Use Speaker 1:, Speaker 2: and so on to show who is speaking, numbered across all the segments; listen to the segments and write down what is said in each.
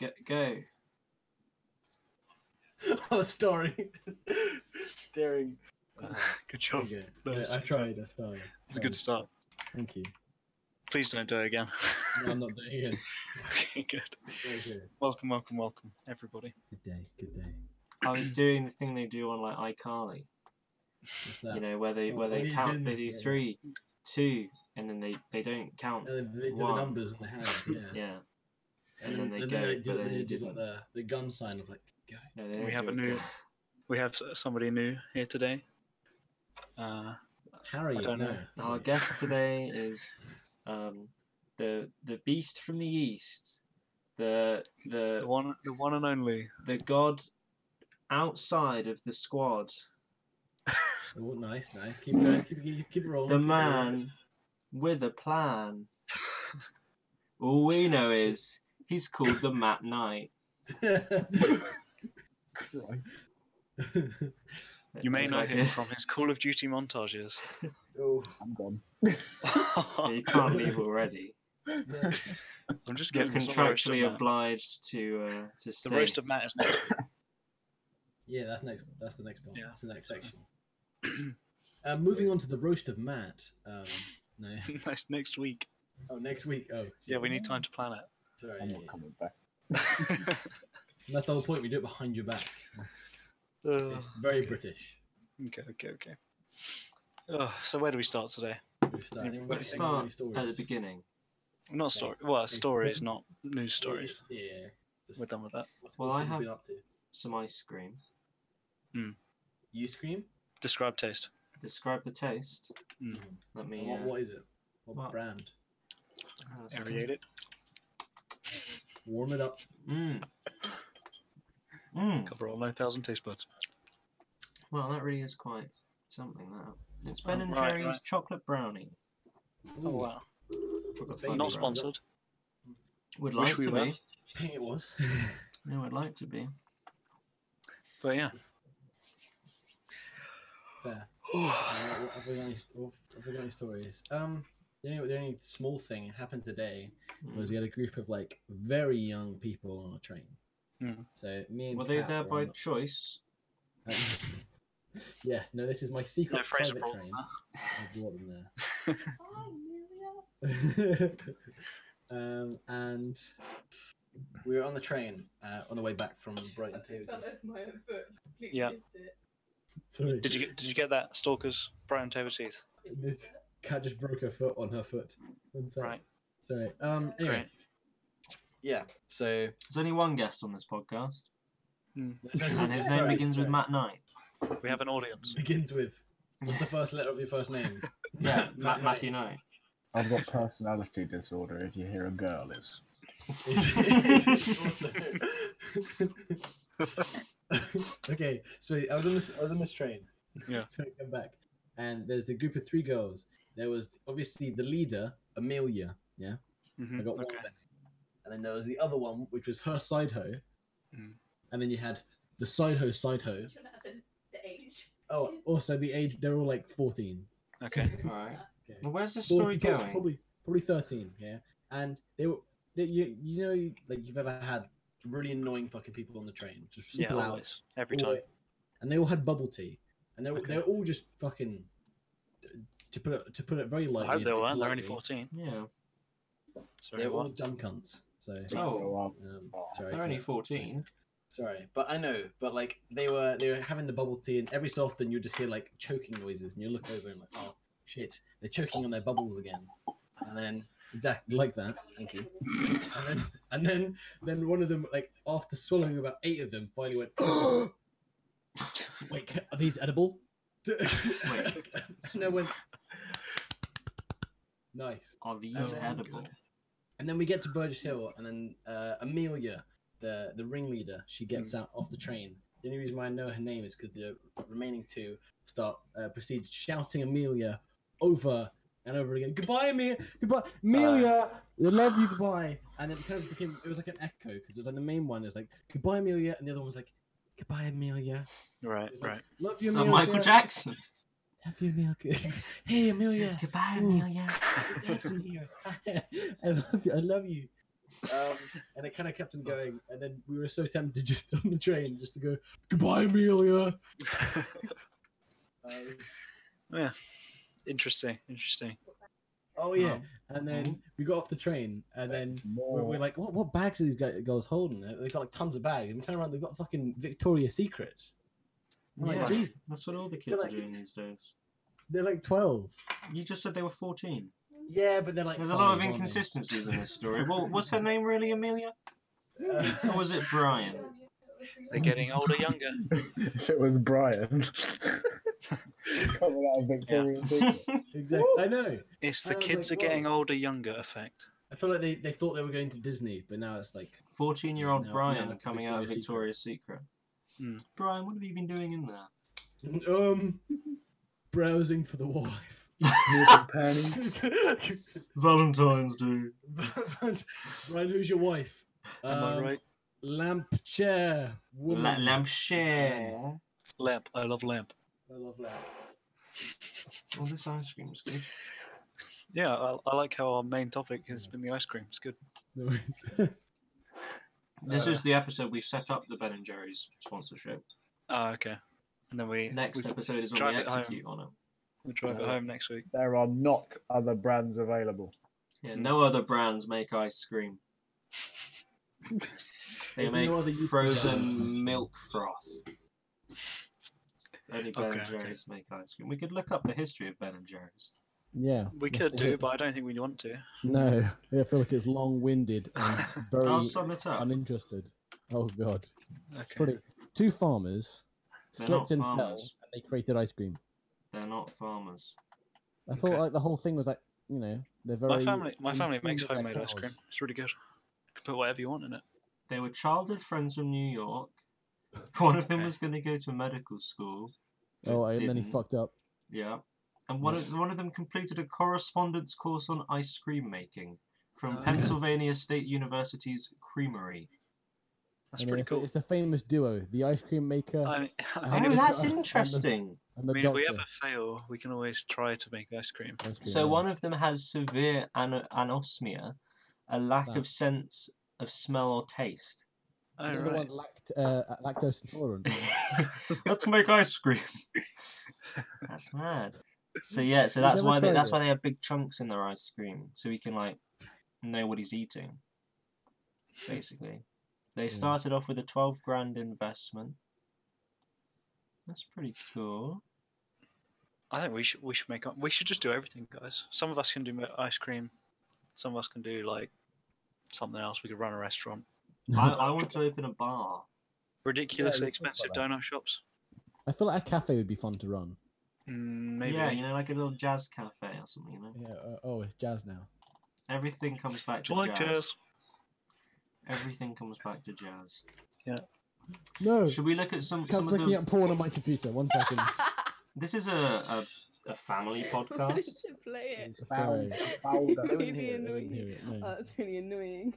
Speaker 1: Go. go.
Speaker 2: I was staring, staring. Uh,
Speaker 3: Good job.
Speaker 2: okay.
Speaker 3: Nice.
Speaker 2: I tried. I started.
Speaker 3: It's a good start.
Speaker 2: Thank you.
Speaker 3: Please don't die again.
Speaker 2: No, I'm not doing it.
Speaker 3: okay, good.
Speaker 2: Okay.
Speaker 3: Welcome, welcome, welcome, everybody.
Speaker 2: Good day. Good day.
Speaker 1: I was doing the thing they do on like iCarly,
Speaker 2: What's that?
Speaker 1: you know, where they
Speaker 2: Oh,
Speaker 1: where
Speaker 2: oh,
Speaker 1: they
Speaker 2: you
Speaker 1: count,
Speaker 2: didn't-
Speaker 1: they do
Speaker 2: yeah.
Speaker 1: three, two, and then they they don't count.
Speaker 2: Uh, they do
Speaker 1: One.
Speaker 2: the numbers on the hand. Yeah.
Speaker 1: Yeah,
Speaker 2: And, then, and then
Speaker 1: go,
Speaker 2: they
Speaker 1: but
Speaker 2: did,
Speaker 1: then
Speaker 2: they
Speaker 1: you
Speaker 2: did
Speaker 1: didn't.
Speaker 2: like the, the gun sign of like guy.
Speaker 1: no, they
Speaker 3: We
Speaker 1: don't
Speaker 3: have
Speaker 1: do
Speaker 3: a
Speaker 1: it.
Speaker 3: new- We have s- somebody new here today. Uh,
Speaker 2: Harry.
Speaker 3: I don't
Speaker 2: no.
Speaker 3: know.
Speaker 1: Our guest today is um, the the beast from the east, the
Speaker 3: the
Speaker 1: the
Speaker 3: one, the one and only.
Speaker 1: the god outside of the squad,
Speaker 2: Oh, nice, nice. Keep going. Keep, keep, keep rolling.
Speaker 1: the
Speaker 2: keep
Speaker 1: man with a plan. All we know is he's called the Matt Knight.
Speaker 2: rolling.
Speaker 3: You may
Speaker 1: It's
Speaker 3: know
Speaker 1: like
Speaker 3: him
Speaker 1: a-
Speaker 3: from his Call of Duty montages.
Speaker 2: oh,
Speaker 4: I'm gone.
Speaker 1: you can't leave already.
Speaker 2: no.
Speaker 3: I'm just
Speaker 1: You're
Speaker 3: getting this on the roast of
Speaker 1: contractually
Speaker 3: Matt.
Speaker 1: obliged to uh, to
Speaker 3: The
Speaker 1: stay.
Speaker 3: roast of Matt is next.
Speaker 2: Yeah, that's next. That's the next one.
Speaker 3: Yeah.
Speaker 2: That's the next section. um, moving on to the roast of Matt. Um, no.
Speaker 3: That's next week.
Speaker 2: Oh, next week. Oh,
Speaker 3: Yeah, we need time to plan
Speaker 2: Sorry.
Speaker 4: I'm
Speaker 2: yeah,
Speaker 4: not coming back.
Speaker 3: it.
Speaker 2: yeah. That's the whole point. We do it behind your back. It's,
Speaker 3: Uh,
Speaker 2: it's very British.
Speaker 3: okay, okay, okay. Oh, so where do we start today?
Speaker 2: We start, anyone
Speaker 1: But
Speaker 2: got any
Speaker 1: start
Speaker 2: stories?
Speaker 1: at the beginning.
Speaker 3: Not story. Well, stories, not news stories.
Speaker 2: Yeah. Just
Speaker 3: We're done with that.
Speaker 2: what's-
Speaker 1: Well,
Speaker 2: what
Speaker 1: I
Speaker 2: have you been
Speaker 1: have-
Speaker 2: up to?
Speaker 1: Some ice cream.
Speaker 2: You scream.
Speaker 3: Describe taste.
Speaker 1: Describe the taste.
Speaker 3: Mm.
Speaker 1: Let me.
Speaker 2: Mm-hmm. What,
Speaker 1: uh,
Speaker 2: what is it? What,
Speaker 1: What?
Speaker 2: brand?
Speaker 1: hang on a second.
Speaker 3: Aerate it.
Speaker 2: Warm it up.
Speaker 1: Mm. Mm.
Speaker 3: Cover all 9,000 taste buds.
Speaker 1: Well, that really is quite something. That it's Ben
Speaker 3: Oh,
Speaker 1: and
Speaker 3: right,
Speaker 1: Jerry's
Speaker 3: right.
Speaker 1: chocolate brownie. Oh,
Speaker 2: Ooh,
Speaker 1: Chocolate
Speaker 2: Baby
Speaker 1: fudge
Speaker 3: Oh, Not
Speaker 2: Not
Speaker 1: brownie.
Speaker 3: sponsored.
Speaker 1: Would
Speaker 3: Wish
Speaker 1: like
Speaker 3: we
Speaker 1: to
Speaker 3: were.
Speaker 1: be.
Speaker 2: It was.
Speaker 1: No, would like to be.
Speaker 3: But yeah.
Speaker 2: Fair. Uh, what have we got any, what have we got any stories? Um, the only, the only small thing that happened today
Speaker 1: Mm.
Speaker 2: was we had a group of like very young people on a train.
Speaker 3: Mhm.
Speaker 2: So me and
Speaker 1: Hmm. Were they
Speaker 2: Kat
Speaker 1: there
Speaker 2: were
Speaker 1: by
Speaker 2: on
Speaker 1: choice?
Speaker 2: the- um, yeah, no, this is my secret
Speaker 3: No, Fraser
Speaker 2: private
Speaker 3: brought
Speaker 2: train.
Speaker 3: them
Speaker 2: I brought them there. um, and we were on the train uh, on the way back from Brighton. to
Speaker 5: fell off my own foot. Completely
Speaker 3: Yeah.
Speaker 5: missed it.
Speaker 2: Sorry,
Speaker 3: Did you get Did you get that Stalker's Brighton Taylor teeth?
Speaker 2: This cat just broke her foot on her foot. One sec.
Speaker 3: Right.
Speaker 2: Sorry. Um. Anyway.
Speaker 3: Great.
Speaker 2: Yeah. So.
Speaker 1: There's only one guest on this podcast, and his name
Speaker 2: Sorry,
Speaker 1: begins with
Speaker 2: sorry.
Speaker 1: Matt Knight.
Speaker 3: We have an audience.
Speaker 2: Begins with. What's the first letter of your first name?
Speaker 1: Yeah, Matt
Speaker 2: Matt Knight.
Speaker 1: Matthew Knight.
Speaker 4: I've got personality disorder. If you hear a girl, it's
Speaker 2: okay. So I was on this. I was on this train.
Speaker 3: Yeah.
Speaker 2: so I come back, and there's the group of three girls. There was obviously the leader, Amelia. Yeah. I
Speaker 3: Mhm,
Speaker 2: got one
Speaker 3: Okay.
Speaker 2: of them. And then there was the other one, which was her side hoe.
Speaker 3: Mm.
Speaker 2: And then you had the side hoe, side hoe.
Speaker 5: Do you want to add the, the age?
Speaker 2: Oh, also the age, they're all like 14.
Speaker 3: Okay.
Speaker 1: All right.
Speaker 2: Okay.
Speaker 1: Well, where's this
Speaker 2: Or
Speaker 1: story
Speaker 2: prob-
Speaker 1: going?
Speaker 2: Probably, probably 13, yeah. And they were, they, you, you know, like you've ever had really annoying fucking people on the train, just
Speaker 3: Yeah.
Speaker 2: super loud.
Speaker 3: Always. Every
Speaker 2: all
Speaker 3: time.
Speaker 2: the- And they all had bubble tea. And they're,
Speaker 3: Okay.
Speaker 2: they're all just fucking, to put it, to put it very
Speaker 3: I
Speaker 2: lightly.
Speaker 3: hope they
Speaker 2: and
Speaker 3: weren't. They're only
Speaker 2: politely,
Speaker 3: fourteen.
Speaker 1: Yeah.
Speaker 3: Sorry.
Speaker 2: They're all
Speaker 3: What?
Speaker 2: dumb cunts. So,
Speaker 1: Oh.
Speaker 4: Grow
Speaker 2: um,
Speaker 4: Oh,
Speaker 2: sorry.
Speaker 1: They're
Speaker 2: to-
Speaker 1: only 14.
Speaker 2: Sorry, but I know, but like they were they were having the bubble tea, and every so often you just hear like choking noises, and you look over and like, oh shit, they're choking on their bubbles again, and then exactly like that. Thank you. And then and then then one of them like after swallowing about eight of them finally went, oh, wait, ca- are these edible? and I went, nice.
Speaker 1: Are these
Speaker 2: Oh,
Speaker 1: edible?
Speaker 2: And then we get to Burgess Hill, and then uh, Amelia, the the ringleader, she gets out off the train. The only reason why I know her name is because the remaining two start uh, proceed shouting Amelia over and over again. Goodbye, Amelia. Goodbye, Amelia. we love you. Goodbye. And it kind of became it was like an echo because it was like the main one is like goodbye, Amelia, and the other one was like goodbye, Amelia.
Speaker 3: Right.
Speaker 2: It was like,
Speaker 3: Right.
Speaker 2: Love you,
Speaker 1: Is that
Speaker 2: Amelia.
Speaker 1: Michael Jackson?
Speaker 2: Love you, Amelia. hey, Amelia.
Speaker 1: Goodbye,
Speaker 2: Ooh.
Speaker 1: Amelia.
Speaker 2: Jackson here. I love you. I love you. Um, and it kind of kept on going. And then we were so tempted to just on the train just to go, goodbye, Amelia. Uh,
Speaker 3: Oh, yeah. Interesting. Interesting.
Speaker 2: oh, yeah.
Speaker 1: Oh.
Speaker 2: And then we got off the train. And then
Speaker 4: More.
Speaker 2: we're, we're like, what, what bags are these guy- girls holding? They've got like tons of bags. And we turn around, they've got fucking Victoria's Secrets. I'm like,
Speaker 1: Yeah,
Speaker 2: "Jeez."
Speaker 1: that's what all the kids are
Speaker 2: like-
Speaker 1: doing these days.
Speaker 2: They're like 12.
Speaker 1: You just said they were 14.
Speaker 2: Yeah, but they're like.
Speaker 1: There's a lot
Speaker 2: five,
Speaker 1: of
Speaker 2: aren't they?
Speaker 1: inconsistencies in this story. Well, was her name really Amelia?
Speaker 2: Uh,
Speaker 1: Or was it Brian?
Speaker 3: They're getting older, younger.
Speaker 4: if it was Brian. Coming out of Victorian Secret.
Speaker 2: exactly. I know.
Speaker 3: It's
Speaker 2: I
Speaker 3: the
Speaker 2: was
Speaker 3: kids
Speaker 2: like,
Speaker 3: are getting
Speaker 2: "Whoa."
Speaker 3: older, younger effect.
Speaker 2: I feel like they, they thought they were going to Disney, but now it's like
Speaker 1: 14 year old
Speaker 2: No,
Speaker 1: Brian
Speaker 2: no, that's
Speaker 1: coming out of
Speaker 2: Victoria's
Speaker 1: Victoria's Secret.
Speaker 3: Hmm.
Speaker 1: Brian, what have you been doing in there?
Speaker 2: um browsing for the wife.
Speaker 4: Snooping panties.
Speaker 1: Valentine's Day.
Speaker 2: Ryan, who's your wife?
Speaker 3: Am I
Speaker 2: Um,
Speaker 3: right?
Speaker 2: Lamp chair woman.
Speaker 1: La- lampshade.
Speaker 3: Lamp. I love lamp.
Speaker 2: I love lamp.
Speaker 1: Oh, this ice cream's good.
Speaker 3: Yeah, I, I like how our main topic has been the ice cream. It's good.
Speaker 2: No worries.
Speaker 1: This
Speaker 3: Uh,
Speaker 1: is the episode we set up the Ben and Jerry's sponsorship.
Speaker 3: Ah, okay. And then we
Speaker 1: Next
Speaker 3: we,
Speaker 1: episode is when
Speaker 3: drive
Speaker 1: we
Speaker 3: it home.
Speaker 1: execute on it.
Speaker 3: we drive it home next week.
Speaker 4: There are not other brands available.
Speaker 3: Hmm.
Speaker 1: Yeah, no other brands make ice cream. They
Speaker 2: There's
Speaker 1: make
Speaker 2: no other UK
Speaker 1: frozen milk froth. Only Ben
Speaker 3: Okay,
Speaker 1: and
Speaker 3: okay.
Speaker 1: Jerry's make ice cream. We could look up the history of Ben and Jerry's.
Speaker 2: yeah.
Speaker 3: We
Speaker 2: that's
Speaker 3: could do,
Speaker 2: it.
Speaker 3: but I don't think we want to.
Speaker 2: No. I feel like it's long winded and very
Speaker 1: I'll sum it up.
Speaker 2: uninterested. Oh god.
Speaker 3: Okay.
Speaker 2: Pretty two farmers
Speaker 1: They're not
Speaker 2: slipped and fell and
Speaker 1: farmers.
Speaker 2: they created ice cream.
Speaker 1: They're not farmers.
Speaker 2: I felt
Speaker 3: Okay.
Speaker 2: like the whole thing was like, you know, they're very.
Speaker 3: my family, my
Speaker 2: in
Speaker 3: family
Speaker 2: tune
Speaker 3: makes
Speaker 2: with their
Speaker 3: homemade ice
Speaker 2: cows.
Speaker 3: cream. It's really good. You can put whatever you want in it.
Speaker 1: They were childhood friends from New York. One of them
Speaker 3: Okay.
Speaker 1: was going to go to medical school. but
Speaker 2: Oh, and then he
Speaker 1: didn't.
Speaker 2: fucked up.
Speaker 1: Yeah. And one of, one of them completed a correspondence course on ice cream making from
Speaker 3: Oh, yeah.
Speaker 1: Pennsylvania State University's Creamery.
Speaker 3: That's
Speaker 2: I mean,
Speaker 3: pretty
Speaker 2: it's,
Speaker 3: cool.
Speaker 2: The, it's the famous duo, the ice cream maker
Speaker 3: I mean, I
Speaker 2: Oh,
Speaker 3: mean, if,
Speaker 2: we-
Speaker 3: we-
Speaker 2: that's interesting. and
Speaker 3: I
Speaker 2: the
Speaker 3: mean, if
Speaker 2: doctor.
Speaker 3: we ever fail, we can always try to make ice cream.
Speaker 2: Ice cream,
Speaker 1: So
Speaker 2: yeah.
Speaker 1: one of them has severe ano- anosmia, a lack
Speaker 2: that?
Speaker 1: of sense of smell or taste.
Speaker 3: Oh,
Speaker 2: the
Speaker 3: right.
Speaker 2: other one lact, uh, lactose intolerant.
Speaker 1: Let's make ice cream. that's mad. So yeah, so
Speaker 2: You've
Speaker 1: that's
Speaker 2: never
Speaker 1: why they,
Speaker 2: tried
Speaker 1: that's
Speaker 2: it?
Speaker 1: why they have big chunks in their ice cream, so he can like know what he's eating. Basically, they
Speaker 2: Yeah.
Speaker 1: started off with a twelve grand investment. That's pretty cool.
Speaker 3: I think we should we should make up- we should just do everything, guys. Some of us can do ma- ice cream. Some of us can do like something else. We could run a restaurant.
Speaker 1: I, I want to open a bar.
Speaker 3: Ridiculously
Speaker 4: we could do
Speaker 3: expensive
Speaker 4: that.
Speaker 3: donut shops.
Speaker 2: I feel like a cafe would be fun to run.
Speaker 3: Mm, maybe.
Speaker 1: Yeah, you know, like a little jazz cafe or something. You know,
Speaker 2: Yeah. Uh, oh, it's jazz now.
Speaker 1: everything comes back
Speaker 3: Do
Speaker 1: to
Speaker 3: you like jazz?
Speaker 1: Everything comes back to jazz.
Speaker 2: No,
Speaker 1: Should we look at some,
Speaker 2: I was
Speaker 1: some of
Speaker 2: Oh. looking
Speaker 1: the...
Speaker 2: at porn on my computer. One second.
Speaker 1: This is a, a, a family podcast.
Speaker 5: should play it.
Speaker 4: Foul.
Speaker 2: Sorry.
Speaker 4: Foul.
Speaker 2: I wouldn't
Speaker 5: Really
Speaker 2: hear it, I wouldn't
Speaker 5: annoying.
Speaker 2: hear it, no.
Speaker 1: Uh,
Speaker 5: Oh, that's really annoying.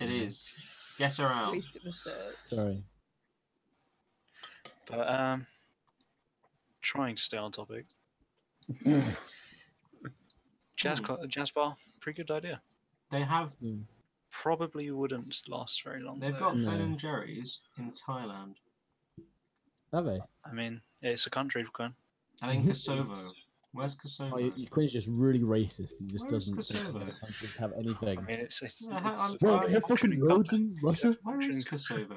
Speaker 1: it is. Get
Speaker 5: At
Speaker 1: around.
Speaker 5: least it was search.
Speaker 2: Sorry.
Speaker 3: But um, trying to stay on topic. Jazz
Speaker 1: Hmm.
Speaker 3: co- jazz bar, pretty good idea.
Speaker 1: They have.
Speaker 2: Mm.
Speaker 3: Probably wouldn't last very long.
Speaker 1: They've
Speaker 3: though.
Speaker 1: got Ben
Speaker 2: No.
Speaker 1: and Jerry's in Thailand.
Speaker 2: Are they?
Speaker 3: I mean, it's a country, Gwen.
Speaker 1: And in Kosovo. Where's Kosovo?
Speaker 2: Oh, your, your quiz is just really racist. He just
Speaker 1: Where is
Speaker 2: doesn't think
Speaker 1: Kosovo?
Speaker 2: other countries have
Speaker 3: I
Speaker 2: anything.
Speaker 3: mean, it's it's.
Speaker 1: Yeah, how-
Speaker 3: it's
Speaker 1: I'm-
Speaker 2: Bro,
Speaker 1: uh,
Speaker 2: they have fucking
Speaker 3: functioning
Speaker 2: roads
Speaker 3: country.
Speaker 2: in Russia.
Speaker 1: Where is
Speaker 3: Fucking
Speaker 1: Kosovo?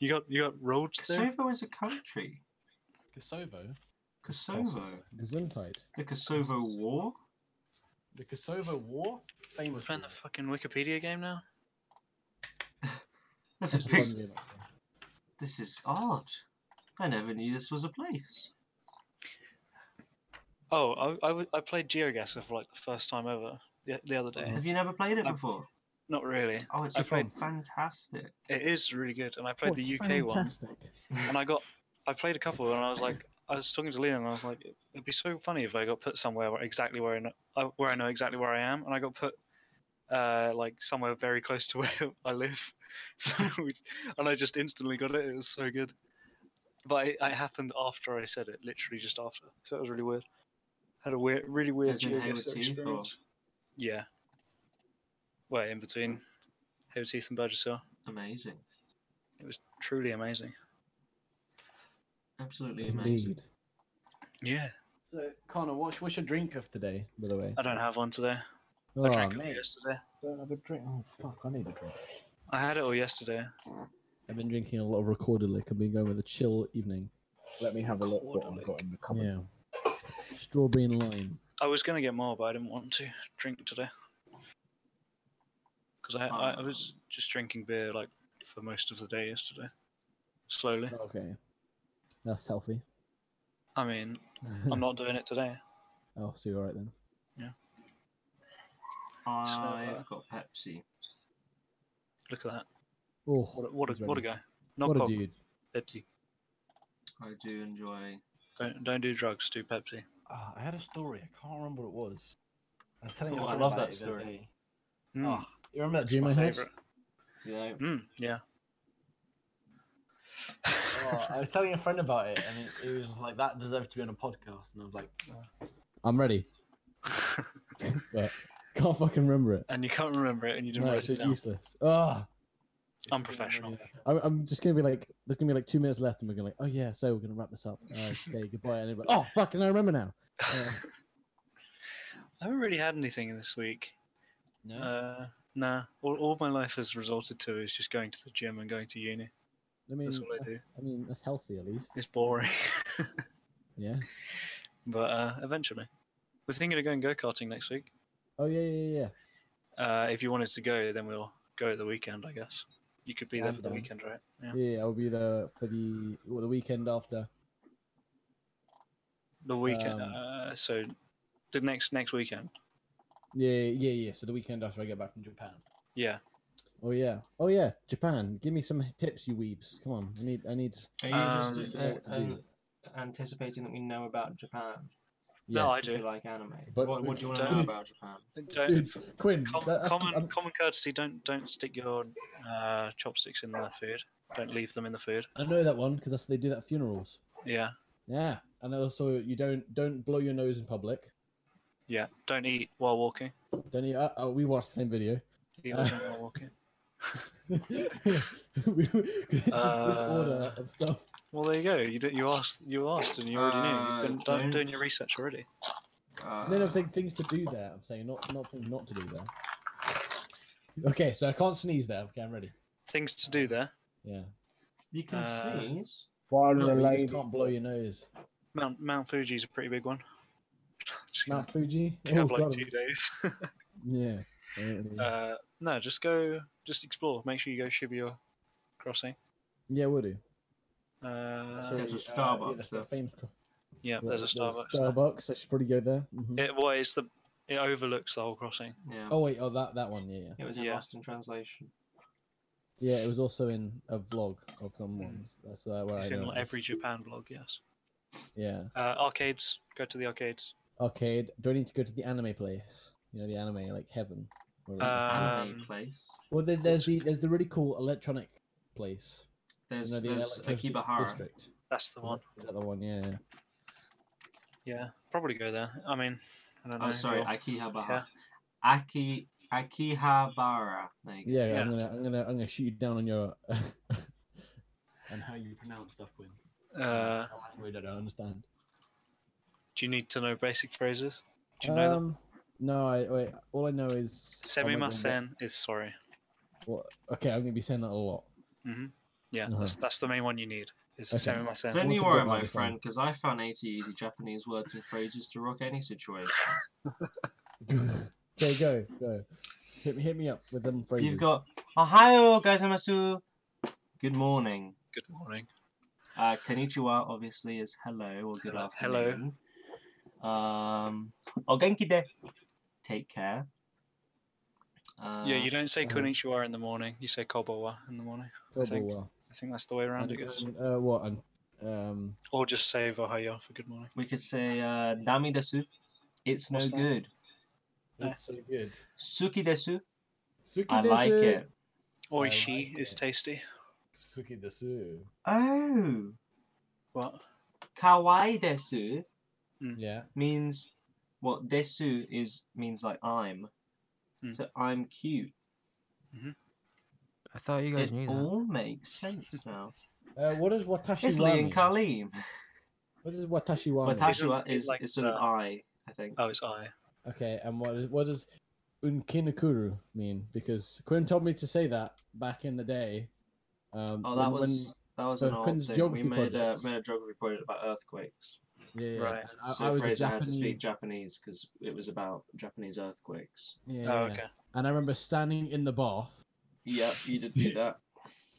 Speaker 3: You got you got roads there.
Speaker 1: Kosovo is a country.
Speaker 2: Kosovo.
Speaker 1: Kosovo.
Speaker 2: Gesundheit.
Speaker 1: The Kosovo War?
Speaker 2: The Kosovo War.
Speaker 3: We
Speaker 2: Famous.
Speaker 3: found the fucking Wikipedia game now.
Speaker 1: That's a big... This is odd. I never knew this was a place.
Speaker 3: Oh, I, I, w- I played GeoGuessr for like the first time ever the, the other day.
Speaker 2: Uh-huh.
Speaker 1: Have you never played it
Speaker 3: I've-
Speaker 1: before?
Speaker 3: Not really.
Speaker 1: Oh, it's
Speaker 3: I played-
Speaker 1: fantastic.
Speaker 3: It is really good, and I played the UK one, and I got I played a couple, and I was like, I was talking to Leon, and I was like, it'd be so funny if I got put somewhere where exactly where I know, uh, where I know exactly where I am, and I got put uh like somewhere very close to where I live, so we, and I just instantly got it. It was so good, but it, it happened after I said it, literally just after, so it was really weird. Had a weird, really weird
Speaker 1: As in Hayward
Speaker 3: GeoGuessr
Speaker 1: Heath, or-
Speaker 3: experience. Yeah. Well, in between It was Ethan Burgessell.
Speaker 1: Amazing.
Speaker 3: Truly amazing.
Speaker 1: Absolutely amazing.
Speaker 6: Indeed.
Speaker 3: Yeah.
Speaker 2: So, Connor, what's, what's your drink of today, by the way?
Speaker 3: I don't have one today. I
Speaker 2: Oh,
Speaker 3: drank it all
Speaker 2: mate.
Speaker 3: yesterday.
Speaker 4: Don't have a drink. Oh fuck! I need a drink.
Speaker 3: I had it all yesterday.
Speaker 2: I've been drinking a lot of recorded liquor. I've been going with a chill evening.
Speaker 4: Let me have a look what I've
Speaker 3: Quarterly.
Speaker 4: got in the cupboard.
Speaker 2: Yeah. Strawberry and lime.
Speaker 3: I was gonna get more, but I didn't want to drink today because I, I I was just drinking beer like for most of the day yesterday, slowly.
Speaker 2: Okay. That's healthy.
Speaker 3: I mean, I'm not doing it today.
Speaker 2: oh, so you're all right then.
Speaker 3: uh,
Speaker 1: I've got Pepsi.
Speaker 3: Look at that!
Speaker 2: Oh,
Speaker 3: What a, what a,
Speaker 2: he's
Speaker 3: what a
Speaker 2: ready.
Speaker 3: guy! Not
Speaker 2: What a
Speaker 3: Coke,
Speaker 2: dude.
Speaker 3: Pepsi.
Speaker 1: I do enjoy.
Speaker 3: Don't don't do drugs. Do Pepsi.
Speaker 2: Ah, I had a story. I can't remember what it was. I was telling
Speaker 1: Oh,
Speaker 2: you.
Speaker 1: I love that story.
Speaker 3: Mm,
Speaker 2: Oh, you remember that gym
Speaker 3: my
Speaker 2: I had?
Speaker 3: favorite.
Speaker 1: You know,
Speaker 3: Mm, yeah.
Speaker 2: Oh, I was telling a friend about it, and he, he was just like, "That deserves to be on a podcast." And I was like, "I'm ready," but can't fucking remember it.
Speaker 3: and you can't remember it, and you didn't
Speaker 2: No,
Speaker 3: write
Speaker 2: so
Speaker 3: it
Speaker 2: it's
Speaker 3: down.
Speaker 2: useless. Ah,
Speaker 3: Unprofessional.
Speaker 2: I'm, I'm just gonna be like, there's gonna be like two minutes left, and we're gonna like, oh yeah, so we're gonna wrap this up. Uh, okay, goodbye. And everybody, oh fucking, I remember now. Uh,
Speaker 3: I haven't really had anything this week.
Speaker 2: no,
Speaker 3: Uh, nah. All, all my life has resorted to is just going to the gym and going to uni.
Speaker 2: I mean,
Speaker 3: that's what I do.
Speaker 2: that's- I mean, that's healthy at least.
Speaker 3: It's boring.
Speaker 2: Yeah.
Speaker 3: but uh, eventually, we're thinking of going go karting next week.
Speaker 2: Oh yeah, yeah, yeah, yeah.
Speaker 3: Uh, if you wanted to go, then we'll go at the weekend, I guess. You could be there
Speaker 2: I'm
Speaker 3: for the
Speaker 2: down.
Speaker 3: weekend, right? Yeah.
Speaker 2: Yeah, I'll be there for the well, the weekend after.
Speaker 3: The weekend.
Speaker 2: Um,
Speaker 3: uh, so the next next weekend.
Speaker 2: Yeah, yeah, yeah. So the weekend after I get back from Japan.
Speaker 3: Yeah.
Speaker 2: Oh yeah, oh yeah, Japan. Give me some tips, you weebs. Come on, I need, I need.
Speaker 1: are you
Speaker 3: Um,
Speaker 1: just
Speaker 2: I don't know what
Speaker 1: uh,
Speaker 2: to
Speaker 1: um,
Speaker 2: do.
Speaker 1: anticipating that we know about Japan?
Speaker 3: No, Oh, I
Speaker 2: Yes.
Speaker 1: Do
Speaker 3: do.
Speaker 1: you like anime?
Speaker 2: But-
Speaker 1: what, what do you want to
Speaker 3: Don't-
Speaker 1: know about Japan?
Speaker 3: Don't,
Speaker 2: Dude, Quinn,
Speaker 3: com-
Speaker 2: that- that's-
Speaker 3: common
Speaker 2: I'm-
Speaker 3: common courtesy. Don't don't stick your uh, chopsticks in the food. Don't leave them in the food.
Speaker 2: I know that one because that's they do that at funerals.
Speaker 3: Yeah.
Speaker 2: Yeah, and also you don't don't blow your nose in public.
Speaker 3: Yeah. Don't eat while walking.
Speaker 2: Don't you? Uh, oh, we watched the same video.
Speaker 3: Eat
Speaker 2: Uh,
Speaker 3: lunch while walking.
Speaker 2: We- it's just this order
Speaker 3: Uh,
Speaker 2: of stuff.
Speaker 3: Well, there you go. You did, you asked you asked and you already knew. You've
Speaker 1: Uh,
Speaker 3: been done,
Speaker 1: don't-
Speaker 3: doing your research already.
Speaker 1: Uh,
Speaker 2: No, no, I'm saying things to do there. I'm saying not not things not to do there. Okay, so I can't sneeze there. Okay, I'm ready.
Speaker 3: Things to do there.
Speaker 2: Yeah.
Speaker 1: you can
Speaker 3: uh,
Speaker 1: sneeze.
Speaker 4: While the
Speaker 2: No, but you
Speaker 4: lady,
Speaker 2: just can't blow your nose.
Speaker 3: Mount Mount Fuji's a pretty big one. Just gonna
Speaker 2: Mount Fuji.
Speaker 3: You have
Speaker 2: Oh,
Speaker 3: like
Speaker 2: God.
Speaker 3: two days.
Speaker 2: Yeah. already.
Speaker 3: uh, no, just go, just explore. Make sure you go Shibuya Crossing.
Speaker 2: yeah, we'll do.
Speaker 3: Uh,
Speaker 1: There's a
Speaker 2: uh,
Speaker 1: Starbucks
Speaker 2: yeah, the
Speaker 1: there.
Speaker 2: famous. cro-
Speaker 3: yeah,
Speaker 2: the-
Speaker 3: there's a
Speaker 2: the
Speaker 3: Starbucks. there.
Speaker 2: Starbucks. I should probably go there. Mhm.
Speaker 3: It, well, it's the it overlooks the whole crossing.
Speaker 1: Yeah.
Speaker 2: Oh wait, oh that that one. Yeah, yeah.
Speaker 1: It was in
Speaker 3: Yeah.
Speaker 1: Lost in Translation.
Speaker 2: Yeah, it was also in a vlog of someone's. That's uh, where
Speaker 3: It's
Speaker 2: I
Speaker 3: in
Speaker 2: know
Speaker 3: like,
Speaker 2: it
Speaker 3: every
Speaker 2: was.
Speaker 3: Japan blog. Yes.
Speaker 2: Yeah.
Speaker 3: Uh, arcades. Go to the arcades.
Speaker 2: Arcade. Do I need to go to the anime place? You know, the anime like heaven. Where it-
Speaker 1: Anime
Speaker 3: Um,
Speaker 1: place.
Speaker 2: well, there, there's the there's the really cool electronic place.
Speaker 1: There's
Speaker 2: You know, the
Speaker 1: there's
Speaker 2: electronic
Speaker 1: Akibahara.
Speaker 2: district.
Speaker 3: That's the one.
Speaker 2: Is that the one? Yeah. yeah.
Speaker 3: Yeah, probably go there. I mean, I don't know.
Speaker 1: Oh, sorry,
Speaker 3: I...
Speaker 1: Akihabara. Aki Akihabara. There you go.
Speaker 2: Yeah,
Speaker 3: Yeah.
Speaker 2: I'm gonna, I'm gonna, I'm gonna shoot you down on your. and how you pronounce stuff, Quinn?
Speaker 3: Uh,
Speaker 2: A language I don't understand.
Speaker 3: do you need to know basic phrases? Do you know them?
Speaker 2: Um, No, I wait. All I know is. oh my
Speaker 3: Semi
Speaker 2: God, what-
Speaker 3: masen is sorry.
Speaker 2: what- Okay, I'm gonna be saying that a lot.
Speaker 3: Yeah,
Speaker 2: Uh-huh.
Speaker 3: that's that's the main one you need. Is
Speaker 2: Okay.
Speaker 3: semi masen.
Speaker 1: Don't you
Speaker 2: Autumn
Speaker 1: worry,
Speaker 2: Bit might
Speaker 1: my
Speaker 2: be fun.
Speaker 1: friend, because I found 80 easy Japanese words and phrases to rock any situation.
Speaker 2: okay, go, go. Hit, me- hit me up with them phrases.
Speaker 1: You've got Ohio gozaimasu. Good morning.
Speaker 3: Good morning.
Speaker 1: Uh, konnichiwa obviously is hello or good
Speaker 3: Hello- hello.
Speaker 1: afternoon. Hello. Um, ogenki de. Take care. Uh,
Speaker 3: yeah, you don't say
Speaker 2: uh-huh.
Speaker 3: konnichiwa in the morning. You say kobowa in the morning.
Speaker 2: Go
Speaker 3: I think.
Speaker 2: Burwell.
Speaker 3: I think that's the way around it
Speaker 2: And-
Speaker 3: goes.
Speaker 2: and, uh, what? And um,
Speaker 3: Or just say Ohio for good morning.
Speaker 1: We could say uh, dami desu. It's no
Speaker 3: What's that?
Speaker 1: good.
Speaker 3: Yeah.
Speaker 2: that's so good.
Speaker 1: Suki desu.
Speaker 2: Suki
Speaker 1: I like it.
Speaker 3: Oishi
Speaker 2: like
Speaker 3: is
Speaker 2: it.
Speaker 3: tasty.
Speaker 2: Suki desu.
Speaker 1: Oh,
Speaker 3: What?
Speaker 1: kawaii desu
Speaker 2: Yeah.
Speaker 1: means what? desu is means like I'm.
Speaker 3: Mm.
Speaker 1: So I'm cute.
Speaker 3: Mhm.
Speaker 6: I thought you guys
Speaker 1: It
Speaker 6: knew that.
Speaker 1: all makes sense now.
Speaker 2: Uh, what does watashi
Speaker 1: It's
Speaker 2: wa
Speaker 1: Lee and
Speaker 2: mean?
Speaker 1: Kaleem.
Speaker 2: What does watashi wa mean?
Speaker 1: Watashi
Speaker 3: Isn't
Speaker 1: wa
Speaker 3: it
Speaker 1: is,
Speaker 3: like
Speaker 1: is sort of
Speaker 3: the-
Speaker 1: I, I think.
Speaker 3: Oh, it's I.
Speaker 2: Okay, and what is, what does unkinakuru mean? Because Quinn told me to say that back in the day. Um,
Speaker 1: Oh, that
Speaker 2: when- when-
Speaker 1: was that was
Speaker 2: so
Speaker 1: an old
Speaker 2: Quinn's
Speaker 1: thing. We
Speaker 2: geography
Speaker 1: made a,
Speaker 2: projects.
Speaker 1: made a geography project about earthquakes.
Speaker 2: yeah, yeah.
Speaker 3: Right.
Speaker 2: and I,
Speaker 1: so
Speaker 2: I was a
Speaker 1: Fraser had
Speaker 2: Japanese.
Speaker 1: to speak Japanese because it was about Japanese earthquakes.
Speaker 2: yeah,
Speaker 3: Oh,
Speaker 2: yeah.
Speaker 3: okay.
Speaker 2: And I remember standing in the bath
Speaker 1: Yeah, you did do that.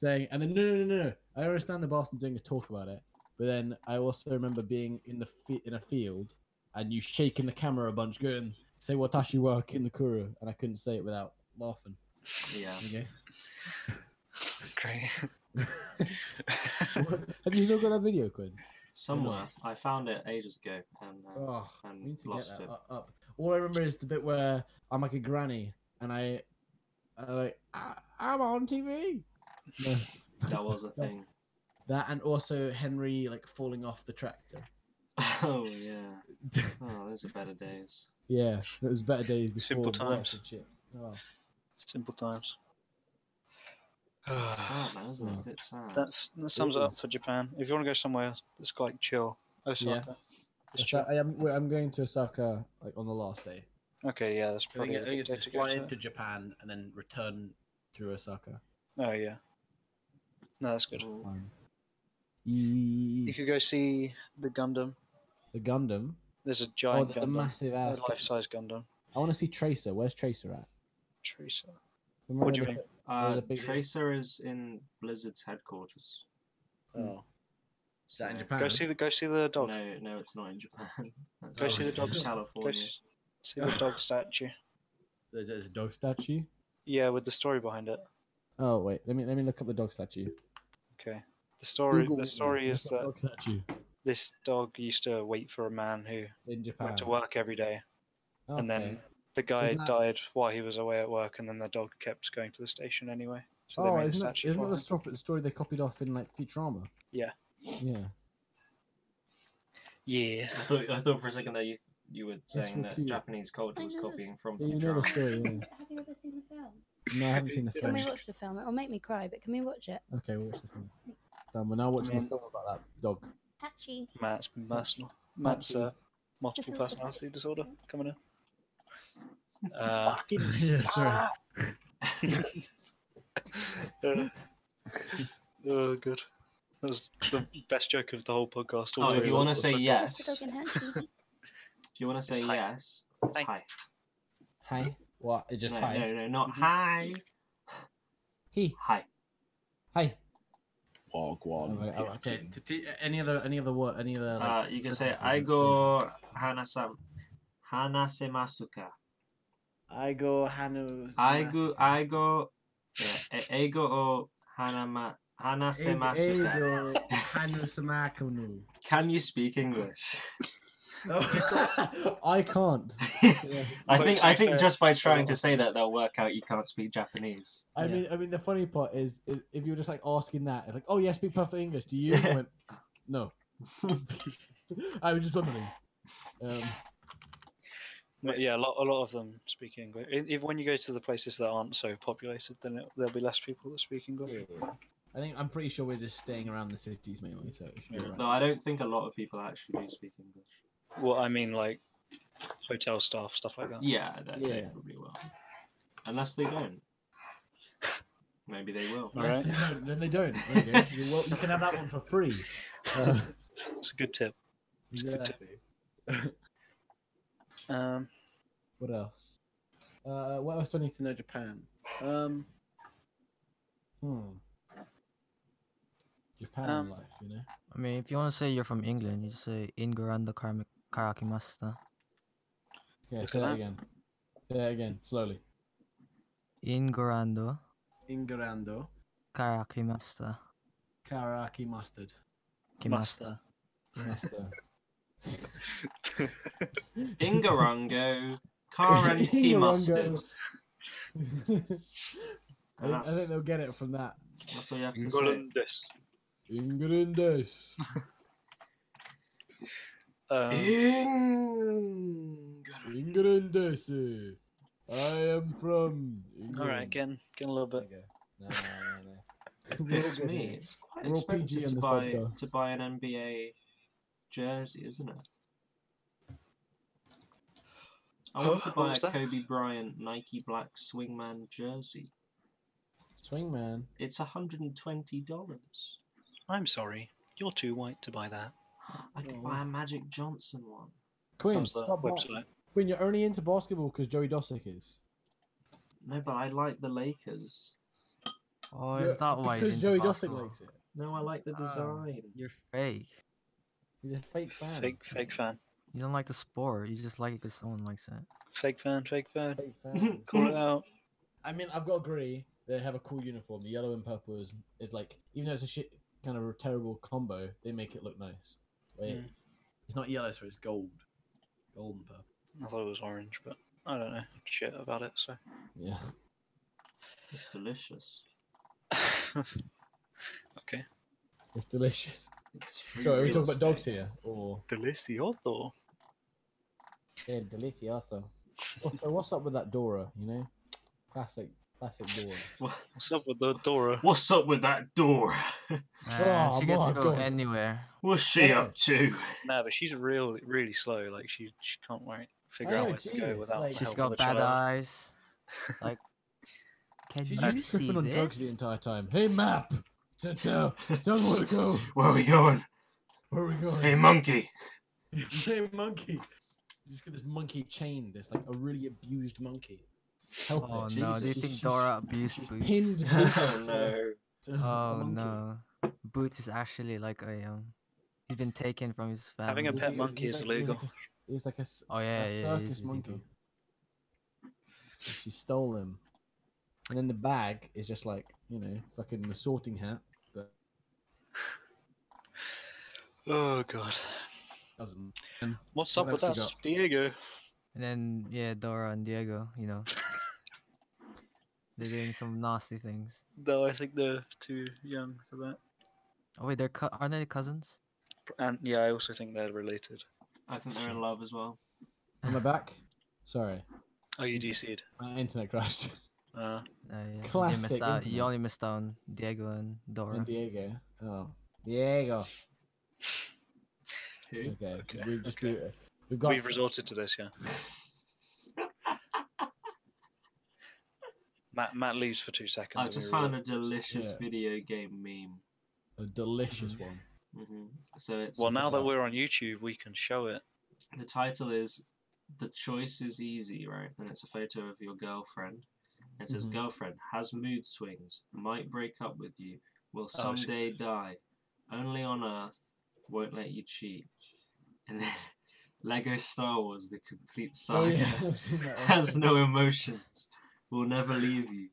Speaker 2: saying, and then no, no, no, no. I remember standing in the bath and doing a talk about it. But then I also remember being in the fi- in a field and you shaking the camera a bunch, going, "Say watashi wa kinakuru," and I couldn't say it without laughing.
Speaker 1: Yeah.
Speaker 2: Okay.
Speaker 3: Great.
Speaker 2: Have you still got that video, Quinn?
Speaker 1: Somewhere. I found it ages ago and uh,
Speaker 2: Oh, I
Speaker 1: and
Speaker 2: need to get
Speaker 1: lost
Speaker 2: that
Speaker 1: it.
Speaker 2: u- up. All I remember is the bit where I'm like a granny and I, and I like, I, I'm on TV. Yes.
Speaker 1: that was a thing.
Speaker 2: that and also Henry like falling off the tractor.
Speaker 1: Oh yeah. Oh, those are better days.
Speaker 2: yeah, it was better days before.
Speaker 3: Simple
Speaker 2: work and
Speaker 3: times.
Speaker 2: shit. Oh.
Speaker 3: Simple times.
Speaker 1: It's sad now, isn't it? A bit sad.
Speaker 3: That's that sums it up
Speaker 2: is.
Speaker 3: for Japan. If you want to go somewhere that's quite chill, Osaka. It's
Speaker 2: So
Speaker 3: chill.
Speaker 2: I am, well, I'm going to Osaka like on the last day.
Speaker 3: Okay, yeah, that's probably a good day to go to.
Speaker 2: Japan and then return through Osaka.
Speaker 3: Oh yeah. No, that's good.
Speaker 1: Cool.
Speaker 3: You
Speaker 2: The
Speaker 3: could go see the Gundam.
Speaker 2: Gundam.
Speaker 3: There's a
Speaker 2: Oh,
Speaker 3: giant
Speaker 2: the, the
Speaker 3: Gundam.
Speaker 2: massive
Speaker 3: a
Speaker 2: ass.
Speaker 3: life-size Gundam.
Speaker 2: I want to see Tracer. Where's Tracer at?
Speaker 3: Teresa.
Speaker 2: Remember
Speaker 3: What do you
Speaker 2: they
Speaker 3: mean?
Speaker 1: Uh,
Speaker 2: a big-
Speaker 1: Tracer is in Blizzard's headquarters.
Speaker 2: put- Oh, is that in
Speaker 1: so-
Speaker 2: Japan?
Speaker 3: Go see the go see the dog.
Speaker 1: No, no, it's not in Japan. That's
Speaker 3: Go
Speaker 1: in
Speaker 3: see the dog. Go
Speaker 1: California.
Speaker 3: s- see the dog statue.
Speaker 2: There- There's a dog statue.
Speaker 3: Yeah, with the story behind it.
Speaker 2: Oh wait, let me let me look up the dog statue.
Speaker 3: Okay. The story
Speaker 2: Google
Speaker 3: the story is
Speaker 2: look up
Speaker 3: that
Speaker 2: dog statue
Speaker 3: this dog used to wait for a man who
Speaker 2: in Japan.
Speaker 3: went to work every day. and then
Speaker 2: Ah. Okay.
Speaker 3: The guy
Speaker 2: Isn't that-
Speaker 3: died while he was away at work, and then the dog kept going to the station anyway. So they
Speaker 2: oh,
Speaker 3: made a
Speaker 2: isn't that,
Speaker 3: statue
Speaker 2: isn't
Speaker 3: for
Speaker 2: that the
Speaker 3: him.
Speaker 2: stop- story they copied off in like Futurama?
Speaker 3: Yeah.
Speaker 2: Yeah.
Speaker 3: Yeah.
Speaker 1: I thought, I thought for a second that you you were saying
Speaker 2: so
Speaker 1: that
Speaker 2: cute.
Speaker 1: Japanese culture
Speaker 5: I
Speaker 1: was
Speaker 5: know.
Speaker 1: copying from
Speaker 2: Yeah, you know the
Speaker 1: Futurama.
Speaker 2: story. Yeah.
Speaker 5: Have you ever seen the film?
Speaker 2: No, I haven't seen the
Speaker 5: Can
Speaker 2: film.
Speaker 5: we watch the film? It'll make me cry, but can we watch it?
Speaker 2: Okay, we'll watch the film. Um, we're now watching the film about that dog.
Speaker 5: Hachi.
Speaker 3: Matt's personal. Matt's uh, multiple
Speaker 5: Just a-
Speaker 3: personality disorder coming in. Uh,
Speaker 2: yeah, sorry.
Speaker 3: uh, oh, good. That was the best joke of the whole podcast. all
Speaker 1: Oh,
Speaker 3: three
Speaker 1: if you
Speaker 3: of
Speaker 1: want to
Speaker 3: us.
Speaker 1: say
Speaker 5: The
Speaker 1: yes,
Speaker 5: dog and Hachi.
Speaker 1: if you want to say
Speaker 3: hi.
Speaker 1: yes, it's
Speaker 3: Hi.
Speaker 1: hi.
Speaker 2: Hi. What? It just Mm-hmm.
Speaker 1: no,
Speaker 2: hi.
Speaker 1: no, no, not hi.
Speaker 2: He.
Speaker 1: Hi.
Speaker 2: Hi. Oh,
Speaker 4: Wog
Speaker 2: okay. To, to, any other? Any other word? Any other?
Speaker 1: Uh,
Speaker 2: Like,
Speaker 1: you can say
Speaker 2: sentences and
Speaker 1: Aigo
Speaker 2: phrases?
Speaker 1: hanasam hanasemasuka.
Speaker 2: I go Hanu.
Speaker 1: Aigo Aigo yeah, e- Eigo o hanama hanasemasuka.
Speaker 2: Hanu Samakunu.
Speaker 1: Can you speak English?
Speaker 2: I can't.
Speaker 1: I
Speaker 3: But
Speaker 1: think
Speaker 3: to
Speaker 1: I
Speaker 3: be
Speaker 1: think
Speaker 3: fair-
Speaker 1: just by trying to say that they'll work out you can't speak Japanese.
Speaker 2: I
Speaker 3: Yeah.
Speaker 2: mean, I mean, the funny part is if, if you were just like asking that, it's like, oh yeah, I speak perfect English. Do you? I went, no. I was just wondering. Um,
Speaker 3: But yeah, a lot, a lot of them speak English. I- If when you go to the places that aren't so populated, then it, there'll be less people that speak English.
Speaker 2: I think I'm pretty sure we're just staying around the cities mainly, so it should be
Speaker 3: Yeah.
Speaker 2: alright.
Speaker 1: No, I don't think a lot of people actually do speak English.
Speaker 3: Well, I mean, like hotel staff, stuff like that.
Speaker 1: Yeah, that they
Speaker 2: Yeah.
Speaker 1: probably will. Unless they don't. Maybe they will.
Speaker 2: Unless they don't, then they don't. There you, go. You will- you can have that one for free. Uh,
Speaker 3: It's a good tip.
Speaker 2: yeah.
Speaker 3: Um,
Speaker 2: What else? Uh, what else do I need to know Japan? Um, hmm. Japan
Speaker 3: Um,
Speaker 2: life, you know.
Speaker 6: I mean, if you want to say you're from England, you just say Ingoranda Karakimaster.
Speaker 2: Okay,
Speaker 3: Look
Speaker 2: say
Speaker 3: at
Speaker 2: that
Speaker 3: that.
Speaker 2: again. Say that again, slowly.
Speaker 6: Ingorando
Speaker 2: Ingarando,
Speaker 6: Karakimasta.
Speaker 2: Karaki mustard.
Speaker 6: Kimasta.
Speaker 3: Master.
Speaker 2: Master.
Speaker 1: Ingarongo, Karanki
Speaker 2: Ingarongo.
Speaker 1: mustard.
Speaker 2: I,
Speaker 1: And
Speaker 2: think- I think
Speaker 1: that's,
Speaker 2: they'll get it from that.
Speaker 1: that's all you have to say.
Speaker 3: Ingolandes.
Speaker 2: Ingrandes.
Speaker 3: Um,
Speaker 1: Ingarongo.
Speaker 2: Ingrandes. I am from.
Speaker 3: all right, getting getting a little bit
Speaker 7: No, no, no, no.
Speaker 1: It's me. It's quite
Speaker 4: We're all
Speaker 1: expensive
Speaker 4: PG on
Speaker 1: to
Speaker 4: this
Speaker 1: buy
Speaker 4: podcast.
Speaker 1: to buy an NBA jersey, isn't it? I want to
Speaker 3: What
Speaker 1: buy a
Speaker 3: was that?
Speaker 1: Kobe Bryant Nike Black Swingman jersey.
Speaker 2: Swingman.
Speaker 1: It's hundred and twenty dollars.
Speaker 3: I'm sorry, you're too white to buy that.
Speaker 1: I could buy a Magic Johnson one.
Speaker 4: Queen,
Speaker 3: Comes the
Speaker 4: stop that.
Speaker 3: website.
Speaker 4: Queen, you're only into basketball because Joey Dossick is.
Speaker 1: No, but I like the Lakers.
Speaker 6: Oh,
Speaker 4: Yeah,
Speaker 6: is that why he's
Speaker 4: Because
Speaker 6: into
Speaker 4: Joey Dossick
Speaker 6: basketball?
Speaker 4: likes it.
Speaker 1: No, I like the
Speaker 6: Ah.
Speaker 1: design.
Speaker 6: You're fake.
Speaker 4: He's a fake fan.
Speaker 3: Fake, fake fan,
Speaker 6: You don't like the sport. You just like it because someone likes it.
Speaker 3: fake fan, fake fan.
Speaker 4: Fake fan.
Speaker 3: Call it out.
Speaker 2: I mean, I've got to agree. They have a cool uniform. The yellow and purple is, is like, even though it's a shit kind of a terrible combo, they make it look nice. Wait,
Speaker 3: Mm.
Speaker 2: it's not yellow, so it's gold. Gold and purple.
Speaker 3: I thought it was orange, but I don't know shit about it. So
Speaker 2: Yeah.
Speaker 1: It's delicious.
Speaker 3: okay,
Speaker 2: It's delicious.
Speaker 1: It's free
Speaker 2: So, are we
Speaker 1: real
Speaker 2: talking about dogs
Speaker 1: estate.
Speaker 2: here? Or
Speaker 3: delicioso.
Speaker 2: Yeah, delicioso. Also, what's up with that Dora? You know, classic, classic Dora.
Speaker 1: What-
Speaker 3: What's up with the Dora?
Speaker 1: What's up with that door?
Speaker 6: Man,
Speaker 4: Oh
Speaker 6: she gets
Speaker 4: my
Speaker 6: to go
Speaker 4: God.
Speaker 6: anywhere.
Speaker 1: What's she
Speaker 4: Yeah.
Speaker 1: up to?
Speaker 3: No, but she's really, really slow. Like she, she can't like figure out
Speaker 4: Oh,
Speaker 3: where to go
Speaker 4: jeez,
Speaker 3: without.
Speaker 4: like-
Speaker 3: the
Speaker 6: She's
Speaker 3: help
Speaker 6: got
Speaker 3: of a
Speaker 6: bad
Speaker 3: child.
Speaker 6: eyes. Like, can
Speaker 2: She's
Speaker 6: you
Speaker 2: just
Speaker 6: see
Speaker 2: tripping on drugs the
Speaker 6: this?
Speaker 2: entire time. Hey, map, to tell, tell me where to go.
Speaker 1: Where are we going?
Speaker 2: Where are we going?
Speaker 1: Hey, monkey.
Speaker 2: hey, monkey. Just got this monkey chained. It's like a really abused monkey. Help it.
Speaker 6: Oh no! Do you
Speaker 1: Jesus,
Speaker 6: think
Speaker 2: she's-
Speaker 6: Dora abused
Speaker 2: she's
Speaker 6: Boots?
Speaker 2: pinned
Speaker 1: Oh,
Speaker 2: Boots to-
Speaker 1: no.
Speaker 2: to a
Speaker 6: Oh
Speaker 2: monkey.
Speaker 6: no! Boots is actually like a um. He's been taken from his family.
Speaker 3: Having a
Speaker 2: He-
Speaker 3: pet
Speaker 2: he was-
Speaker 3: monkey
Speaker 2: he was
Speaker 3: is
Speaker 2: like- he was
Speaker 3: illegal.
Speaker 2: like a- He was like a, s-
Speaker 6: Oh yeah,
Speaker 2: a
Speaker 6: yeah. it
Speaker 2: circus
Speaker 6: is
Speaker 2: monkey.
Speaker 6: illegal.
Speaker 2: And She stole him. And then the bag is just like, you know, fucking the sorting hat, but
Speaker 3: Oh god.
Speaker 2: doesn't.
Speaker 3: What's
Speaker 2: What
Speaker 3: up with that,
Speaker 2: else
Speaker 3: Diego?
Speaker 6: And then yeah, Dora and Diego, you know, they're doing some nasty things.
Speaker 3: Though I think they're too young for that.
Speaker 6: Oh wait, they're co- aren't they cousins?
Speaker 3: And yeah, I also think they're related.
Speaker 1: I think they're in love as well.
Speaker 2: Am I back? Sorry,
Speaker 3: Oh, you DC'd.
Speaker 2: my internet crashed.
Speaker 3: Uh,
Speaker 6: Uh, yeah. You,
Speaker 2: Classic
Speaker 6: missed out. you
Speaker 2: internet.
Speaker 6: only missed out on Diego and Dora.
Speaker 2: and Diego. Oh, Diego. Okay,
Speaker 3: Okay,
Speaker 2: we've just
Speaker 3: okay.
Speaker 2: been- we've got
Speaker 3: We've resorted to this, yeah. Matt Matt leaves for two seconds.
Speaker 1: I
Speaker 3: and
Speaker 1: just
Speaker 3: we re-
Speaker 1: found a delicious
Speaker 2: Yeah.
Speaker 1: video game meme.
Speaker 2: a delicious one.
Speaker 1: hmm So it's
Speaker 3: Well, now that
Speaker 2: about-
Speaker 3: we're on YouTube, we can show it.
Speaker 1: the title is "The Choice Is Easy," right? And it's a photo of your girlfriend. It says,
Speaker 2: Mhm.
Speaker 1: "Girlfriend has mood swings, might break up with you, will
Speaker 3: Oh, she
Speaker 1: someday
Speaker 3: is.
Speaker 1: die. Only on Earth won't let you cheat." And then Lego Star Wars: The Complete Saga.
Speaker 2: Oh yeah, I've seen that one.
Speaker 1: has no emotions, will never leave you.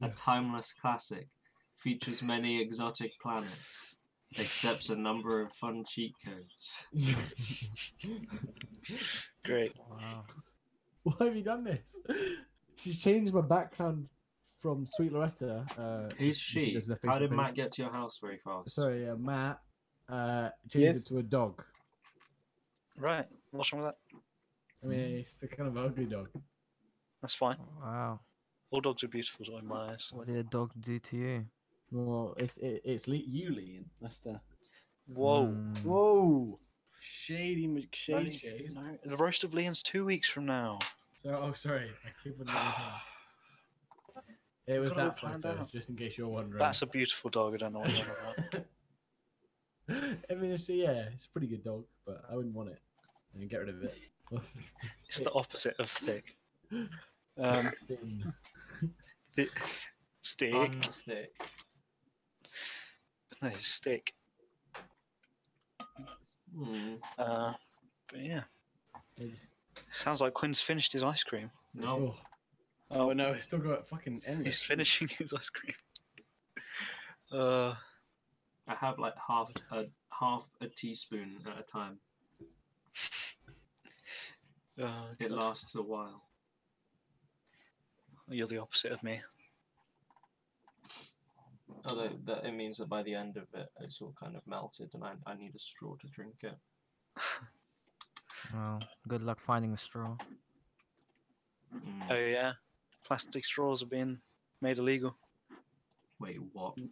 Speaker 1: A timeless classic, features many exotic planets, accepts a number of fun cheat codes.
Speaker 3: Great.
Speaker 6: Wow.
Speaker 2: Why have you done this? She's changed my background from Sweet Loretta. Uh,
Speaker 1: Who's
Speaker 2: just- just
Speaker 1: she?
Speaker 2: go to the
Speaker 1: How
Speaker 2: Facebook
Speaker 1: did
Speaker 2: page.
Speaker 1: Matt get to your house very fast?
Speaker 2: Sorry, uh, Matt uh, changed
Speaker 4: Yes.
Speaker 2: it to a dog.
Speaker 3: Right. What's wrong with that?
Speaker 2: I mean, it's a kind of ugly dog.
Speaker 3: That's fine.
Speaker 6: Wow.
Speaker 3: All dogs are beautiful in my eyes.
Speaker 6: What did a dog do to you?
Speaker 2: Well, it's it, it's Le- you, Lean. That's the
Speaker 3: Whoa.
Speaker 6: Mm.
Speaker 4: Whoa!
Speaker 2: shady
Speaker 3: Shady. No, the roast of Leon's two weeks from now.
Speaker 2: So, oh, sorry, I keep on losing time. It was
Speaker 3: Got it all
Speaker 2: that
Speaker 3: planned
Speaker 2: photo,
Speaker 3: out.
Speaker 2: just in case you're wondering.
Speaker 3: That's a beautiful dog. I don't know what you're on about.
Speaker 2: I mean, it's, yeah, it's a pretty good dog, but I wouldn't want it. I mean, get rid of it.
Speaker 3: It's the opposite of thick. Um,
Speaker 2: Thin.
Speaker 3: thi- stick.
Speaker 1: I'm thick.
Speaker 3: No, stick.
Speaker 1: Hmm.
Speaker 3: Uh, but yeah, sounds like Quinn's finished his ice cream.
Speaker 1: No.
Speaker 2: Oh. Oh, no, it's still got fucking
Speaker 3: He's
Speaker 2: endless.
Speaker 3: finishing his ice cream. Uh,
Speaker 1: I have like half a half a teaspoon at a time.
Speaker 3: uh,
Speaker 1: It
Speaker 3: God,
Speaker 1: lasts a while.
Speaker 3: you're the opposite of me.
Speaker 1: Although that it means that by the end of it, it's all kind of melted, and I, I need a straw to drink it.
Speaker 6: Well, good luck finding a straw.
Speaker 1: Mm. Hmm.
Speaker 3: Oh yeah, plastic straws have been made illegal.
Speaker 1: Wait, what?
Speaker 2: Mm.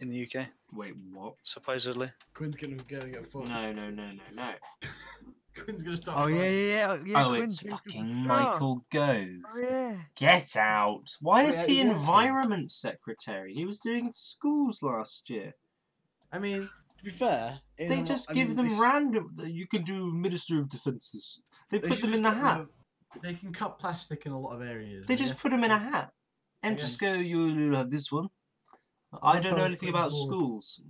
Speaker 3: in the UK,
Speaker 1: Wait, what?
Speaker 3: supposedly.
Speaker 2: Quinn's gonna be going at four.
Speaker 1: No, no, no, no, no.
Speaker 2: Quinn's gonna start.
Speaker 6: Oh yeah,
Speaker 2: crying.
Speaker 6: yeah, yeah. yeah
Speaker 1: oh,
Speaker 6: Quinn
Speaker 1: it's
Speaker 6: James was
Speaker 1: fucking
Speaker 6: strong.
Speaker 1: Michael Gove.
Speaker 6: Oh yeah.
Speaker 1: Get out! Why is
Speaker 2: Yeah,
Speaker 1: he
Speaker 2: exactly.
Speaker 1: environment secretary? He was doing schools last year.
Speaker 2: I mean, to be fair, in
Speaker 1: They
Speaker 2: a-
Speaker 1: just
Speaker 2: I
Speaker 1: give
Speaker 2: mean,
Speaker 1: them
Speaker 2: they sh-
Speaker 1: random. You can do Minister of Defences. They
Speaker 2: they
Speaker 1: put
Speaker 2: should
Speaker 1: them in the
Speaker 2: just get rid
Speaker 1: hat.
Speaker 2: of- They can cut plastic in a lot of areas.
Speaker 1: They
Speaker 2: I
Speaker 1: just
Speaker 2: guess.
Speaker 1: put them in a hat and
Speaker 2: I
Speaker 1: just
Speaker 2: guess.
Speaker 1: go, "You'll have this one." I
Speaker 2: That's
Speaker 1: don't
Speaker 2: how
Speaker 1: know
Speaker 2: I
Speaker 1: anything
Speaker 2: feel
Speaker 1: about
Speaker 2: more.
Speaker 1: schools.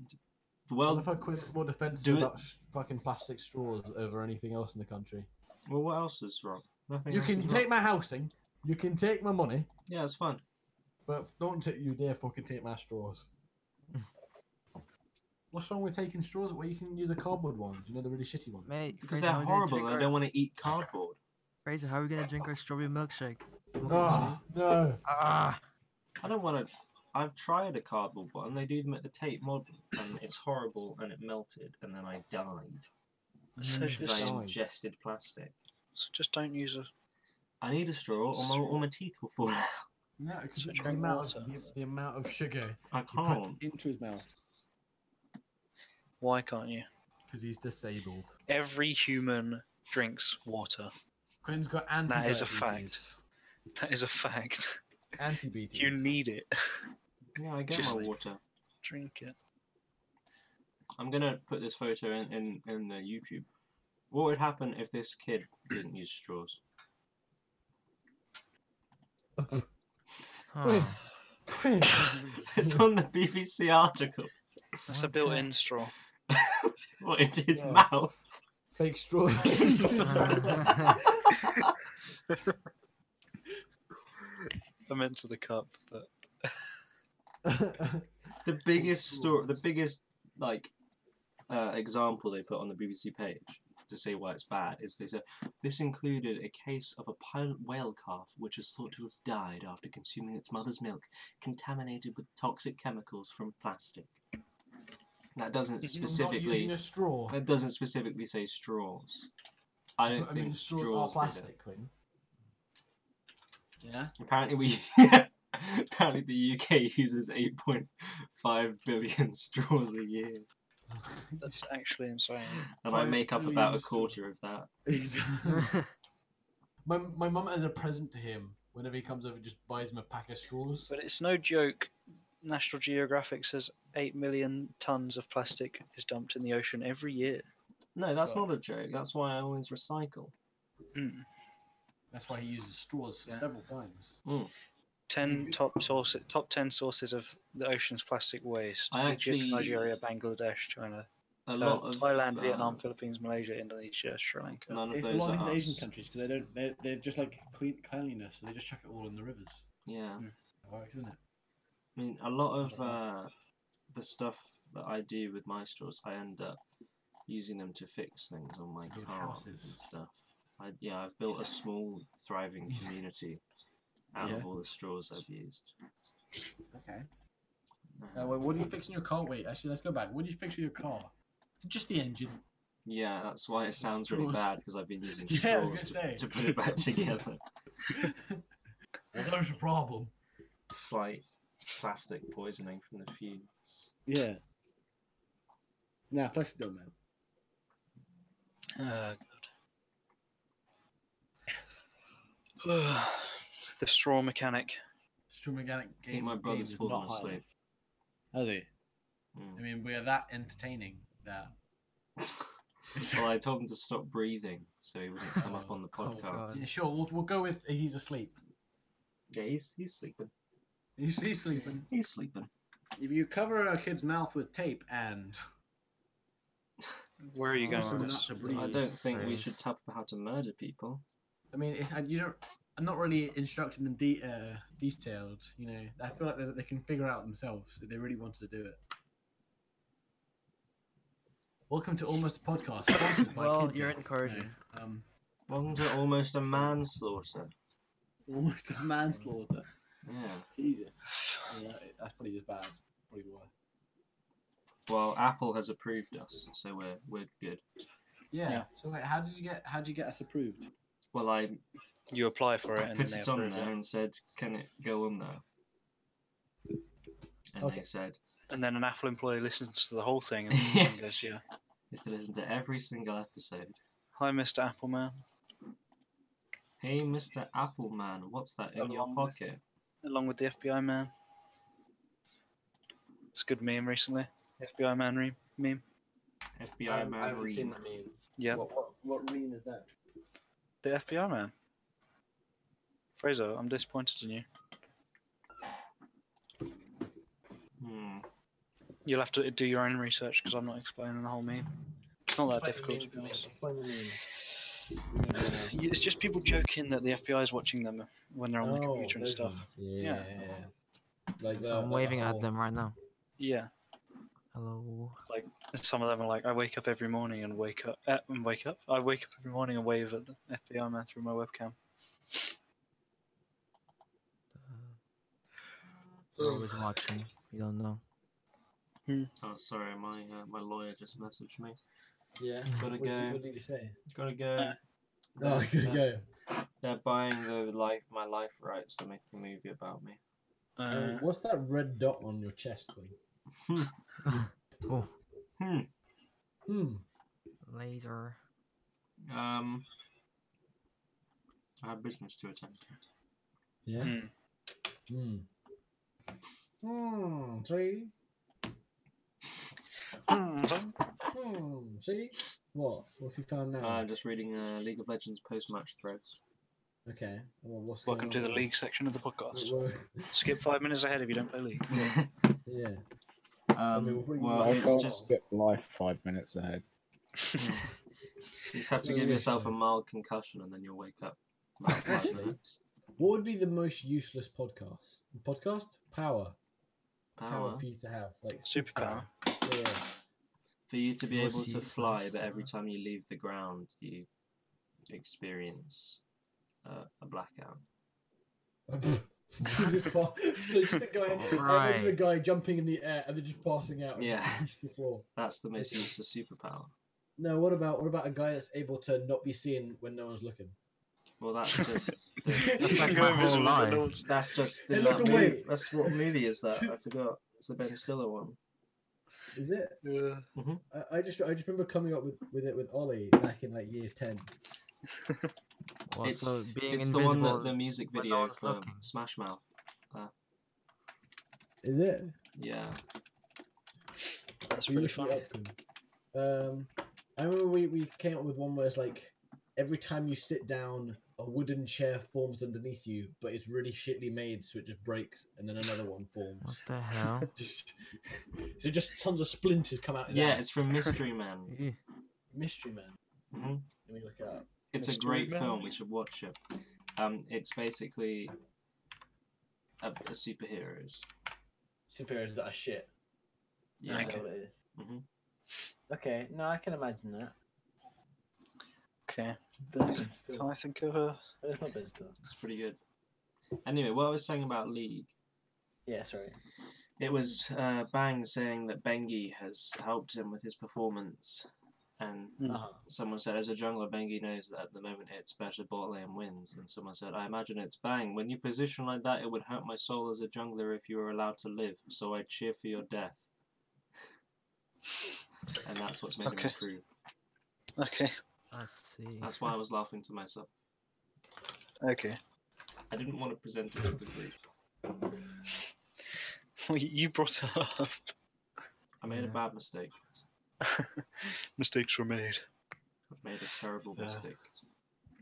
Speaker 2: Well,
Speaker 1: Well,
Speaker 2: if I Quinn's more defensive
Speaker 1: do it-
Speaker 2: about sh- fucking plastic straws over anything else in the country.
Speaker 1: well, what else is wrong? Nothing.
Speaker 2: You
Speaker 1: else
Speaker 2: can
Speaker 1: is
Speaker 2: take
Speaker 1: Wrong.
Speaker 2: my housing. You can take my money,
Speaker 1: Yeah, it's fun.
Speaker 2: but don't take you dare fucking take my straws. What's wrong with taking straws where you can use the cardboard ones? You know the really shitty ones.
Speaker 6: Mate,
Speaker 1: Because
Speaker 6: Fraser,
Speaker 1: they're
Speaker 6: how are we gonna
Speaker 1: horrible.
Speaker 6: drink
Speaker 1: and I
Speaker 6: our-
Speaker 1: don't want to eat cardboard.
Speaker 6: Fraser, how are we gonna drink our strawberry milkshake? I'm okay,
Speaker 2: Oh
Speaker 6: see?
Speaker 2: no!
Speaker 6: Ah.
Speaker 1: I don't want to. I've tried a cardboard one. They do them at the Tate Modern, and it's horrible. And it melted, and then I died
Speaker 3: So
Speaker 6: Mm.
Speaker 1: because I
Speaker 3: just,
Speaker 2: Died.
Speaker 1: ingested plastic.
Speaker 3: so just don't use a.
Speaker 1: I need a straw, or my, or my teeth will fall out.
Speaker 2: No, because
Speaker 3: Switch
Speaker 2: the
Speaker 3: on
Speaker 2: amount,
Speaker 3: water.
Speaker 2: of, the, the amount of sugar
Speaker 1: I
Speaker 2: he packed
Speaker 1: can't.
Speaker 2: into his mouth
Speaker 3: Why can't you?
Speaker 2: because he's disabled.
Speaker 3: Every human drinks water.
Speaker 2: Quinn's got anti.
Speaker 3: is a That is a fact.
Speaker 2: Anti-BT.
Speaker 3: You need it.
Speaker 1: Yeah, I get
Speaker 3: Just-
Speaker 1: my water.
Speaker 3: Drink it.
Speaker 1: I'm gonna put this photo in, in in the YouTube. What would happen if this kid didn't use straws?
Speaker 6: Huh.
Speaker 2: Quinn.
Speaker 1: It's on the BBC article.
Speaker 3: That's a
Speaker 6: Okay.
Speaker 3: built-in straw.
Speaker 1: What into his
Speaker 2: Yeah.
Speaker 1: mouth?
Speaker 2: Fake straw.
Speaker 3: I meant to the cup, but
Speaker 1: The biggest story, the biggest like uh, example they put on the BBC page to say why it's bad is they said this included a case of a pilot whale calf which is thought to have died after consuming its mother's milk, contaminated with toxic chemicals from plastic. That doesn't
Speaker 2: You're not
Speaker 1: specifically.
Speaker 2: using a straw.
Speaker 1: That doesn't specifically say straws. I don't
Speaker 2: But, I
Speaker 1: think
Speaker 2: mean, straws,
Speaker 1: straws,
Speaker 2: are
Speaker 1: did it.
Speaker 2: plastic, Quinn. Yeah.
Speaker 1: Apparently, we apparently the UK uses 8.5 billion straws a year,
Speaker 3: that's actually insane.
Speaker 1: and I
Speaker 2: Five
Speaker 1: make up
Speaker 2: billion
Speaker 1: about a
Speaker 2: straws.
Speaker 1: quarter of that.
Speaker 2: my my mum has a present to him whenever he comes over. Just buys him a pack of straws.
Speaker 3: But it's no joke. National Geographic says eight million tons of plastic is dumped in the ocean every year.
Speaker 1: No, that's
Speaker 2: Right.
Speaker 1: not a joke. That's why I always recycle. Hmm.
Speaker 3: Mm.
Speaker 2: That's why he uses straws
Speaker 3: Yeah.
Speaker 2: several times.
Speaker 3: Ten top sources, top ten sources of the ocean's plastic waste:
Speaker 1: I actually-
Speaker 3: Egypt, Nigeria, Bangladesh, China,
Speaker 1: A
Speaker 3: Tha-
Speaker 1: lot of
Speaker 3: Thailand,
Speaker 1: uh,
Speaker 3: Vietnam, Philippines, Malaysia, Indonesia, Sri Lanka.
Speaker 1: None of
Speaker 7: It's a
Speaker 1: those
Speaker 7: lot
Speaker 1: are
Speaker 7: of these Asian
Speaker 1: us.
Speaker 7: countries because they don't. They're, they're just like clean, cleanliness, so they just chuck it all in the rivers.
Speaker 1: Yeah,
Speaker 7: That works, isn't it?
Speaker 1: I mean, a lot of uh, the stuff that I do with my straws, I end up using them to fix things on my
Speaker 2: Build
Speaker 1: car and
Speaker 2: houses.
Speaker 1: stuff. I, yeah, I've built a small, thriving community out of
Speaker 7: Yeah.
Speaker 1: all the straws I've used. Um,
Speaker 7: Okay.
Speaker 2: Uh, wait, what do you fix in your car? Wait, actually, let's go back. What do you fix with your car? Just the engine.
Speaker 1: Yeah, that's why it sounds really
Speaker 2: straws.
Speaker 1: bad because I've been using
Speaker 2: Yeah, I
Speaker 1: straws
Speaker 2: was gonna
Speaker 1: to,
Speaker 2: say.
Speaker 1: to put it back together.
Speaker 2: Well, there's a problem.
Speaker 1: Slight plastic poisoning from the fumes.
Speaker 7: Yeah. Nah, plastic don't man.
Speaker 3: Oh, God. the straw mechanic.
Speaker 2: Strum organic
Speaker 1: I think
Speaker 2: game.
Speaker 1: my
Speaker 2: game
Speaker 1: brother's
Speaker 2: is
Speaker 1: fallen
Speaker 2: not highly-
Speaker 1: asleep.
Speaker 7: Has he?
Speaker 2: I
Speaker 1: Mm.
Speaker 2: mean, we are that entertaining that
Speaker 1: Well, I told him to stop breathing so he wouldn't come up on the
Speaker 2: Oh,
Speaker 1: podcast.
Speaker 6: God.
Speaker 2: Yeah, sure, we'll, we'll go with he's asleep.
Speaker 1: yeah, he's, he's sleeping.
Speaker 2: He's, he's sleeping.
Speaker 1: He's sleeping.
Speaker 2: If you cover a kid's mouth with tape and
Speaker 3: Where are you going
Speaker 2: Also
Speaker 3: with
Speaker 2: not
Speaker 3: this?
Speaker 2: to
Speaker 1: I
Speaker 2: Please,
Speaker 1: don't think we
Speaker 6: please.
Speaker 1: should tap how to murder people.
Speaker 2: I mean, if, and you don't. I'm not really instructing them de- uh, detailed. You know, I feel like they, they can figure out themselves if they really wanted to do it. Welcome to Almost a Podcast. sponsored by
Speaker 6: Well,
Speaker 2: Kid
Speaker 6: you're
Speaker 2: Death.
Speaker 6: encouraging.
Speaker 2: No, um,
Speaker 1: Welcome to almost a manslaughter.
Speaker 7: Almost a manslaughter.
Speaker 1: Yeah.
Speaker 7: Jesus.
Speaker 2: yeah, that's probably as bad. Probably why.
Speaker 1: Well, Apple has approved us, so we're we're good.
Speaker 2: Yeah.
Speaker 7: Yeah.
Speaker 2: So wait, how did you get? How did you get us approved?
Speaker 1: Well, I
Speaker 3: You apply for
Speaker 1: I
Speaker 3: it and then
Speaker 1: put
Speaker 3: they
Speaker 1: it on
Speaker 3: approve
Speaker 1: there
Speaker 3: it.
Speaker 1: and said, "Can it go on there?" And
Speaker 2: Okay.
Speaker 1: they said,
Speaker 3: And then an Apple employee listens to the whole thing and, and goes, "Yeah,
Speaker 1: is to listen to every single episode.
Speaker 3: hi, Mr. Appleman."
Speaker 1: Hey, Mr. Appleman, what's that in your
Speaker 3: Along with-
Speaker 1: pocket?
Speaker 3: along with the FBI man. It's a good meme recently. FBI man re- meme.
Speaker 1: FBI
Speaker 2: I
Speaker 1: man,
Speaker 2: haven't seen
Speaker 1: read.
Speaker 2: that meme.
Speaker 3: Yeah,
Speaker 2: What, what, what meme is that?
Speaker 3: the FBI man. Fraser, I'm disappointed in you.
Speaker 1: Hmm.
Speaker 3: You'll have to do your own research because I'm not explaining the whole meme. It's not that difficult. to be honest.
Speaker 2: Explain the meme.
Speaker 3: Y- It's just people joking that the FBI is watching them when they're on the computer and
Speaker 2: Oh, those
Speaker 3: stuff.
Speaker 2: ones, Yeah. Like
Speaker 6: So I'm waving
Speaker 1: oh.
Speaker 6: at them right now.
Speaker 3: Yeah,
Speaker 6: Hello.
Speaker 3: and some of them are like, I wake up every morning and wake up uh, and wake up. I wake up every morning and wave at the FBI man through my webcam.
Speaker 6: We're always watching. You don't know.
Speaker 1: Oh, sorry, my uh, my lawyer just messaged me.
Speaker 2: Yeah.
Speaker 1: Gotta
Speaker 2: What did,
Speaker 1: go.
Speaker 2: you, what did you say?
Speaker 1: Gotta go.
Speaker 3: Uh,
Speaker 2: Oh, I
Speaker 1: they're,
Speaker 2: gotta go.
Speaker 1: they're buying the life, my life rights to make a movie about me.
Speaker 3: Uh,
Speaker 2: Um, what's that red dot on your chest, Queen?
Speaker 6: Oh,
Speaker 2: Hmm.
Speaker 6: laser.
Speaker 1: Um, I have business to attend to.
Speaker 2: Yeah.
Speaker 3: Hmm.
Speaker 2: Hmm. Hmm. See. Oh. Hmm. See. What? What have you found now?
Speaker 1: I'm just reading uh, League of Legends post-match threads.
Speaker 2: okay. Well, what's going
Speaker 3: Welcome to
Speaker 2: on?
Speaker 3: the league section of the podcast.
Speaker 2: Well,
Speaker 3: Skip five minutes ahead if you don't play League.
Speaker 2: yeah.
Speaker 1: um,
Speaker 2: mean, what do you
Speaker 1: well,
Speaker 2: mean?
Speaker 1: it's just
Speaker 4: get life five minutes ahead.
Speaker 1: you just have to give yourself a mild concussion and then you'll wake up. About five
Speaker 2: Actually-
Speaker 1: minutes.
Speaker 2: What would be the most useless podcast? Podcast power.
Speaker 1: Power.
Speaker 2: for you to have, like
Speaker 3: Superpower.
Speaker 2: superpower. Yeah.
Speaker 1: for you to be
Speaker 6: Most
Speaker 1: able to
Speaker 6: useless,
Speaker 1: fly, but every
Speaker 6: uh,
Speaker 1: time you leave the ground, you experience uh, a blackout.
Speaker 2: so just pa- so just the guy, I imagine the
Speaker 6: Right.
Speaker 2: guy jumping in the air and then just passing out.
Speaker 1: Yeah.
Speaker 2: Yeah. The floor.
Speaker 1: That's the most useless superpower.
Speaker 2: No, what about what about a guy that's able to not be seen when no one's looking?
Speaker 1: Well, that's just
Speaker 6: That's like
Speaker 3: Go
Speaker 6: my
Speaker 3: invisible
Speaker 6: whole
Speaker 3: and
Speaker 6: life.
Speaker 3: no one's-
Speaker 1: that's just the
Speaker 2: Hey, look
Speaker 1: that movie-
Speaker 2: away.
Speaker 1: That's what movie is that? I forgot. It's the Ben Stiller one.
Speaker 2: Is it?
Speaker 3: uh,
Speaker 2: I, I just I just remember coming up with, with it with Ollie back in like year ten.
Speaker 6: Well,
Speaker 1: It's-
Speaker 6: so being
Speaker 1: it's the
Speaker 6: invisible.
Speaker 1: one that the music
Speaker 6: when no
Speaker 1: video
Speaker 6: one's
Speaker 1: for
Speaker 6: looking.
Speaker 1: Smash Mouth.
Speaker 2: Is it?
Speaker 1: Yeah,
Speaker 3: That's
Speaker 2: Were you
Speaker 3: pretty
Speaker 2: looking
Speaker 3: funny.
Speaker 2: it up, Quinn? Um, I remember we, we came up with one where it's like every time you sit down, a wooden chair forms underneath you, but it's really shitly made, so it just breaks, and then another one
Speaker 6: What
Speaker 2: forms.
Speaker 6: the hell?
Speaker 2: just so just tons of splinters come out. His
Speaker 1: yeah,
Speaker 2: eye.
Speaker 1: it's from Mystery Man.
Speaker 6: Eh,
Speaker 2: Mystery Man.
Speaker 1: hmm
Speaker 2: Let me look it up.
Speaker 1: It's a
Speaker 3: Mystery
Speaker 1: great
Speaker 3: Man.
Speaker 1: film. We should watch it. Um, it's basically a, a superheroes.
Speaker 2: Superheroes that are shit.
Speaker 1: Yeah,
Speaker 2: Is that
Speaker 3: Okay.
Speaker 2: what it is?
Speaker 1: Mhm.
Speaker 2: Mm-hmm. Okay, no, I can imagine that.
Speaker 3: Okay.
Speaker 2: But it's,
Speaker 3: Can I think of a.
Speaker 2: it's not Ben Stiller.
Speaker 1: it's pretty good. Anyway, what I was saying about League.
Speaker 2: Yeah, sorry.
Speaker 1: It was uh, Bang saying that Bengi has helped him with his performance, and
Speaker 3: Hmm.
Speaker 2: Uh-huh.
Speaker 1: someone said, "As a jungler, Bengi knows that at the moment it's better bot lane wins." And someone said, "I imagine it's Bang. When you position like that, it would hurt my soul as a jungler if you were allowed to live. So I cheer for your death." and that's what's made
Speaker 3: Okay.
Speaker 1: him improve.
Speaker 3: Okay.
Speaker 6: I see.
Speaker 1: That's why I was laughing to myself.
Speaker 3: Okay.
Speaker 1: I didn't want to present it to the group.
Speaker 3: Well, you- you brought it up.
Speaker 1: I made a
Speaker 6: Yeah.
Speaker 1: bad mistake.
Speaker 3: Mistakes were made.
Speaker 1: I've made a terrible
Speaker 3: Yeah.
Speaker 1: mistake.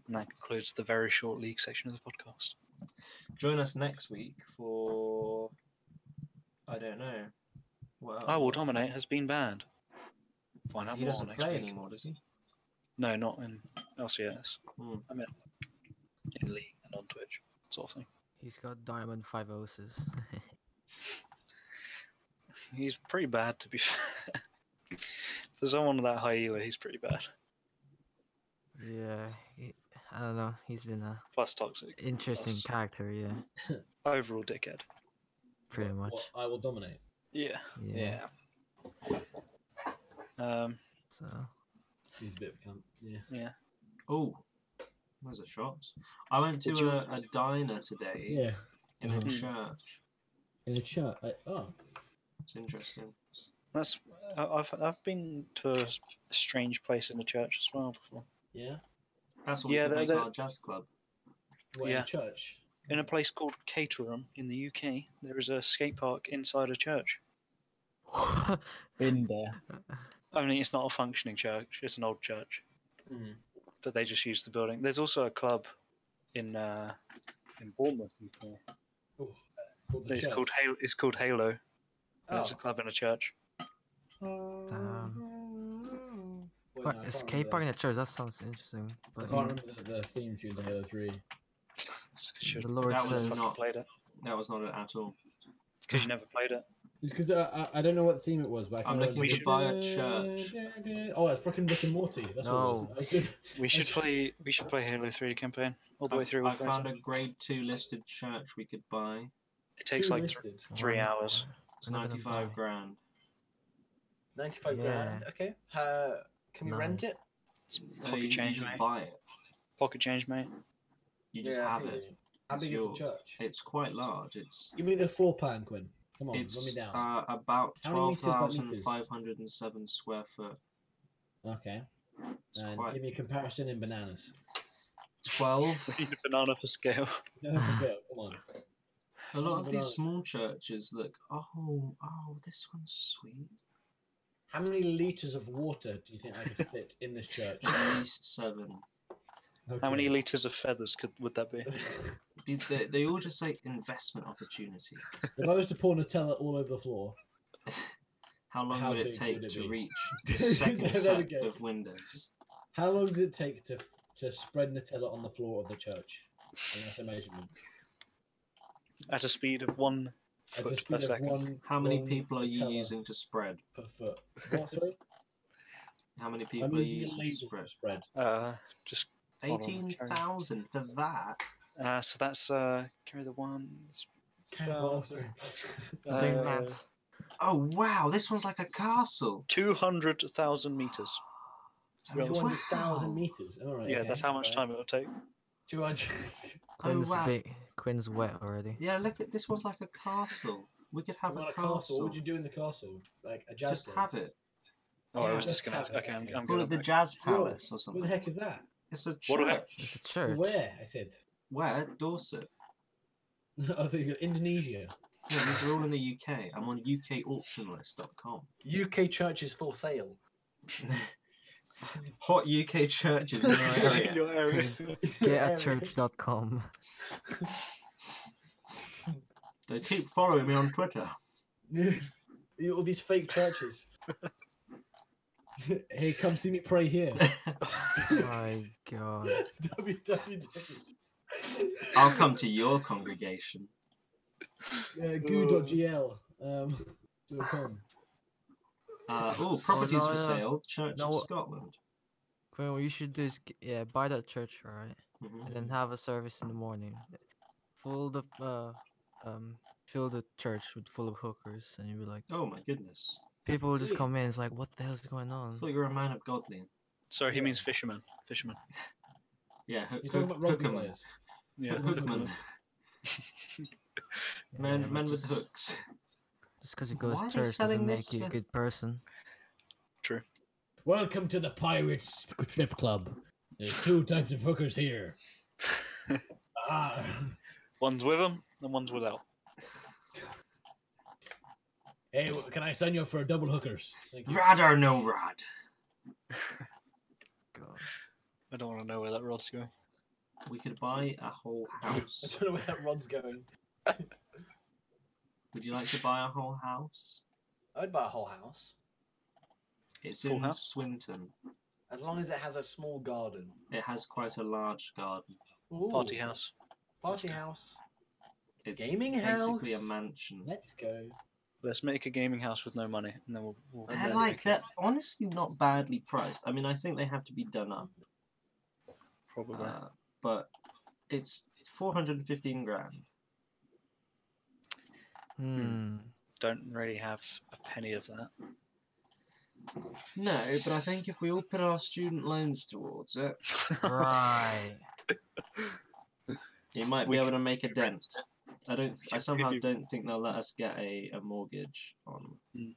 Speaker 3: And that concludes the very short league section of the podcast.
Speaker 1: Join us next week for I don't know. Well,
Speaker 3: I will dominate has been banned. Find out
Speaker 1: he
Speaker 3: more
Speaker 1: doesn't
Speaker 3: next
Speaker 1: play
Speaker 3: week.
Speaker 1: anymore, does he?
Speaker 3: No, not in LCS.
Speaker 1: Hmm.
Speaker 3: I mean, in league and on Twitch, sort of thing.
Speaker 6: He's got diamond five oses.
Speaker 3: He's pretty bad, to be fair. For someone of that high elo, he's pretty bad.
Speaker 6: yeah. he- I don't know. He's been a
Speaker 3: Plus toxic.
Speaker 6: interesting
Speaker 3: Plus
Speaker 6: character. Yeah.
Speaker 3: Overall dickhead.
Speaker 6: Pretty
Speaker 2: What-
Speaker 6: much.
Speaker 2: what I will dominate.
Speaker 3: Yeah.
Speaker 6: yeah.
Speaker 3: Um,
Speaker 6: So.
Speaker 2: He's a bit of a cunt. Yeah.
Speaker 1: Oh, those are shots. I went to
Speaker 3: Did you-
Speaker 1: a, a diner today
Speaker 2: Yeah.
Speaker 1: in a
Speaker 2: Mhm.
Speaker 1: church.
Speaker 2: In a chat. I, oh.
Speaker 1: It's interesting.
Speaker 3: That's I- I've I've been to a s- a strange place in the church as well before.
Speaker 2: Yeah.
Speaker 1: That's what
Speaker 3: Yeah,
Speaker 1: we
Speaker 3: they're-
Speaker 1: can make
Speaker 3: they're-
Speaker 1: our jazz club.
Speaker 2: What, in
Speaker 3: Yeah.
Speaker 2: a church?
Speaker 3: In a place called Caterham in the UK, there is a skate park inside a church.
Speaker 4: Been there.
Speaker 3: Only it's not a functioning church; it's an old church,
Speaker 2: Mm.
Speaker 3: but they just use the building. There's also a club in uh, in Bournemouth. UK.
Speaker 2: Oh, called the
Speaker 3: It's
Speaker 2: church.
Speaker 3: called Halo. It's called Halo. and It's a
Speaker 2: Oh.
Speaker 3: club in a church.
Speaker 6: Damn.
Speaker 2: Wait, no, I
Speaker 6: Right,
Speaker 2: can't
Speaker 6: escape park in
Speaker 2: remember
Speaker 6: the church. That sounds interesting.
Speaker 2: the- I
Speaker 6: But you
Speaker 2: can't
Speaker 6: know,
Speaker 2: remember the, the theme tune to Halo 3.
Speaker 3: Just 'cause you
Speaker 6: the Lord
Speaker 1: That was
Speaker 6: says,
Speaker 1: fucking not-
Speaker 3: played it.
Speaker 1: That was not it at all.
Speaker 3: because you never played it.
Speaker 2: It's because I, I, I don't know what theme it was, but I
Speaker 1: I'm
Speaker 2: can
Speaker 1: looking
Speaker 2: always-
Speaker 1: to buy a church.
Speaker 2: Oh, it's fucking Rick and Morty. That's what it was.
Speaker 6: No.
Speaker 2: I was doing-
Speaker 3: We should
Speaker 2: That's-
Speaker 3: play. We should play Halo Three campaign all the way
Speaker 1: I've-
Speaker 3: through.
Speaker 1: I
Speaker 3: with those.
Speaker 1: found a grade two listed church we could buy.
Speaker 3: It takes
Speaker 2: Too
Speaker 3: like th-
Speaker 2: listed.
Speaker 3: three
Speaker 6: Why not?
Speaker 3: hours.
Speaker 1: It's
Speaker 6: I'm not gonna
Speaker 1: 95
Speaker 6: buy.
Speaker 1: grand.
Speaker 2: 95
Speaker 6: Yeah.
Speaker 2: grand. Okay. Uh, can we rent
Speaker 6: Nice.
Speaker 2: it?
Speaker 1: No, you,
Speaker 3: pocket
Speaker 1: you
Speaker 3: change,
Speaker 1: just
Speaker 3: mate.
Speaker 1: buy it.
Speaker 3: Pocket change, mate.
Speaker 1: You just
Speaker 2: Yeah, I
Speaker 1: have
Speaker 2: think
Speaker 1: it.
Speaker 2: we do. How
Speaker 1: It's
Speaker 2: big is the
Speaker 1: yours.
Speaker 2: church?
Speaker 1: It's quite large. It's
Speaker 2: Give me the floor plan, Quinn. Come on, run me
Speaker 1: it's
Speaker 2: down.
Speaker 1: uh, about
Speaker 2: How many meters by meters?
Speaker 1: 12,507 square foot. uh,
Speaker 2: okay.
Speaker 1: It's
Speaker 2: And
Speaker 1: quite
Speaker 2: Uh, give me a comparison in bananas.
Speaker 1: 12.
Speaker 3: Need a banana for scale.
Speaker 2: No, let's go. Come on.
Speaker 1: A lot
Speaker 2: Oh,
Speaker 1: of
Speaker 2: but I-
Speaker 1: these small churches look, oh, oh, this one's sweet.
Speaker 2: How many liters of water do you think I could fit in this church?
Speaker 1: At least seven.
Speaker 3: How many
Speaker 2: Okay.
Speaker 3: liters of feathers could would that be?
Speaker 1: These, they, they all just say investment opportunity.
Speaker 2: if I was to pour Nutella all over the floor,
Speaker 1: How long
Speaker 2: How
Speaker 1: would it
Speaker 2: big
Speaker 1: take
Speaker 2: would it
Speaker 1: to
Speaker 2: be?
Speaker 1: reach
Speaker 2: There
Speaker 1: the
Speaker 2: we
Speaker 1: second
Speaker 2: go.
Speaker 1: set of windows?
Speaker 2: how long does it take to to spread Nutella on the floor of the church? And that's a measurement.
Speaker 3: At a speed of one
Speaker 2: At a
Speaker 3: foot per
Speaker 2: speed of
Speaker 3: second.
Speaker 2: one.
Speaker 1: How many
Speaker 2: one
Speaker 1: people are you
Speaker 2: Nutella
Speaker 1: using to spread?
Speaker 2: per foot? What, sorry?
Speaker 1: How many
Speaker 2: I'm
Speaker 1: people are you
Speaker 2: using a
Speaker 1: using to
Speaker 2: laser
Speaker 1: spread?
Speaker 2: spread.
Speaker 3: Uh, just Hold on, carry on.
Speaker 1: 18,000 for that.
Speaker 3: uh, so that's uh, carry the one.
Speaker 2: Kind of
Speaker 3: Uh,
Speaker 2: awesome.
Speaker 6: I'm doing
Speaker 3: uh,
Speaker 6: maths.
Speaker 1: Oh, wow, this one's like a castle.
Speaker 3: Two hundred thousand meters.
Speaker 1: Oh,
Speaker 3: Well,
Speaker 1: wow.
Speaker 2: 200,000 meters. All right.
Speaker 3: Yeah,
Speaker 2: okay.
Speaker 3: that's how much
Speaker 2: Alright.
Speaker 3: time it'll take.
Speaker 2: 200.
Speaker 6: Quinn's,
Speaker 1: Oh, wow.
Speaker 6: big- Quinn's wet already.
Speaker 1: Yeah, look at this one's like a castle. We could have
Speaker 2: What
Speaker 1: a
Speaker 2: about a
Speaker 1: castle.
Speaker 2: castle. What would you do in the castle? Like a jazz
Speaker 1: Just have
Speaker 2: dance?
Speaker 1: it.
Speaker 3: Oh, I
Speaker 2: Yeah,
Speaker 3: was
Speaker 2: just
Speaker 3: just gonna.
Speaker 2: have it,
Speaker 3: Okay, I'm,
Speaker 2: okay.
Speaker 3: I'm
Speaker 1: Call
Speaker 3: good.
Speaker 1: it
Speaker 3: on
Speaker 1: the
Speaker 3: that.
Speaker 1: Jazz
Speaker 2: Yo,
Speaker 1: Palace or
Speaker 2: What the
Speaker 1: something.
Speaker 2: heck is that?
Speaker 1: It's a
Speaker 3: What about-
Speaker 1: church.
Speaker 6: It's a church.
Speaker 2: Where? I said.
Speaker 1: Where? Dorset.
Speaker 2: I thought you got Indonesia.
Speaker 1: No, these are all in the UK. I'm on ukauctionlist.com.
Speaker 2: UK churches for sale.
Speaker 1: Hot UK churches in your
Speaker 3: In
Speaker 1: area.
Speaker 3: your area.
Speaker 6: Getachurch.com.
Speaker 1: They keep following me on Twitter.
Speaker 2: All these fake churches. hey, come see me pray here.
Speaker 6: My god.
Speaker 2: www.
Speaker 1: I'll come to your congregation.
Speaker 2: Uh, goo.gl. Um, dot com.
Speaker 1: Uh, oh, properties
Speaker 6: no,
Speaker 1: for
Speaker 6: no.
Speaker 1: sale. Church
Speaker 6: No.
Speaker 1: of Scotland.
Speaker 6: Quinn, what you should do is g- yeah, buy that church, right?
Speaker 1: Mhm.
Speaker 6: And then have a service in the morning. Full the uh, um, fill the church with full of hookers, and you'll be like,
Speaker 1: Oh my goodness.
Speaker 6: people will just
Speaker 2: Really?
Speaker 6: come in. It's like, what the hell's going
Speaker 1: I
Speaker 6: on?
Speaker 1: thought you were a man of God, Liam.
Speaker 3: Sorry, he means fisherman. Fisherman.
Speaker 1: Yeah, hook,
Speaker 2: You're talking
Speaker 1: hook,
Speaker 2: about rugby
Speaker 1: hookerman.
Speaker 2: players.
Speaker 3: Yeah.
Speaker 1: Hookman.
Speaker 6: Yeah,
Speaker 1: Men,
Speaker 6: but
Speaker 1: men with
Speaker 6: just,
Speaker 1: hooks.
Speaker 6: Just because you go
Speaker 1: Why are
Speaker 6: to
Speaker 1: they
Speaker 6: church
Speaker 1: selling
Speaker 6: doesn't
Speaker 1: this
Speaker 6: make you a
Speaker 1: for-
Speaker 6: good person.
Speaker 2: Welcome to the Pirates Strip Club. There's two types of hookers here. Ah.
Speaker 3: one's with him and one's without.
Speaker 2: Hey, w- can I sign you up for double hookers? Thank you.
Speaker 1: Rad or no rad?
Speaker 6: God.
Speaker 3: I don't want to know where that rod's going.
Speaker 1: We could buy a whole
Speaker 2: I
Speaker 1: house.
Speaker 2: don't know where that rod's going.
Speaker 1: Would you like to buy a whole house?
Speaker 2: I'd buy a whole house
Speaker 1: It's
Speaker 3: Full
Speaker 1: in
Speaker 3: house?
Speaker 1: Swinton.
Speaker 2: as long as it has a small garden.
Speaker 1: It has quite a large garden.
Speaker 3: Party
Speaker 2: Ooh,
Speaker 3: house.
Speaker 2: Party house.
Speaker 1: It's
Speaker 2: Gaming
Speaker 1: basically a
Speaker 2: house?
Speaker 1: mansion.
Speaker 2: Let's go.
Speaker 3: Let's make a gaming house with no money, and then we'll. we'll and
Speaker 1: They're
Speaker 3: then
Speaker 1: like
Speaker 3: we can-
Speaker 1: they're honestly not badly priced. I mean, I think they have to be done up,
Speaker 3: Probably.
Speaker 1: uh, but it's 415 grand.
Speaker 6: Hmm.
Speaker 3: don't really have a penny of that.
Speaker 1: No, but I think if we all put our student loans towards it,
Speaker 6: right.
Speaker 1: you might
Speaker 3: We
Speaker 1: be able to make a dent. I don't. I
Speaker 3: Just
Speaker 1: somehow
Speaker 3: give you-
Speaker 1: don't think they'll let us get a, a mortgage on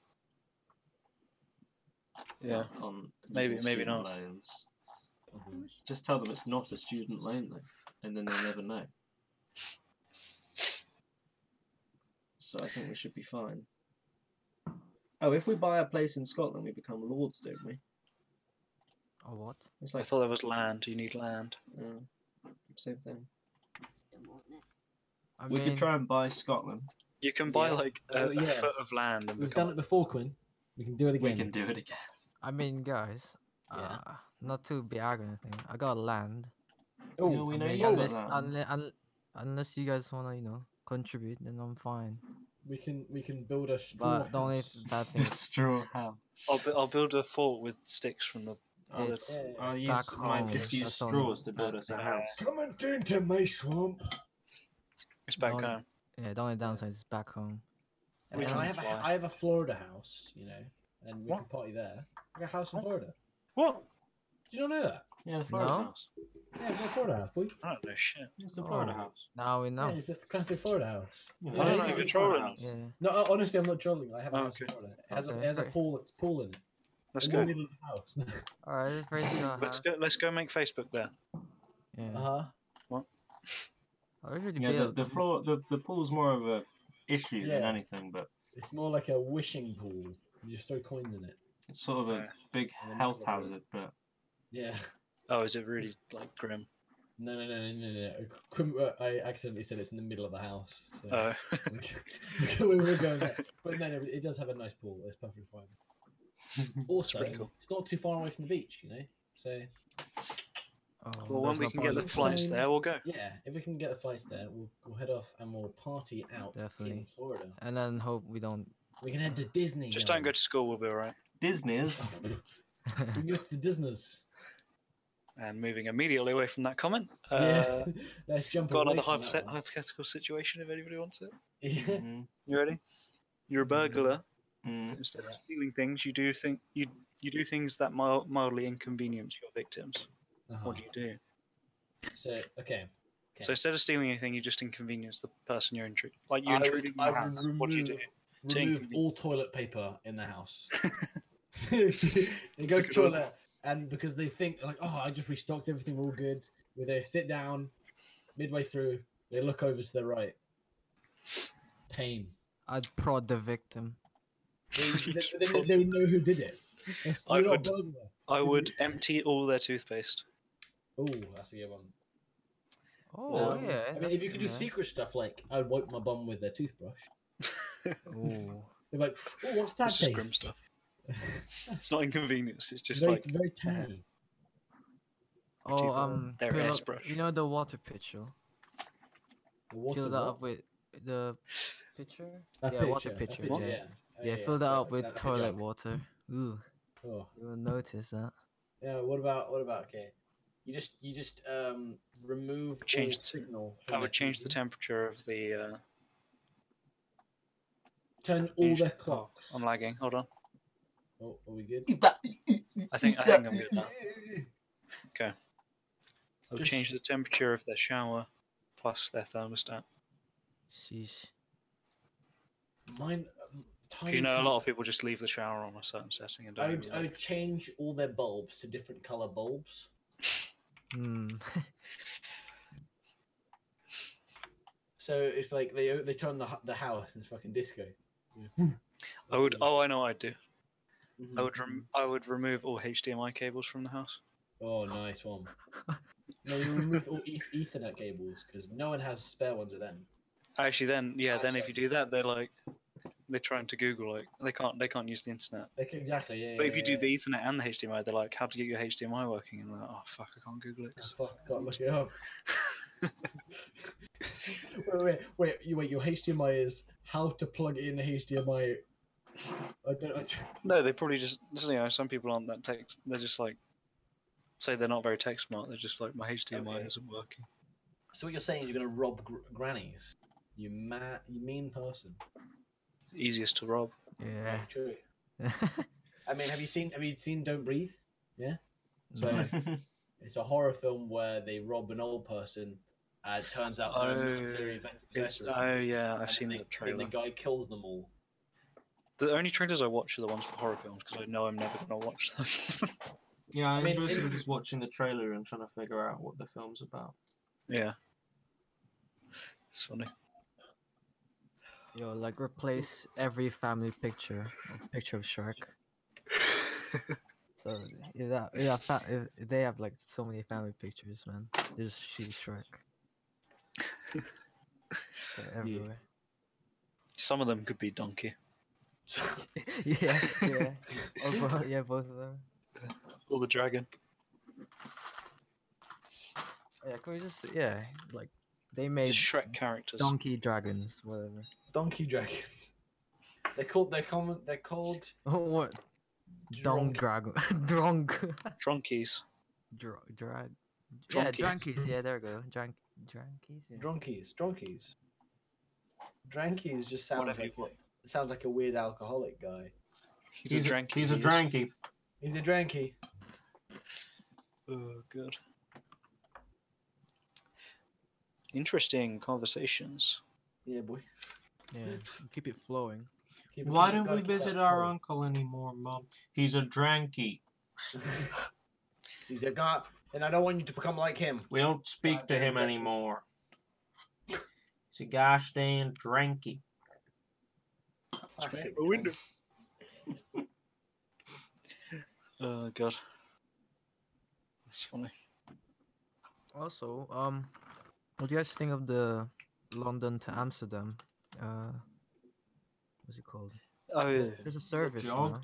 Speaker 3: Yeah.
Speaker 1: on
Speaker 3: Maybe-
Speaker 1: using
Speaker 3: maybe
Speaker 1: student
Speaker 3: not.
Speaker 1: loans. Just tell them it's not a student loan though, and then they'll never know. So I think we should be fine. Oh, if we buy a place in Scotland, we become lords, don't we?
Speaker 6: Or Oh, what?
Speaker 1: It's
Speaker 3: I
Speaker 1: like
Speaker 3: thought there was land. You need land.
Speaker 1: uh, same thing.
Speaker 5: Don't want it.
Speaker 6: I
Speaker 1: we
Speaker 6: mean,
Speaker 1: could try and buy Scotland.
Speaker 3: You can buy
Speaker 2: Yeah.
Speaker 3: like a,
Speaker 2: Oh,
Speaker 3: a
Speaker 2: yeah.
Speaker 3: foot of land and
Speaker 2: We've
Speaker 3: become
Speaker 2: done it before, Quinn. We can do it
Speaker 1: We
Speaker 2: again.
Speaker 1: can do it again.
Speaker 6: I mean, guys.
Speaker 2: Yeah.
Speaker 6: Uh, not to be arrogant, or anything. I got land.
Speaker 2: Oh,
Speaker 1: Yeah, we
Speaker 6: I
Speaker 1: know
Speaker 6: mean,
Speaker 1: you got
Speaker 6: unless,
Speaker 1: that.
Speaker 6: unle- un- unless you guys wanna, you know, contribute, then I'm fine.
Speaker 2: we can we can build a straw
Speaker 6: But the only
Speaker 2: house.
Speaker 6: bad thing
Speaker 1: It's straw house.
Speaker 3: I'll, bu- I'll build a fort with sticks from the.
Speaker 1: I'll,
Speaker 6: Oh, It's
Speaker 1: just-
Speaker 2: Yeah.
Speaker 1: I'll use
Speaker 6: back
Speaker 1: my
Speaker 6: home,
Speaker 1: disused
Speaker 6: that's on-
Speaker 1: straws to build us a house.
Speaker 2: Uh, Come and drink to my swamp.
Speaker 3: It's back
Speaker 6: Well,
Speaker 3: home.
Speaker 6: Yeah, the only downside is back home.
Speaker 2: I,
Speaker 3: We
Speaker 2: mean,
Speaker 3: can
Speaker 2: I have a,
Speaker 3: fly.
Speaker 2: I have a Florida house, you know, and we
Speaker 3: What?
Speaker 2: can party there. I got a house in
Speaker 3: What?
Speaker 2: Florida.
Speaker 3: What?
Speaker 2: Did you not know that?
Speaker 1: Yeah, the Florida
Speaker 6: No.
Speaker 1: house.
Speaker 2: Yeah, we got a Florida house, boy.
Speaker 3: I don't know shit.
Speaker 1: It's the Florida
Speaker 6: Oh.
Speaker 1: house.
Speaker 6: Now we know.
Speaker 2: Yeah, it's just a classic Florida house.
Speaker 1: Yeah,
Speaker 2: I don't
Speaker 1: it's
Speaker 2: even
Speaker 1: the
Speaker 3: control
Speaker 1: Florida
Speaker 3: it.
Speaker 1: house.
Speaker 6: Yeah.
Speaker 2: No, uh, honestly, I'm not trolling. I have a
Speaker 3: Oh,
Speaker 2: house in
Speaker 3: okay.
Speaker 2: Florida. It has, a,
Speaker 6: Okay,
Speaker 2: it has a
Speaker 6: great.
Speaker 2: pool. It's pool in it.
Speaker 3: Let's
Speaker 2: in the
Speaker 3: go.
Speaker 2: middle of the house.
Speaker 6: Alright, very good. Uh,
Speaker 3: Let's go. Let's go make Facebook there.
Speaker 6: Yeah.
Speaker 2: uh-huh.
Speaker 6: I already
Speaker 1: Yeah, the,
Speaker 6: built.
Speaker 1: the floor, the, the pool's more of a issue than
Speaker 2: Yeah.
Speaker 1: anything, but
Speaker 2: It's more like a wishing pool. You just throw coins in it.
Speaker 1: it's sort of a
Speaker 3: Yeah.
Speaker 1: big
Speaker 2: Yeah,
Speaker 1: health
Speaker 2: probably.
Speaker 1: hazard. But
Speaker 2: Yeah.
Speaker 3: Oh, is it really like grim?
Speaker 2: No, no, no, no, no, no. Crim- uh, I accidentally said it's in the middle of the house. So.
Speaker 3: Oh,
Speaker 2: we were going there. But no, no, it does have a nice pool. It's perfectly fine. Also,
Speaker 3: pretty
Speaker 2: it's,
Speaker 3: cool.
Speaker 2: not too far away from the beach, you know? So,
Speaker 6: Oh,
Speaker 3: well, when
Speaker 6: there's
Speaker 3: we
Speaker 6: no
Speaker 3: can get the
Speaker 6: problem.
Speaker 3: flights there, we'll go.
Speaker 2: yeah, if we can get the flights there, we'll, we'll head off and we'll party out
Speaker 6: Definitely.
Speaker 2: in Florida.
Speaker 6: And then hope we don't.
Speaker 2: We can head to Disney.
Speaker 3: Just don't go to
Speaker 2: guys.
Speaker 3: school. We'll be alright.
Speaker 1: Disney's
Speaker 2: we can go to the Disney's.
Speaker 3: And moving immediately away from that comment. Uh,
Speaker 2: yeah. Let's jump
Speaker 3: Got
Speaker 2: away
Speaker 3: another
Speaker 2: from
Speaker 3: hypothet-
Speaker 2: that one.
Speaker 3: hypothetical situation if anybody wants it. Mm-hmm.
Speaker 2: Yeah.
Speaker 1: Mhm,
Speaker 3: You ready? You're a burglar.
Speaker 1: mhm.
Speaker 3: Instead of stealing things, you do think you you do things that mild, mildly inconvenience your victims.
Speaker 2: Uh-huh.
Speaker 3: What do you do?
Speaker 2: So, okay.
Speaker 3: So
Speaker 2: Okay.
Speaker 3: instead of stealing anything, you just inconvenience the person you're intruding. Like you
Speaker 2: I would-
Speaker 3: intruding
Speaker 2: I
Speaker 3: your
Speaker 2: would
Speaker 3: house. What do you do?
Speaker 2: remove
Speaker 3: To inconven-
Speaker 2: all toilet paper in the house. Seriously, they
Speaker 3: It's a
Speaker 2: go to
Speaker 3: good one.
Speaker 2: toilet, and because they think like, oh, I just restocked everything, we're all good. Where they sit down, midway through, they look over to their right. Pain.
Speaker 6: I'd prod the victim.
Speaker 2: They, they, they- they- they would know who did it. It's
Speaker 3: I
Speaker 2: you're not a
Speaker 3: would-
Speaker 2: burglar.
Speaker 3: I would empty all their toothpaste.
Speaker 2: Oh, that's a good one.
Speaker 6: Oh
Speaker 2: Um,
Speaker 6: yeah.
Speaker 2: I mean,
Speaker 6: that's
Speaker 2: if you could do
Speaker 6: good,
Speaker 2: secret stuff like I would wipe my bum with a toothbrush.
Speaker 6: man. Ooh.
Speaker 2: They're like, oh, what's that
Speaker 3: It's just grim
Speaker 2: taste?
Speaker 3: stuff. It's not inconvenience. It's just
Speaker 2: very,
Speaker 3: like
Speaker 2: very tangy.
Speaker 6: Oh
Speaker 3: People-
Speaker 6: um.
Speaker 3: their
Speaker 6: fill up-
Speaker 3: airbrush.
Speaker 6: You know the water pitcher.
Speaker 2: The water
Speaker 6: fill that
Speaker 2: what?
Speaker 6: up with the pitcher.
Speaker 2: That
Speaker 6: yeah, water
Speaker 2: that
Speaker 6: pitcher.
Speaker 2: picture,
Speaker 6: Yeah.
Speaker 2: yeah. Oh,
Speaker 6: yeah, fill that
Speaker 2: sorry,
Speaker 6: up with
Speaker 2: that's a
Speaker 6: toilet
Speaker 2: joke.
Speaker 6: water. Ooh,
Speaker 2: Oh.
Speaker 6: you will notice that.
Speaker 2: Yeah, what about what about okay? You just you just um remove
Speaker 3: Change
Speaker 2: all
Speaker 3: the-
Speaker 2: signal. From
Speaker 3: I
Speaker 2: their
Speaker 3: would change the
Speaker 2: TV,
Speaker 3: temperature of the. Uh,
Speaker 2: Turn all
Speaker 3: dish.
Speaker 2: their
Speaker 3: Oh,
Speaker 2: clocks.
Speaker 3: I'm lagging. Hold on.
Speaker 2: Oh, are we good?
Speaker 1: Mm-hmm.
Speaker 3: I think I think I'm good now. Okay. I'll
Speaker 2: Just-
Speaker 3: change the temperature of their shower, plus their thermostat.
Speaker 6: Sheesh.
Speaker 2: Mine. um,
Speaker 3: 'Cause
Speaker 2: Tiny
Speaker 3: you know, a
Speaker 2: thing.
Speaker 3: lot of people just leave the shower on a certain setting and
Speaker 2: I
Speaker 3: don't.
Speaker 2: would,
Speaker 3: even
Speaker 2: I
Speaker 3: look.
Speaker 2: would change all their bulbs to different color bulbs.
Speaker 6: Hmm.
Speaker 2: So it's like they they turn the hu- the house into fucking disco. Yeah.
Speaker 3: I would. Oh, I know. what I'd do.
Speaker 2: Mhm.
Speaker 3: I would. Rem- I would remove all HDMI cables from the house.
Speaker 2: Oh, nice one. No, you remove all eth- Ethernet cables because no one has spare ones of them.
Speaker 3: Actually, then yeah. Then if
Speaker 2: Actually-
Speaker 3: you do that, they're like, they're trying to Google like they can't. They can't use the internet.
Speaker 2: Okay, exactly. Yeah.
Speaker 3: But
Speaker 2: yeah,
Speaker 3: if you
Speaker 2: yeah,
Speaker 3: do the Ethernet and the HDMI, they're like, how to get your HDMI working? And they're like, oh fuck, I can't Google it.
Speaker 2: Oh, fuck, I can't look it up. wait, wait, wait, you, wait, your HDMI is how to plug in HDMI. I don't, I don't-
Speaker 3: No, they probably just. You know, some people aren't that tech. They're just like, say they're not very tech smart. They're just like, my HDMI
Speaker 2: Okay.
Speaker 3: isn't working.
Speaker 2: So what you're saying is you're gonna rob gr- grannies? You ma- you mean person.
Speaker 3: Easiest to rob.
Speaker 6: yeah.
Speaker 2: True. I mean, have you seen have you seen Don't Breathe? It's a horror film where they rob an old person Uh, it turns out they're a military vet-
Speaker 3: Oh, It's,
Speaker 2: veteran,
Speaker 3: oh yeah,
Speaker 2: and
Speaker 3: I've seen
Speaker 2: then
Speaker 3: the
Speaker 2: they- then
Speaker 3: trailer.
Speaker 2: The guy kills them all.
Speaker 3: The only trailers I watch are the ones for horror films because I know I'm never gonna watch them.
Speaker 1: Yeah, I,
Speaker 2: I mean,
Speaker 1: enjoy
Speaker 2: it-
Speaker 1: sort of just watching the trailer and trying to figure out what the film's about.
Speaker 3: yeah, it's funny.
Speaker 6: Yo, like replace every family picture, with picture of shark. So if that if, that fa- if if they have like so many family pictures, man, there's she's shark. They're everywhere.
Speaker 3: Some of them could be donkey.
Speaker 6: yeah, yeah, Or both- yeah, both of them.
Speaker 3: Or the dragon.
Speaker 6: Yeah, can we just yeah, like they made
Speaker 3: Shrek characters.
Speaker 6: donkey dragons, whatever.
Speaker 2: Donkey dragons. They're called. They're common. They're called.
Speaker 6: Oh, what? Dong
Speaker 2: Drunk.
Speaker 6: dragon, drunk,
Speaker 3: Drunkies.
Speaker 6: Dra- drag. Yeah,
Speaker 3: Drunkies.
Speaker 6: drunkies. Yeah, there we go. Drunk, drunkies. Yeah.
Speaker 2: Drunkies. Drunkies. Drankies just sounds
Speaker 3: Whatever you
Speaker 2: like it sounds like a weird alcoholic guy.
Speaker 3: He's, a dranky.
Speaker 1: He's a
Speaker 3: he is.
Speaker 1: dranky.
Speaker 2: He's a dranky.
Speaker 3: Oh, good. Interesting conversations.
Speaker 2: Yeah, boy.
Speaker 6: yeah, keep it flowing.
Speaker 2: Keep it-
Speaker 1: Why
Speaker 2: keep-
Speaker 1: don't
Speaker 2: gotta
Speaker 1: we
Speaker 2: keep that
Speaker 1: visit our
Speaker 2: flow.
Speaker 1: uncle anymore, Mom? He's a dranky.
Speaker 2: He's a god, and I don't want you to become like him.
Speaker 1: We don't speak to
Speaker 2: Goddamn
Speaker 1: him
Speaker 2: dranky.
Speaker 1: anymore. He's a gosh dang dranky.
Speaker 2: Classic
Speaker 3: a window.
Speaker 2: Trump.
Speaker 3: Oh, God. That's funny.
Speaker 6: Also, um, what do you guys think of the London to Amsterdam? Uh, what's it called?
Speaker 3: Oh,
Speaker 6: There's- There's a service.
Speaker 1: jog?
Speaker 6: now.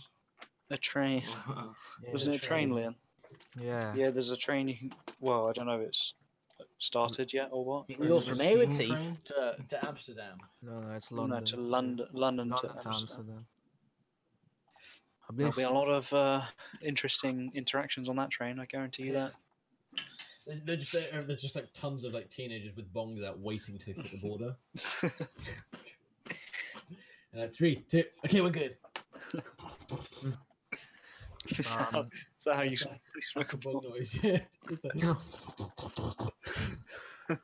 Speaker 3: a train.
Speaker 6: Yeah,
Speaker 3: Wasn't it a train, Leon?
Speaker 6: Yeah.
Speaker 3: Yeah, there's a train. You can... Well, I don't know if it's started yet or what.
Speaker 1: Is it a steam train?
Speaker 3: Uh,
Speaker 2: to, to Amsterdam.
Speaker 6: No, no, it's
Speaker 3: London
Speaker 6: London.
Speaker 3: no, to London, London,
Speaker 6: London
Speaker 3: to Amsterdam.
Speaker 6: I
Speaker 3: There'll
Speaker 6: believe.
Speaker 3: be a lot of uh, interesting interactions on that train. I guarantee you that.
Speaker 2: There- There's just, there- there's just like tons of like teenagers with bongs out waiting to hit the border. and like, three, two, okay, we're good.
Speaker 3: is, that,
Speaker 6: Um,
Speaker 3: is that how you
Speaker 2: that's
Speaker 3: s-
Speaker 2: not-
Speaker 3: you
Speaker 2: That's
Speaker 3: smoke
Speaker 2: the
Speaker 3: a
Speaker 2: bong
Speaker 3: bong?
Speaker 2: noise. Yeah. It's like-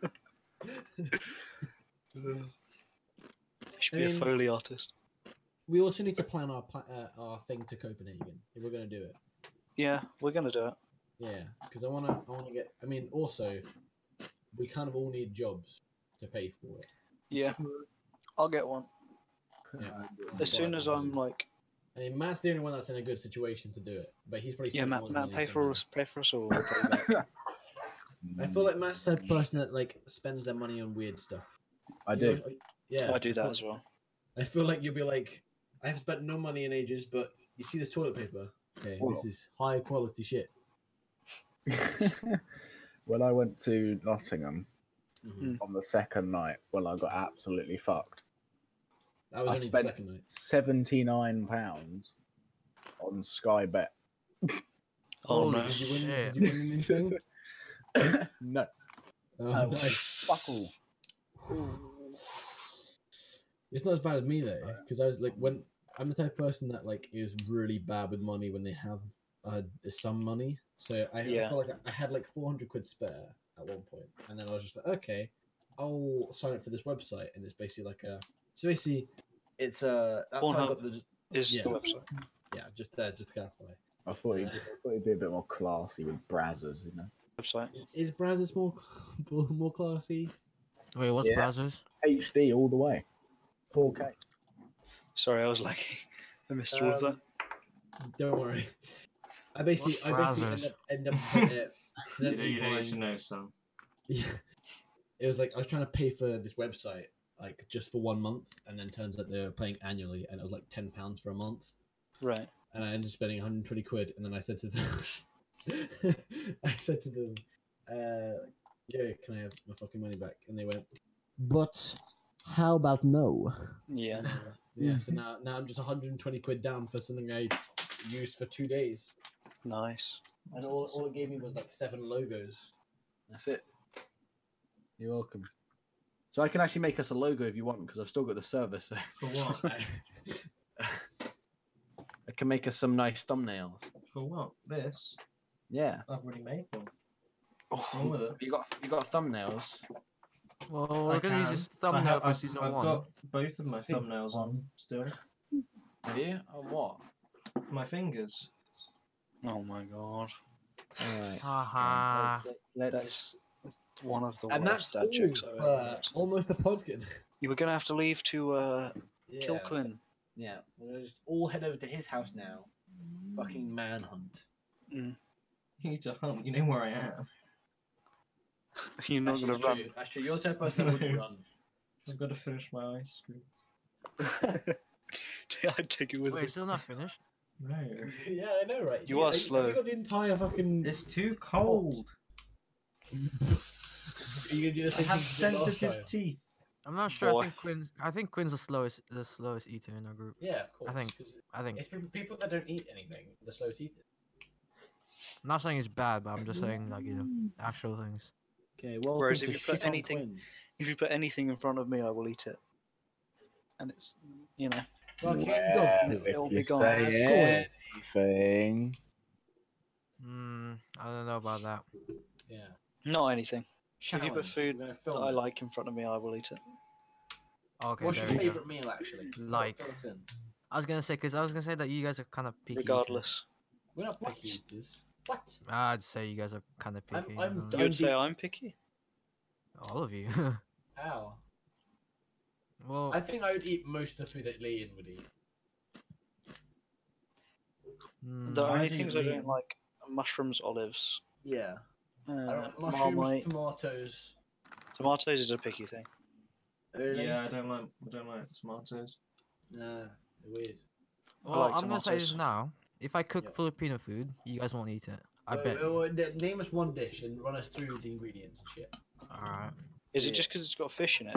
Speaker 3: should
Speaker 2: I
Speaker 3: be a
Speaker 2: mean-
Speaker 3: Foley artist.
Speaker 2: we also need to plan our pla- uh, our thing to Copenhagen if we're gonna do it.
Speaker 3: Yeah, we're gonna do it.
Speaker 2: Yeah, because I wanna I wanna get. I mean, also, we kind of all need jobs to pay for it.
Speaker 3: Yeah, I'll get one
Speaker 2: Yeah.
Speaker 3: as soon as I'm like,
Speaker 2: I mean, Matt's the only one that's in a good situation to do it, but he's probably
Speaker 3: yeah,
Speaker 2: spent
Speaker 3: Matt,
Speaker 2: more than
Speaker 3: Matt,
Speaker 2: you
Speaker 3: pay for
Speaker 2: somewhere.
Speaker 3: us, pay for us all. we'll pay back.
Speaker 2: I feel like Matt's the person that like spends their money on weird stuff.
Speaker 4: I
Speaker 2: You
Speaker 4: do.
Speaker 2: know, yeah,
Speaker 3: I do that
Speaker 2: feel-
Speaker 3: as well.
Speaker 2: I feel like you'll be like, I have spent no money in ages, but you see this toilet paper? Okay,
Speaker 4: Well-
Speaker 2: this is high quality shit.
Speaker 4: when I went to Nottingham
Speaker 2: Mhm.
Speaker 4: on the second night, well, I got absolutely fucked.
Speaker 2: That was
Speaker 4: I
Speaker 2: only
Speaker 4: spent-
Speaker 2: the second night.
Speaker 4: Seventy nine pounds on Sky Bet.
Speaker 3: Oh
Speaker 6: Holy
Speaker 3: no,
Speaker 2: Did you win?
Speaker 6: shit.
Speaker 2: Did you win anything?
Speaker 4: no,
Speaker 2: Oh,
Speaker 4: I won
Speaker 2: nice.
Speaker 4: fuck all.
Speaker 2: It's not as bad as me though, because I was like, when I'm the type of person that like is really bad with money when they have uh, some money. So I, I
Speaker 3: Yeah.
Speaker 2: feel like I- I had like 400 quid spare at one point, and then I was just like, okay, I'll sign up for this website, and it's basically like a, so basically, it's a. That's how I
Speaker 3: Pornhub.
Speaker 2: got the.
Speaker 3: is
Speaker 2: Yeah.
Speaker 3: the website?
Speaker 2: Yeah, just uh, just to clarify.
Speaker 4: I thought he'd, I thought he'd be a bit more classy with Brazzers, you know.
Speaker 3: Website.
Speaker 2: Is Brazzers more cl- more classy?
Speaker 6: Wait, what's
Speaker 4: Yeah.
Speaker 6: browsers?
Speaker 4: HD all the way, four K.
Speaker 3: Sorry, I was like, I missed all of that.
Speaker 2: Um, Don't worry. I basically, I basically end
Speaker 6: Brazzers?
Speaker 2: up, end up uh,
Speaker 1: You
Speaker 2: accidentally
Speaker 1: don't you don't need to
Speaker 2: buying-
Speaker 1: know, son.
Speaker 2: Yeah. It was like I was trying to pay for this website like just for one month, and then turns out they were paying annually, and it was like ten pounds for a month,
Speaker 3: Right.
Speaker 2: and I ended up spending 120 quid, and then I said to them, I said to them, uh, "Yeah, can I have my fucking money back?" And they went, "But how about no?"
Speaker 3: Yeah.
Speaker 2: And, uh, yeah. So now, now I'm just 120 quid down for something I used for two days,
Speaker 3: Nice.
Speaker 2: and all, all it gave me was like seven logos. That's it.
Speaker 7: You're welcome. So I can actually make us a logo if you want, because I've still got the service. So
Speaker 1: For what?
Speaker 7: I can make us some nice thumbnails.
Speaker 1: For what? This?
Speaker 7: Yeah.
Speaker 1: I've already made one. What's wrong
Speaker 7: Oh,
Speaker 1: with it?
Speaker 7: you got you got thumbnails.
Speaker 6: Well, we're gonna use
Speaker 1: can,
Speaker 6: his
Speaker 1: but I
Speaker 6: thumbnail
Speaker 1: have-
Speaker 6: for
Speaker 1: I've-
Speaker 6: season
Speaker 1: I've
Speaker 6: one.
Speaker 1: got both of my
Speaker 4: Season
Speaker 1: thumbnails on
Speaker 4: one.
Speaker 1: still.
Speaker 7: Have you? On what?
Speaker 1: My fingers.
Speaker 3: Oh my god.
Speaker 7: Alright.
Speaker 6: Haha.
Speaker 7: Let's.
Speaker 3: Uh, That's one of the
Speaker 2: And
Speaker 3: worst
Speaker 2: that's
Speaker 3: dad jokes
Speaker 2: all
Speaker 3: I've
Speaker 2: for
Speaker 3: ever heard.
Speaker 2: almost a podcast.
Speaker 3: You were gonna have to leave to uh,
Speaker 2: Yeah.
Speaker 3: kill Quinn.
Speaker 2: Yeah, we're gonna just all head over to his house now. Fucking manhunt.
Speaker 1: You need to hunt. You know where I am.
Speaker 3: You're not
Speaker 2: Actually,
Speaker 3: gonna
Speaker 2: it's
Speaker 3: run.
Speaker 2: true. Actually, you're the type of person that would run.
Speaker 1: I've got to finish my ice cream.
Speaker 3: I'd take it with
Speaker 6: Wait,
Speaker 3: me.
Speaker 6: it's still not finished.
Speaker 1: No.
Speaker 2: yeah, I know, right?
Speaker 3: You are
Speaker 2: have
Speaker 3: slow.
Speaker 2: You got the entire fucking.
Speaker 1: It's too cold.
Speaker 2: Are you gonna do the
Speaker 1: I
Speaker 2: same
Speaker 1: have
Speaker 2: thing you did last
Speaker 1: sensitive
Speaker 2: time?
Speaker 1: teeth.
Speaker 6: I'm not sure.
Speaker 3: Boy.
Speaker 6: I think Quinn's. I think Quinn's the slowest. The slowest eater in our group.
Speaker 2: Yeah, of course.
Speaker 6: think-
Speaker 2: 'cause
Speaker 6: I think.
Speaker 2: It's been people that don't eat anything. The slow teeth.
Speaker 6: I'm not saying it's bad, but I'm just saying like you know actual things.
Speaker 7: Okay, well,
Speaker 3: Whereas
Speaker 7: to
Speaker 3: if you put
Speaker 7: shit on
Speaker 3: anything-
Speaker 7: Quinn.
Speaker 3: If you put anything in front of me, I will eat it. And it's, you know,
Speaker 2: Fucking
Speaker 8: Well,
Speaker 2: dog.
Speaker 3: it-
Speaker 8: if
Speaker 3: it'll
Speaker 8: you
Speaker 3: be gone.
Speaker 8: say
Speaker 2: I saw it.
Speaker 8: anything,
Speaker 6: Hmm. I don't know about that.
Speaker 2: Yeah.
Speaker 3: not anything. If you put
Speaker 2: Challenge.
Speaker 3: food
Speaker 2: We're gonna
Speaker 3: that
Speaker 2: film
Speaker 3: I
Speaker 2: it.
Speaker 3: like in front of me, I will eat it.
Speaker 6: Okay,
Speaker 2: What's
Speaker 6: there
Speaker 2: your
Speaker 6: we go.
Speaker 2: favorite meal, actually?
Speaker 6: Like.
Speaker 2: Fill us in.
Speaker 6: I was gonna say because I was gonna say that you guys are kind of picky. eaters.
Speaker 3: Regardless,
Speaker 2: We're not
Speaker 3: What?
Speaker 2: picky eaters. What?
Speaker 6: I'd say you guys are kind of
Speaker 2: I'm-
Speaker 6: picky.
Speaker 2: I'm
Speaker 6: uh,
Speaker 2: done.
Speaker 3: you would say I'm picky.
Speaker 6: All of you.
Speaker 2: How?
Speaker 6: well,
Speaker 2: I think I would eat most of the food that Leighton would eat.
Speaker 6: mm,
Speaker 3: The
Speaker 4: I
Speaker 3: only
Speaker 4: do
Speaker 3: things I don't
Speaker 4: mean-
Speaker 3: like are mushrooms, olives,
Speaker 2: Yeah. I
Speaker 3: uh,
Speaker 2: don't- mushrooms,
Speaker 3: marmite.
Speaker 2: tomatoes.
Speaker 3: Tomatoes is a picky thing.
Speaker 2: Really?
Speaker 1: Yeah, I don't like. I don't like tomatoes.
Speaker 2: Nah, they're weird.
Speaker 6: well
Speaker 3: like
Speaker 6: I'm gonna say this
Speaker 3: tomatoes.
Speaker 6: now. If I cook
Speaker 2: Yeah.
Speaker 6: Filipino food, you guys won't eat it. I
Speaker 2: Wait,
Speaker 6: bet.
Speaker 2: wait, wait, uh, na- name us one dish and run us through the ingredients and shit.
Speaker 6: All right.
Speaker 3: Is
Speaker 2: Yeah.
Speaker 3: it just because it's got fish in it?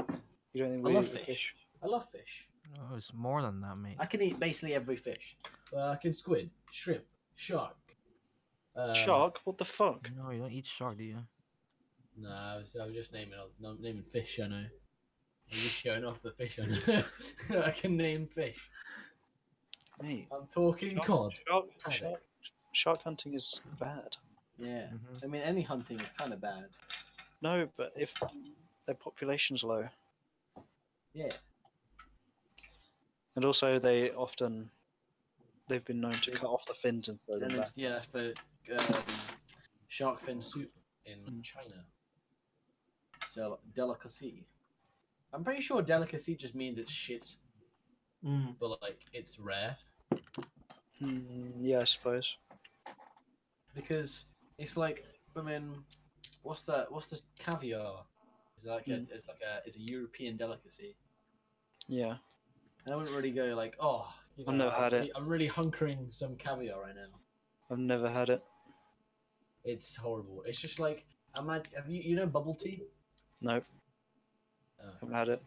Speaker 3: You don't think
Speaker 2: I
Speaker 3: we
Speaker 2: love
Speaker 3: eat the
Speaker 2: fish.
Speaker 3: fish?
Speaker 2: I love fish.
Speaker 6: Oh, it's more than that, mate.
Speaker 2: I can eat basically every fish. Uh, I can squid, shrimp, shark. Uh,
Speaker 3: Shark? What the fuck?
Speaker 6: No, you don't eat shark, do you?
Speaker 2: Nah, I was, I was just naming all- no- naming fish. I know. I'm just showing off the fish. I know. I can name fish.
Speaker 3: Mate,
Speaker 2: I'm talking
Speaker 3: Shark-
Speaker 2: cod.
Speaker 3: Shark,
Speaker 2: Paddock.
Speaker 3: shark, shark hunting is bad.
Speaker 2: Yeah.
Speaker 6: Mhm.
Speaker 2: I mean, any hunting is kind of bad.
Speaker 3: No, but if their population's low,
Speaker 2: Yeah.
Speaker 3: and also they often they've been known to cut off the fins and throw
Speaker 2: And
Speaker 3: them
Speaker 2: then,
Speaker 3: back.
Speaker 2: yeah, that's for um, shark fin soup in
Speaker 3: Mm.
Speaker 2: China. So delicacy. I'm pretty sure delicacy just means it's shit,
Speaker 1: Mm.
Speaker 2: but like it's rare
Speaker 3: Mm, yeah, I suppose.
Speaker 2: because it's like I mean, what's that? What's this caviar? It's like a, it's like a, it's a European delicacy.
Speaker 3: Yeah,
Speaker 2: And I wouldn't really go like, oh, you know,
Speaker 3: I've never
Speaker 2: I'm
Speaker 3: had it.
Speaker 2: really- I'm really hunkering some caviar right now.
Speaker 3: I've never had it.
Speaker 2: It's horrible. It's just like, imagine, have you you know bubble tea?
Speaker 3: No,
Speaker 2: Oh,
Speaker 3: haven't had it.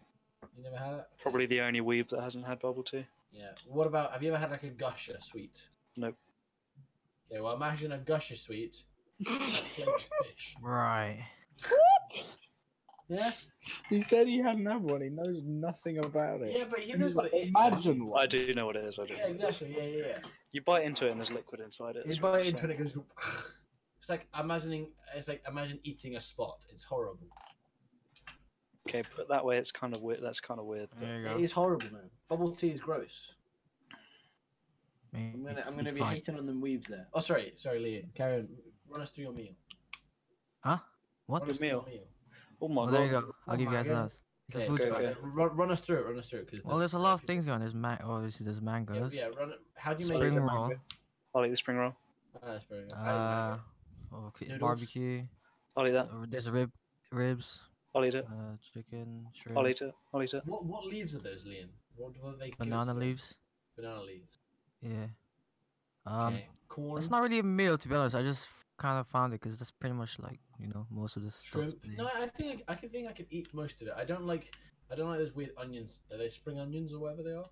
Speaker 2: you never had it.
Speaker 3: Probably the only weeb that hasn't had bubble tea.
Speaker 2: Yeah. What about have you ever had like a gusher sweet?
Speaker 3: Nope.
Speaker 2: Okay, well imagine a gusher sweet. that's filled with fish.
Speaker 6: Right.
Speaker 2: Yeah?
Speaker 4: He said he hadn't had one. He knows nothing about it.
Speaker 2: Yeah, but he knows what it is.
Speaker 4: Imagine
Speaker 3: I
Speaker 4: one.
Speaker 3: do know what it is. I do.
Speaker 2: Yeah,
Speaker 3: know what it is.
Speaker 2: exactly, yeah, yeah,
Speaker 3: You bite into it and there's liquid inside it.
Speaker 2: yeah. You
Speaker 3: is what
Speaker 2: buy
Speaker 3: you're
Speaker 2: it and
Speaker 3: saying.
Speaker 2: it goes It's like imagining it's like imagine eating a spot. It's horrible.
Speaker 3: Okay, put that way, it's kind of weird. That's kind of weird. But
Speaker 6: There you
Speaker 2: It
Speaker 6: go.
Speaker 2: is horrible, man. Bubble tea is gross.
Speaker 6: Mate,
Speaker 2: I'm gonna
Speaker 6: it's-
Speaker 2: I'm gonna
Speaker 6: it's
Speaker 2: be
Speaker 6: fine.
Speaker 2: hating on them weebs there. Oh sorry, sorry, Liam. Carry on. Run us through your meal.
Speaker 6: Huh?
Speaker 2: Run
Speaker 6: What?
Speaker 2: us through
Speaker 3: meal? oh my
Speaker 6: Well,
Speaker 3: god.
Speaker 6: there you go.
Speaker 2: Oh
Speaker 6: I'll give you
Speaker 2: my
Speaker 6: guys
Speaker 2: God.
Speaker 6: that. It's a
Speaker 2: Okay,
Speaker 6: food
Speaker 2: so,
Speaker 6: fight.
Speaker 2: uh, run, run us through it. Run us through it. 'cause
Speaker 6: Well, there's a lot of
Speaker 2: people-
Speaker 6: things going. on. There's man. Oh, this there's
Speaker 2: Yeah,
Speaker 6: mangoes.
Speaker 2: yeah, run it. How do you make
Speaker 6: spring
Speaker 2: the
Speaker 6: roll.
Speaker 3: I'll eat the spring roll.
Speaker 2: Ah, that's pretty good.
Speaker 6: Uh,
Speaker 2: I
Speaker 6: okay,
Speaker 2: Noodles.
Speaker 6: barbecue.
Speaker 3: I'll eat that.
Speaker 6: uh, There's rib, ribs,
Speaker 3: I'll eat it.
Speaker 6: uh, chicken, shrimp,
Speaker 3: I'll eat it. I'll eat it.
Speaker 2: like it. what what leaves are those, Liam? What, what are they? cooked
Speaker 6: banana
Speaker 2: with?
Speaker 6: leaves.
Speaker 2: Banana leaves.
Speaker 6: Yeah. Um,
Speaker 2: okay. Corn.
Speaker 6: it's not really a meal to be honest. I just kind of found it because that's pretty much like you know most of the stuff.
Speaker 2: shrimp.
Speaker 6: they-
Speaker 2: No, I think I, I can think I could eat most of it. I don't like I don't like those weird onions. Are they spring onions or whatever they are?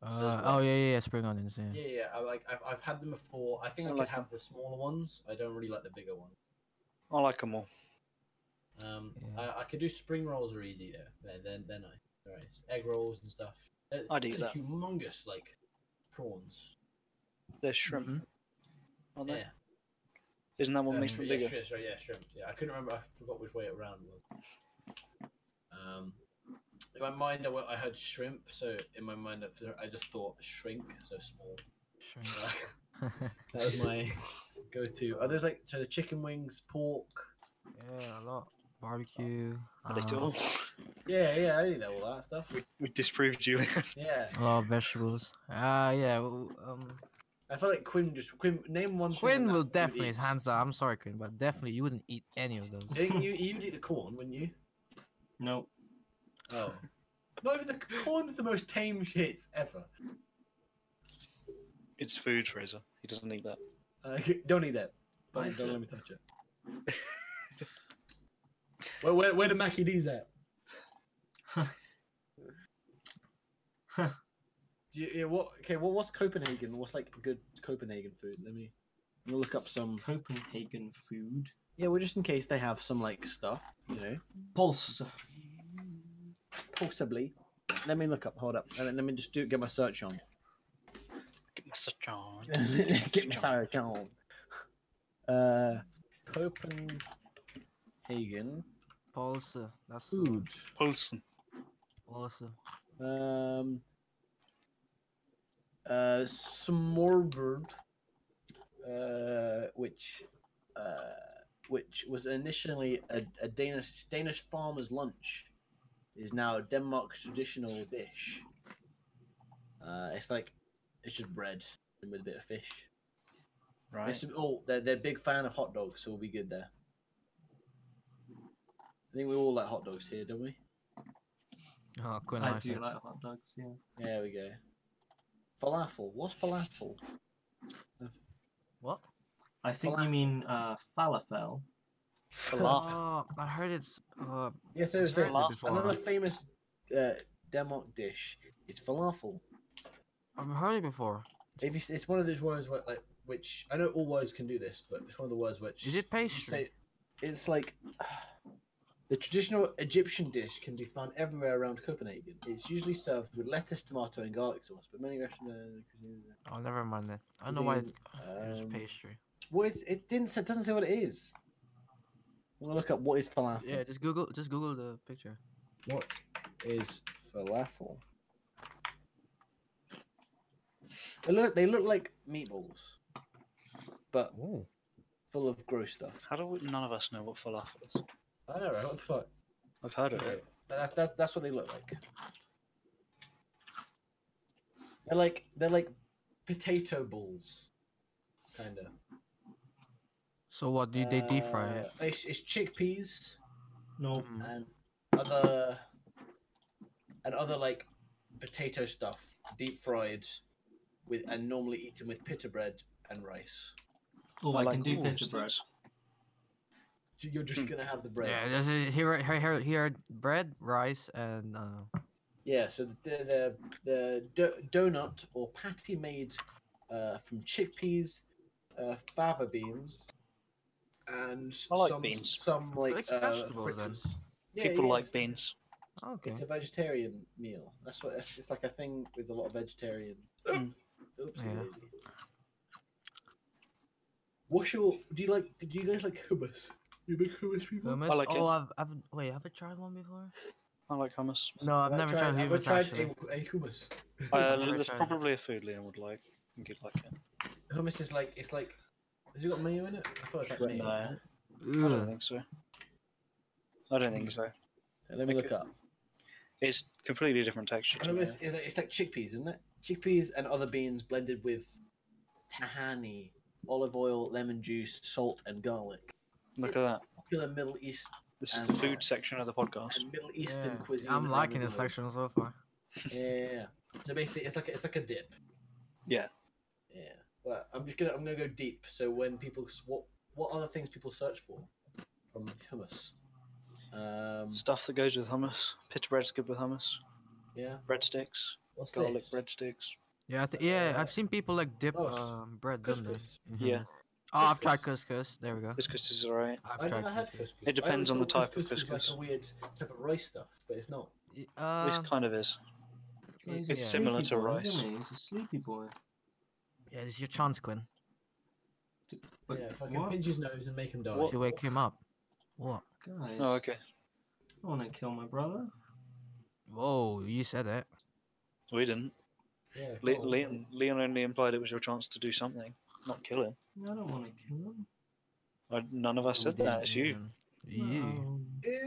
Speaker 2: so there's
Speaker 6: uh,
Speaker 2: one-
Speaker 6: oh yeah, yeah, yeah, spring onions. Yeah.
Speaker 2: Yeah, yeah. I like I've, I've had them before. I think
Speaker 3: I
Speaker 2: I,
Speaker 3: like
Speaker 2: could have the smaller ones. I don't really like the bigger ones.
Speaker 3: I like them all.
Speaker 2: Um,
Speaker 6: Yeah.
Speaker 2: I, I could do spring rolls are easy though. They're they're, they're nice. They're nice. Egg rolls and stuff. They're,
Speaker 3: I'd eat
Speaker 2: they're
Speaker 3: that.
Speaker 2: Humongous like prawns.
Speaker 3: They're shrimp,
Speaker 6: Mhm.
Speaker 3: Mm-hmm. aren't they?
Speaker 2: Yeah.
Speaker 3: Isn't that what
Speaker 2: Uh,
Speaker 3: makes them
Speaker 2: yeah,
Speaker 3: bigger?
Speaker 2: Shrimp, sorry, yeah, shrimp. Yeah, I couldn't remember. I forgot which way around was. Um, in my mind, I, went, I heard shrimp, so in my mind, I- I just thought shrink, so small.
Speaker 6: Sure.
Speaker 2: that was my go-to. Are those like so the chicken wings, pork?
Speaker 6: yeah, a lot. Barbecue.
Speaker 2: Oh,
Speaker 3: Are they
Speaker 6: um,
Speaker 3: still?
Speaker 2: Yeah, yeah, I eat that all that stuff.
Speaker 3: we, we disproved you.
Speaker 2: Yeah,
Speaker 6: A lot of vegetables. Ah, yeah. well, Um,
Speaker 2: I feel like Quinn just Quinn name one. thing that
Speaker 6: Quinn will
Speaker 2: you would
Speaker 6: definitely,
Speaker 2: eat.
Speaker 6: hands down. I'm sorry, Quinn, but definitely you wouldn't eat any of those.
Speaker 2: I think you you'd eat the corn, wouldn't you?
Speaker 1: No.
Speaker 2: Oh, not even the corn is the most tame shit ever.
Speaker 3: it's food, Fraser. He doesn't need that.
Speaker 2: Uh, don't eat that.
Speaker 1: I
Speaker 2: Don't, don't
Speaker 1: ju-
Speaker 2: let me touch it. where, where, where the Mackie D's at?
Speaker 1: Huh.
Speaker 2: Do you, yeah, what? Okay, what, what's Copenhagen? What's like good Copenhagen food? Let me, let me look up
Speaker 1: Mm.
Speaker 2: some.
Speaker 1: Copenhagen food.
Speaker 2: Yeah, well, just in case they have some like stuff, you know,
Speaker 1: Pulse.
Speaker 2: possibly. Let me look up. Hold up. Let me, let me just do get my search on.
Speaker 3: Get my such on.
Speaker 2: get my search on. Uh, Copenhagen
Speaker 6: Pulse. That's
Speaker 2: food.
Speaker 3: Paulson.
Speaker 6: awesome.
Speaker 2: Um, uh, Smorbird, uh, which, uh, which was initially a, a Danish Danish farmer's lunch, is now Denmark's traditional dish. Uh, it's like it's just bread and with a bit of fish.
Speaker 3: Right.
Speaker 2: There's some- oh, they're they're a big fan of hot dogs, so we'll be good there. I think we all like hot dogs here, don't we?
Speaker 6: Oh, Quinn
Speaker 1: I
Speaker 6: likes
Speaker 1: do
Speaker 6: it.
Speaker 1: like hot dogs, yeah.
Speaker 2: There we go. Falafel. What's falafel?
Speaker 6: What?
Speaker 1: I think you
Speaker 2: Falafel.
Speaker 1: mean uh, falafel.
Speaker 2: Falafel.
Speaker 6: Oh, I heard it's. Uh,
Speaker 2: yes,
Speaker 6: it's
Speaker 2: there's
Speaker 6: heard it
Speaker 3: falafel.
Speaker 2: another
Speaker 6: before.
Speaker 2: famous uh, Denmark dish. It's falafel.
Speaker 6: I've heard it before.
Speaker 2: If you, s- it's one of those words where, like, which I know all words can do this, but it's one of the words which
Speaker 6: Is
Speaker 2: you
Speaker 6: it pastry?
Speaker 2: say it's like the traditional Egyptian dish can be found everywhere around Copenhagen. It's usually served with lettuce, tomato, and garlic sauce, but many restaurants.
Speaker 6: Oh, never mind then. I know why it, it's
Speaker 2: Um,
Speaker 6: pastry.
Speaker 2: Well, it, it didn't. Say, it doesn't say what it is. I'm gonna look up what is falafel.
Speaker 6: Yeah, just Google. Just Google the picture.
Speaker 2: What is falafel? They look, they look like meatballs, but full of gross stuff.
Speaker 3: How do we, none of us know what falafel is?
Speaker 2: I know, right? What the fuck?
Speaker 3: I've heard of it.
Speaker 2: That's, that's, that's what they look like. They're like they're like potato balls, kind of.
Speaker 6: So what? Do they deep fry it?
Speaker 2: Uh, It's, it's chickpeas
Speaker 1: No.
Speaker 6: Mm.
Speaker 2: and other and other like potato stuff, deep fried, with and normally eaten with pita bread and rice.
Speaker 1: Oh, I,
Speaker 3: like
Speaker 1: can do
Speaker 3: all
Speaker 1: pizza
Speaker 3: those
Speaker 1: bread.
Speaker 3: things.
Speaker 2: J- You're just
Speaker 3: Hmm.
Speaker 2: gonna have the bread.
Speaker 6: Yeah,
Speaker 2: Yeah.
Speaker 6: this is here, here, here, here. Bread, rice, and uh, I don't know.
Speaker 2: so the the, the do- donut or patty made uh, from chickpeas, uh, fava beans, and
Speaker 3: I like
Speaker 2: some
Speaker 3: beans.
Speaker 2: some like
Speaker 6: It's
Speaker 2: uh,
Speaker 6: vegetables then.
Speaker 2: fritters. Yeah,
Speaker 3: People
Speaker 2: yeah,
Speaker 3: like
Speaker 2: it's-
Speaker 3: beans.
Speaker 6: Okay.
Speaker 2: It's a vegetarian meal. That's what it's it's like a thing with a lot of vegetarian.
Speaker 3: Mm.
Speaker 2: Oops.
Speaker 6: Yeah.
Speaker 2: What's your? Do you like? Do you guys like hummus? You big hummus people?
Speaker 6: Hummus.
Speaker 3: like it.
Speaker 6: oh, I've, I've, wait, have I tried one before?
Speaker 3: I like hummus.
Speaker 6: No, I've never tried,
Speaker 2: Have I
Speaker 6: hummus
Speaker 2: tried
Speaker 6: actually.
Speaker 2: a, a hummus?
Speaker 3: Uh,
Speaker 6: never
Speaker 3: there's
Speaker 6: tried it.
Speaker 3: probably a food Liam would like. I think you'd like it.
Speaker 2: Hummus is like it's like. Has it got mayo in it? I thought it was like mayo.
Speaker 3: No.
Speaker 2: wasn't it?
Speaker 3: I don't
Speaker 6: Ugh.
Speaker 3: think so. I don't think so.
Speaker 2: Here, Let me
Speaker 3: Like
Speaker 2: look
Speaker 3: a-
Speaker 2: up.
Speaker 3: It's completely different texture. To me.
Speaker 2: Hummus is like, it's like chickpeas, isn't it? Chickpeas and other beans blended with tahini, olive oil, lemon juice, salt, and garlic.
Speaker 3: Look at that.
Speaker 2: Popular Middle East
Speaker 3: This is
Speaker 2: And-
Speaker 3: the food section of the podcast.
Speaker 2: and Middle Eastern
Speaker 6: Yeah,
Speaker 2: cuisine.
Speaker 6: I'm
Speaker 2: around
Speaker 6: liking
Speaker 2: the
Speaker 6: this
Speaker 2: world.
Speaker 6: section so far.
Speaker 2: Yeah. So basically, it's like a, it's like a dip.
Speaker 3: Yeah.
Speaker 2: Yeah. Well, I'm just gonna I'm gonna go deep. So when people s- what what other things people search for from hummus? Um.
Speaker 3: Stuff that goes with hummus. Pita bread's good with hummus.
Speaker 2: Yeah.
Speaker 3: Breadsticks.
Speaker 2: What's
Speaker 3: Garlic
Speaker 2: this?
Speaker 3: breadsticks.
Speaker 6: Yeah, I th-
Speaker 2: Uh,
Speaker 6: yeah, I've seen people like dip
Speaker 2: roast.
Speaker 6: um, bread, don't they?
Speaker 2: Couscous.
Speaker 6: in
Speaker 3: Yeah.
Speaker 6: hummus. Oh, I've tried couscous. There we go.
Speaker 3: Couscous is alright.
Speaker 2: I
Speaker 6: I've tried.
Speaker 2: never had
Speaker 6: couscous.
Speaker 2: couscous.
Speaker 3: It depends
Speaker 2: I
Speaker 3: on
Speaker 2: always
Speaker 3: the
Speaker 2: thought
Speaker 3: type of
Speaker 2: couscous. was
Speaker 3: couscous.
Speaker 2: like a weird type of rice stuff, but it's not.
Speaker 6: Y-
Speaker 3: This
Speaker 6: Uh,
Speaker 3: kind of is.
Speaker 1: He's
Speaker 6: it's
Speaker 1: a
Speaker 6: yeah.
Speaker 3: similar
Speaker 1: sleepy
Speaker 3: to
Speaker 1: boy,
Speaker 3: rice.
Speaker 1: isn't he? He's a sleepy boy.
Speaker 6: yeah, this is your chance, Quinn.
Speaker 1: But
Speaker 2: yeah, fucking
Speaker 1: what?
Speaker 2: pinch his nose and make him die.
Speaker 6: To wake him up. What?
Speaker 1: Guys,
Speaker 3: Oh, okay.
Speaker 1: I want to kill my brother.
Speaker 6: Whoa, you said it.
Speaker 3: We didn't.
Speaker 2: Yeah,
Speaker 3: Le-
Speaker 2: cool.
Speaker 3: Leon, Leon only implied it was your chance to do something, not kill him.
Speaker 1: No, I don't want to kill him.
Speaker 3: I, none of us said that. It's you.
Speaker 6: Mm, You.
Speaker 1: No.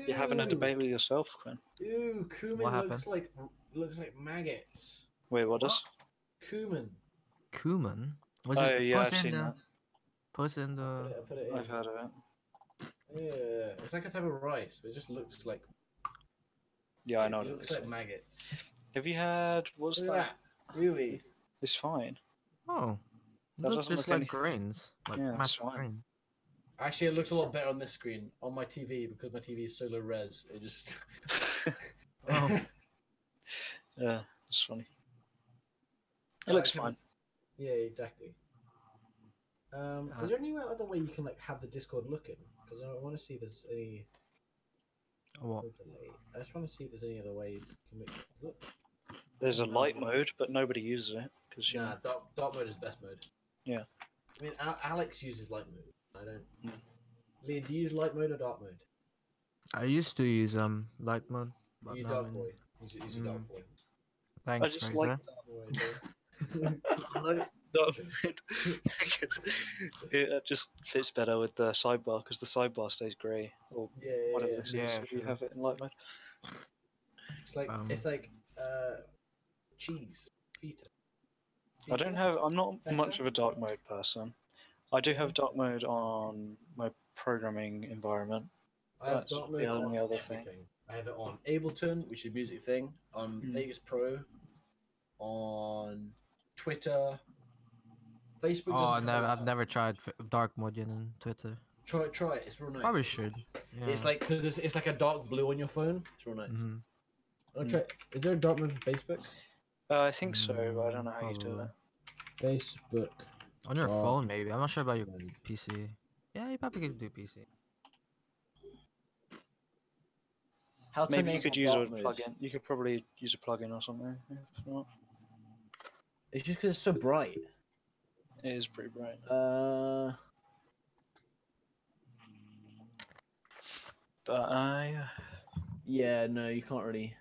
Speaker 3: You're having a
Speaker 2: Ew.
Speaker 3: debate with yourself, Quinn.
Speaker 2: Ew, cumin
Speaker 6: What
Speaker 2: looks
Speaker 6: happened?
Speaker 2: like looks like maggots.
Speaker 3: Wait, what does?
Speaker 2: Cumin.
Speaker 6: Kuman? Was
Speaker 3: Oh,
Speaker 6: it
Speaker 3: yeah, I've
Speaker 6: post in
Speaker 3: seen
Speaker 6: the
Speaker 3: that.
Speaker 6: post in
Speaker 2: I
Speaker 6: the
Speaker 2: put it, I put it
Speaker 3: I've
Speaker 2: in.
Speaker 3: heard of it.
Speaker 2: Yeah, it's like a type of rice, but it just looks like
Speaker 3: Yeah, I know.
Speaker 2: it
Speaker 3: what it
Speaker 2: looks
Speaker 3: is.
Speaker 2: like maggots.
Speaker 3: Have you had? What's
Speaker 2: Look
Speaker 3: that?
Speaker 2: at that. Really?
Speaker 3: It's fine.
Speaker 6: Oh.
Speaker 3: That
Speaker 6: Look
Speaker 3: doesn't look
Speaker 6: just like
Speaker 3: any-
Speaker 6: grains. Like
Speaker 3: Yeah, it's
Speaker 6: mashed
Speaker 3: fine.
Speaker 6: grain.
Speaker 2: Actually, it looks a lot better on this screen on my TV because my TV is so low res. It just
Speaker 6: Oh.
Speaker 3: yeah, it's funny. It
Speaker 2: Oh,
Speaker 3: looks
Speaker 2: I can-
Speaker 3: fine.
Speaker 2: yeah, exactly. Um,
Speaker 6: Uh,
Speaker 2: is there any other way you can like have the Discord looking? Because I want to see if there's any
Speaker 6: Oh, What?
Speaker 2: overlay. I just want to see if there's any other ways you can make it look.
Speaker 3: There's a light mode, but nobody uses it because you
Speaker 2: Nah,
Speaker 3: know,
Speaker 2: dark, dark mode is best mode.
Speaker 3: Yeah.
Speaker 2: I mean, Al- Alex uses light mode. I don't.
Speaker 3: Hmm.
Speaker 2: Liam, do you use light mode or dark mode?
Speaker 6: I used to use um light mode. But
Speaker 2: you
Speaker 6: now
Speaker 2: dark
Speaker 6: I'm-
Speaker 2: boy. He's, a- he's
Speaker 3: hmm.
Speaker 2: a dark
Speaker 6: Mm.
Speaker 3: I
Speaker 2: boy.
Speaker 6: Thanks,
Speaker 3: just
Speaker 6: Fraser.
Speaker 3: like
Speaker 2: Boy, boy.
Speaker 3: I like dark mode because it uh, just fits better with the sidebar because the sidebar stays grey or
Speaker 2: yeah, yeah,
Speaker 3: whatever
Speaker 2: yeah.
Speaker 3: this is
Speaker 6: Yeah,
Speaker 3: if you
Speaker 6: true.
Speaker 3: have it in light mode.
Speaker 2: It's like
Speaker 6: Um,
Speaker 2: it's like uh, cheese feta.
Speaker 3: I don't have. I'm not much
Speaker 2: Better?
Speaker 3: of a dark mode person. I do have dark mode on my programming environment.
Speaker 2: I have
Speaker 3: That's
Speaker 2: dark
Speaker 3: the
Speaker 2: mode on
Speaker 3: only other thing.
Speaker 2: everything. I have it on Ableton, which is a music thing. On
Speaker 6: Hmm.
Speaker 3: Mm.
Speaker 2: Vegas Pro. On Twitter. Facebook.
Speaker 6: Oh,
Speaker 2: doesn't
Speaker 6: no,
Speaker 2: have it.
Speaker 6: I've never tried f- dark mode yet on Twitter.
Speaker 2: Try it. Try it. It's real nice.
Speaker 6: Probably should. Yeah.
Speaker 2: It's like because it's, it's like a dark blue on your phone. It's real nice.
Speaker 6: Mhm.
Speaker 2: I'll try. Is there a dark mode for Facebook?
Speaker 3: Uh, I think so, but I don't know how you do
Speaker 6: Probably.
Speaker 3: it.
Speaker 2: Facebook.
Speaker 6: on your
Speaker 2: Oh.
Speaker 6: phone maybe. I'm not sure about your
Speaker 2: mode.
Speaker 6: PC. Yeah, you probably could do PC.
Speaker 7: How to
Speaker 3: Maybe you
Speaker 7: enable
Speaker 3: could use a
Speaker 7: dark modes.
Speaker 3: plugin. You could probably use a plugin or something. If not,
Speaker 7: It's just because it's so bright.
Speaker 3: it is pretty bright.
Speaker 7: Uh,
Speaker 3: But uh, I,
Speaker 7: yeah, no, you can't really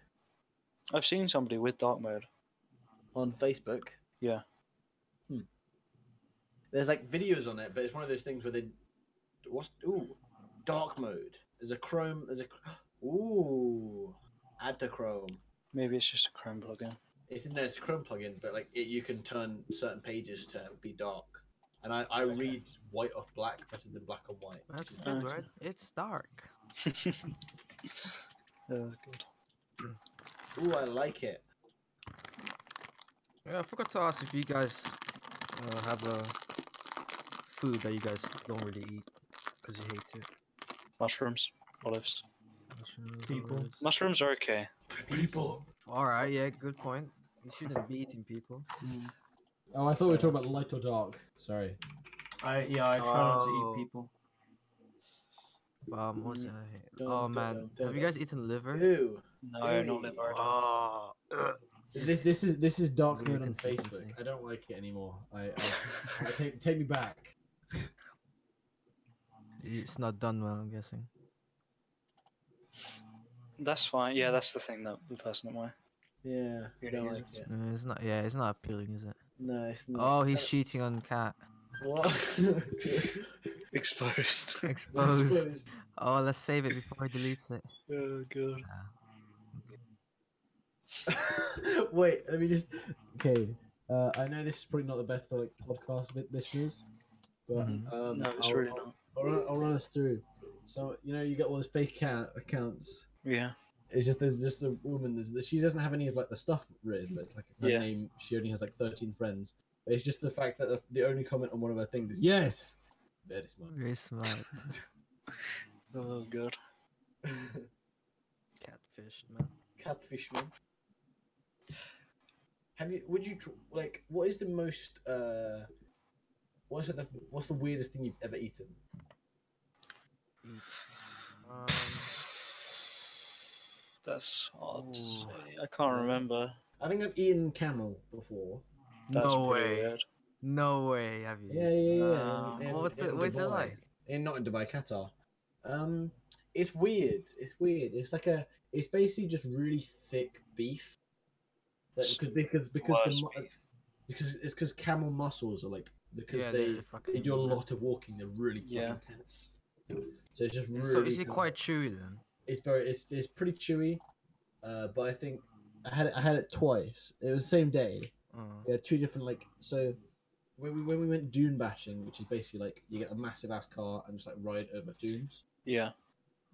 Speaker 3: I've seen somebody with dark mode.
Speaker 7: on Facebook.
Speaker 3: Yeah.
Speaker 7: Hmm.
Speaker 2: There's like videos on it, but it's one of those things where they. What's ooh, dark mode. There's a Chrome. There's a ooh, add to Chrome.
Speaker 3: Maybe it's just a Chrome plugin.
Speaker 2: It's in there. It's a Chrome plugin, but like it, you can turn certain pages to be dark. And I, I read white off black better than black on white. which
Speaker 6: That's
Speaker 2: is
Speaker 6: a
Speaker 3: Uh,
Speaker 6: good word. It's dark.
Speaker 3: Oh, good.
Speaker 2: nice. Ooh, I like it.
Speaker 6: Yeah, I forgot to ask if you guys uh, have a food that you guys don't really eat because you hate it.
Speaker 3: Mushrooms, olives.
Speaker 6: Mushrooms,
Speaker 1: People.
Speaker 6: olives.
Speaker 3: Mushrooms are okay.
Speaker 2: People.
Speaker 6: All right, yeah, good point. You shouldn't be eating people.
Speaker 2: Oh, I thought we were talking about light or dark. Sorry.
Speaker 1: I yeah, I try not to
Speaker 6: Oh.
Speaker 1: eat people.
Speaker 6: Um, what's
Speaker 7: Mm,
Speaker 6: that? I hate?
Speaker 7: don't-
Speaker 6: Oh
Speaker 7: don't-
Speaker 6: man,
Speaker 7: don't-
Speaker 6: have you guys eaten liver?
Speaker 2: Ew.
Speaker 3: No, not
Speaker 2: Really?
Speaker 3: liver.
Speaker 6: Oh, ugh.
Speaker 2: This this is this is dark
Speaker 6: Really
Speaker 2: mode on
Speaker 6: consistency.
Speaker 2: Facebook. I don't like it anymore. I, I, I take take me back.
Speaker 6: it's not done well. I'm guessing.
Speaker 3: That's fine. Yeah, that's the thing that the person at my.
Speaker 7: Yeah, I
Speaker 3: Really
Speaker 7: don't like
Speaker 3: isn't.
Speaker 7: it.
Speaker 6: Uh, It's not. Yeah, it's not appealing, is it?
Speaker 7: No, it's not.
Speaker 6: Oh, he's cheating on cat.
Speaker 7: What?
Speaker 3: Exposed.
Speaker 6: Exposed. Oh, let's save it before he deletes it.
Speaker 3: oh god.
Speaker 2: Wait, let me just. Okay, uh, I know this is probably not the best for like podcast vi- listeners, but
Speaker 6: Mhm.
Speaker 2: um,
Speaker 3: No, it's
Speaker 2: I'll,
Speaker 3: really
Speaker 2: I'll-
Speaker 3: not.
Speaker 2: I'll, run, I'll run us through. So you know you got all these fake account, accounts.
Speaker 3: Yeah.
Speaker 2: It's just there's just a woman. There's she doesn't have any of like the stuff written, but like her
Speaker 3: Yeah.
Speaker 2: name, she only has like 13 friends. But it's just the fact that the, the only comment on one of her things is yes. Very smart.
Speaker 6: Very smart.
Speaker 3: Oh god.
Speaker 6: Catfished man.
Speaker 2: Catfish man. Have you? Would you tr- like? What is the most? uh What's the What's the weirdest thing you've ever eaten?
Speaker 6: Um,
Speaker 3: That's hard to
Speaker 6: Ooh.
Speaker 3: say. I can't remember.
Speaker 2: I think I've eaten camel before.
Speaker 3: That's
Speaker 6: no
Speaker 3: pretty
Speaker 6: way.
Speaker 3: Weird.
Speaker 6: No way, have you? Um,
Speaker 2: Yeah, yeah, yeah.
Speaker 6: Nah,
Speaker 2: in- in-
Speaker 6: what's
Speaker 2: in
Speaker 6: it? What's it
Speaker 2: Dubai.
Speaker 6: like?
Speaker 2: In not in Dubai, Qatar. Um, it's weird. It's weird. It's like a. It's basically just really thick beef. That,
Speaker 3: S-
Speaker 2: because because because the,
Speaker 3: worse
Speaker 2: mu- because it's because camel muscles are like because
Speaker 6: Yeah,
Speaker 2: they
Speaker 6: they're
Speaker 2: they
Speaker 6: fucking-
Speaker 2: do a lot of walking. They're really
Speaker 3: Yeah.
Speaker 2: fucking tense. So it's just
Speaker 6: Yeah,
Speaker 2: really.
Speaker 6: So is
Speaker 2: kind
Speaker 6: it
Speaker 2: of-
Speaker 6: quite chewy then?
Speaker 2: it's very it's it's pretty chewy, uh, but I think I had it, I had it twice. It was the same day.
Speaker 6: Oh,
Speaker 2: We had two different like so. When we, when we went dune bashing, which is basically like you get a massive ass car and just like ride over dunes,
Speaker 3: Yeah.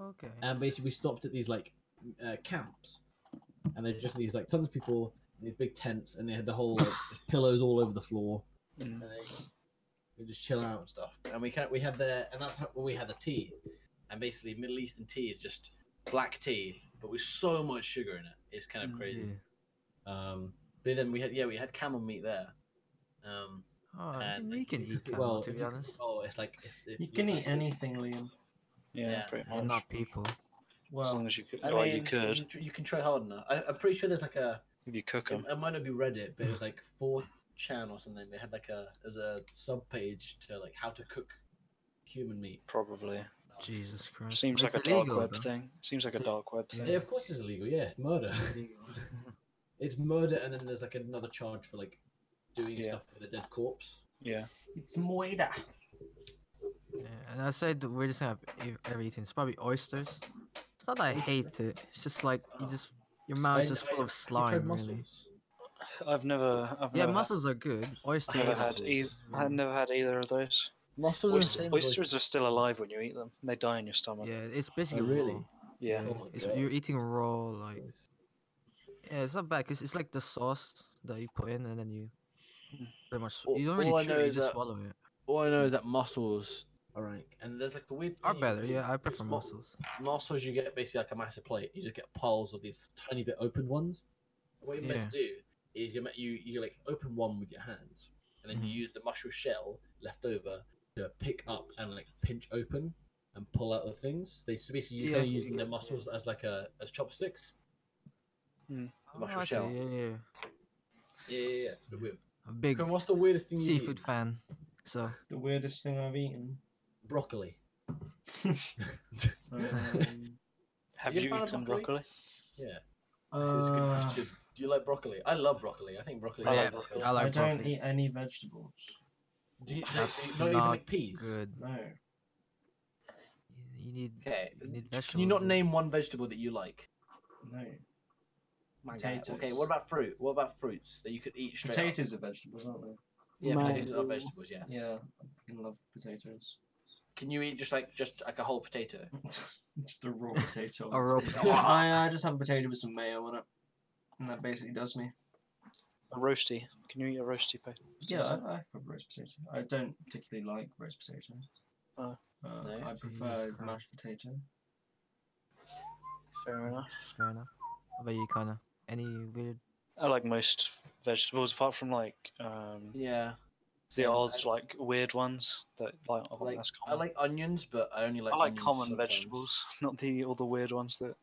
Speaker 6: okay.
Speaker 2: and basically we stopped at these like uh, camps, and they're just these like tons of people, in these big tents, and they had the whole like, just pillows all over the floor, and
Speaker 3: Mm.
Speaker 2: they, we just chill out and stuff. And we can we had the and that's how well, we had the tea, and basically Middle Eastern tea is just black tea, but with so much sugar in it, it's kind of
Speaker 3: Mm,
Speaker 2: crazy. Um, but then we had yeah we had camel meat there. Um,
Speaker 6: Oh, I
Speaker 2: and
Speaker 6: think we can eat camel,
Speaker 2: well
Speaker 6: to
Speaker 2: if
Speaker 6: be
Speaker 2: you-
Speaker 6: honest.
Speaker 2: Oh, it's like it's, it
Speaker 1: You can
Speaker 2: looks-
Speaker 1: eat anything, Liam.
Speaker 3: Yeah,
Speaker 2: Yeah.
Speaker 3: pretty
Speaker 6: Well,
Speaker 3: much.
Speaker 6: not people.
Speaker 3: as
Speaker 1: Well,
Speaker 3: long as you could.
Speaker 2: I
Speaker 1: Oh,
Speaker 3: well, you
Speaker 2: mean,
Speaker 3: could
Speaker 2: tr- You can try hard enough. I, I'm pretty sure there's like a.
Speaker 3: if you cook them.
Speaker 2: It, it might not be Reddit, but it was like four chan or something. They had like a there's a sub page to like how to cook human meat.
Speaker 3: Probably.
Speaker 6: Jesus Christ.
Speaker 3: Seems like
Speaker 6: But
Speaker 3: a
Speaker 6: it's
Speaker 3: dark
Speaker 6: illegal,
Speaker 3: web
Speaker 6: though.
Speaker 3: thing. Seems like a
Speaker 2: It's-
Speaker 3: dark web
Speaker 2: Yeah,
Speaker 3: thing.
Speaker 2: of course it's illegal. Yeah, it's murder. it's murder, and then there's like another charge for like doing
Speaker 3: Yeah.
Speaker 2: stuff with a dead corpse.
Speaker 3: Yeah.
Speaker 1: it's moeda.
Speaker 6: Yeah, and I said the weirdest thing I've e- ever eaten. It's probably oysters. It's not that I hate it. It's just like you
Speaker 2: Oh.
Speaker 6: just your mouth's
Speaker 2: I-
Speaker 6: just
Speaker 2: I-
Speaker 6: full of
Speaker 2: have you tried
Speaker 6: slime, really.
Speaker 2: mussels?
Speaker 3: I've never. I've
Speaker 6: Yeah,
Speaker 3: never
Speaker 6: mussels are good. Oysters.
Speaker 3: Had, never
Speaker 6: are
Speaker 3: had.
Speaker 6: good.
Speaker 3: Either, I've never had either of those.
Speaker 2: Mussels are the
Speaker 3: Oyster,
Speaker 2: same. as
Speaker 3: oysters are still alive when you eat them. They die in your stomach.
Speaker 6: Yeah, it's basically
Speaker 2: really?
Speaker 6: raw.
Speaker 3: Yeah.
Speaker 2: Oh my
Speaker 6: it's,
Speaker 2: God.
Speaker 6: you're eating raw. Like,
Speaker 2: oysters.
Speaker 6: yeah, it's not bad because it's like the sauce that you put in, and then you
Speaker 3: Mm.
Speaker 6: pretty much
Speaker 7: All-
Speaker 6: you don't
Speaker 7: all I
Speaker 6: really chew.
Speaker 7: know
Speaker 6: it, You
Speaker 7: is
Speaker 6: just
Speaker 7: that-
Speaker 6: swallow it.
Speaker 7: All I know is that mussels
Speaker 2: All right, and there's like a weird.
Speaker 6: Are
Speaker 2: thing you
Speaker 6: better.
Speaker 2: can do.
Speaker 6: Yeah, I
Speaker 2: It's
Speaker 6: prefer
Speaker 2: mu-
Speaker 6: mussels.
Speaker 2: Mussels, you get basically like a massive plate. You just get piles of these tiny bit open ones. What you're meant to do is you you you like open one with your hands, and then you
Speaker 6: Mhm.
Speaker 2: use the mushroom shell left over to pick up and like pinch open and pull out the things. They so basically you
Speaker 6: Yeah,
Speaker 2: kind of
Speaker 6: you
Speaker 2: using their
Speaker 6: get-
Speaker 2: mussels as like a as chopsticks.
Speaker 6: Oh,
Speaker 2: mushroom
Speaker 6: actually,
Speaker 2: shell.
Speaker 6: Yeah, yeah.
Speaker 2: Yeah, yeah, yeah. It's a bit weird.
Speaker 6: A big
Speaker 2: Kieran, what's the weirdest thing you
Speaker 6: seafood
Speaker 2: eat?
Speaker 6: fan. So
Speaker 1: The weirdest thing I've eaten.
Speaker 2: Broccoli.
Speaker 1: Um,
Speaker 3: Have
Speaker 2: You
Speaker 3: you,
Speaker 2: found a
Speaker 3: eaten
Speaker 2: broccoli?
Speaker 3: broccoli?
Speaker 2: Yeah, this is a good
Speaker 1: uh,
Speaker 2: question. Do you like broccoli? I love broccoli. I think broccoli.
Speaker 3: I
Speaker 2: is
Speaker 3: like
Speaker 2: good.
Speaker 3: broccoli.
Speaker 6: I like
Speaker 1: I don't
Speaker 6: broccoli.
Speaker 1: eat any vegetables.
Speaker 2: Do you, do you-
Speaker 6: That's
Speaker 2: not even
Speaker 6: not
Speaker 2: like peas?
Speaker 6: good.
Speaker 1: No.
Speaker 6: You- You need
Speaker 2: Okay.
Speaker 6: You need
Speaker 2: Can you not
Speaker 6: vegetables in-
Speaker 2: name one vegetable that you like?
Speaker 1: No.
Speaker 2: Okay, Okay,
Speaker 1: Potatoes.
Speaker 2: what about fruit? What about fruits that you could eat straight? up?
Speaker 1: Potatoes are vegetables, aren't they?
Speaker 2: Yeah,
Speaker 4: Mango.
Speaker 2: potatoes are vegetables. Yes.
Speaker 1: Yeah. I fucking love potatoes.
Speaker 2: Can you eat just like just like a whole potato?
Speaker 1: just a raw potato.
Speaker 6: a rope.
Speaker 1: I, I just have a potato with some mayo on it. And that basically does me.
Speaker 3: A roasty. Can you eat a roasty potato?
Speaker 1: Yeah, I, I have roast potato. I don't particularly like roast potatoes.
Speaker 3: Oh.
Speaker 1: Uh, I
Speaker 2: No?
Speaker 6: Jesus
Speaker 1: prefer
Speaker 6: Christ.
Speaker 1: mashed potato.
Speaker 3: Fair enough.
Speaker 6: Fair enough. How about you, Connor? Any weird?
Speaker 3: I like most vegetables, apart from like um,
Speaker 2: Yeah.
Speaker 3: the
Speaker 2: Same.
Speaker 3: odd
Speaker 2: I,
Speaker 3: like weird ones that like, I
Speaker 2: like,
Speaker 3: like that's
Speaker 2: I
Speaker 3: common.
Speaker 2: like onions, but I only like.
Speaker 3: I like
Speaker 2: onions
Speaker 3: common
Speaker 2: sometimes.
Speaker 3: vegetables, not the all the weird ones that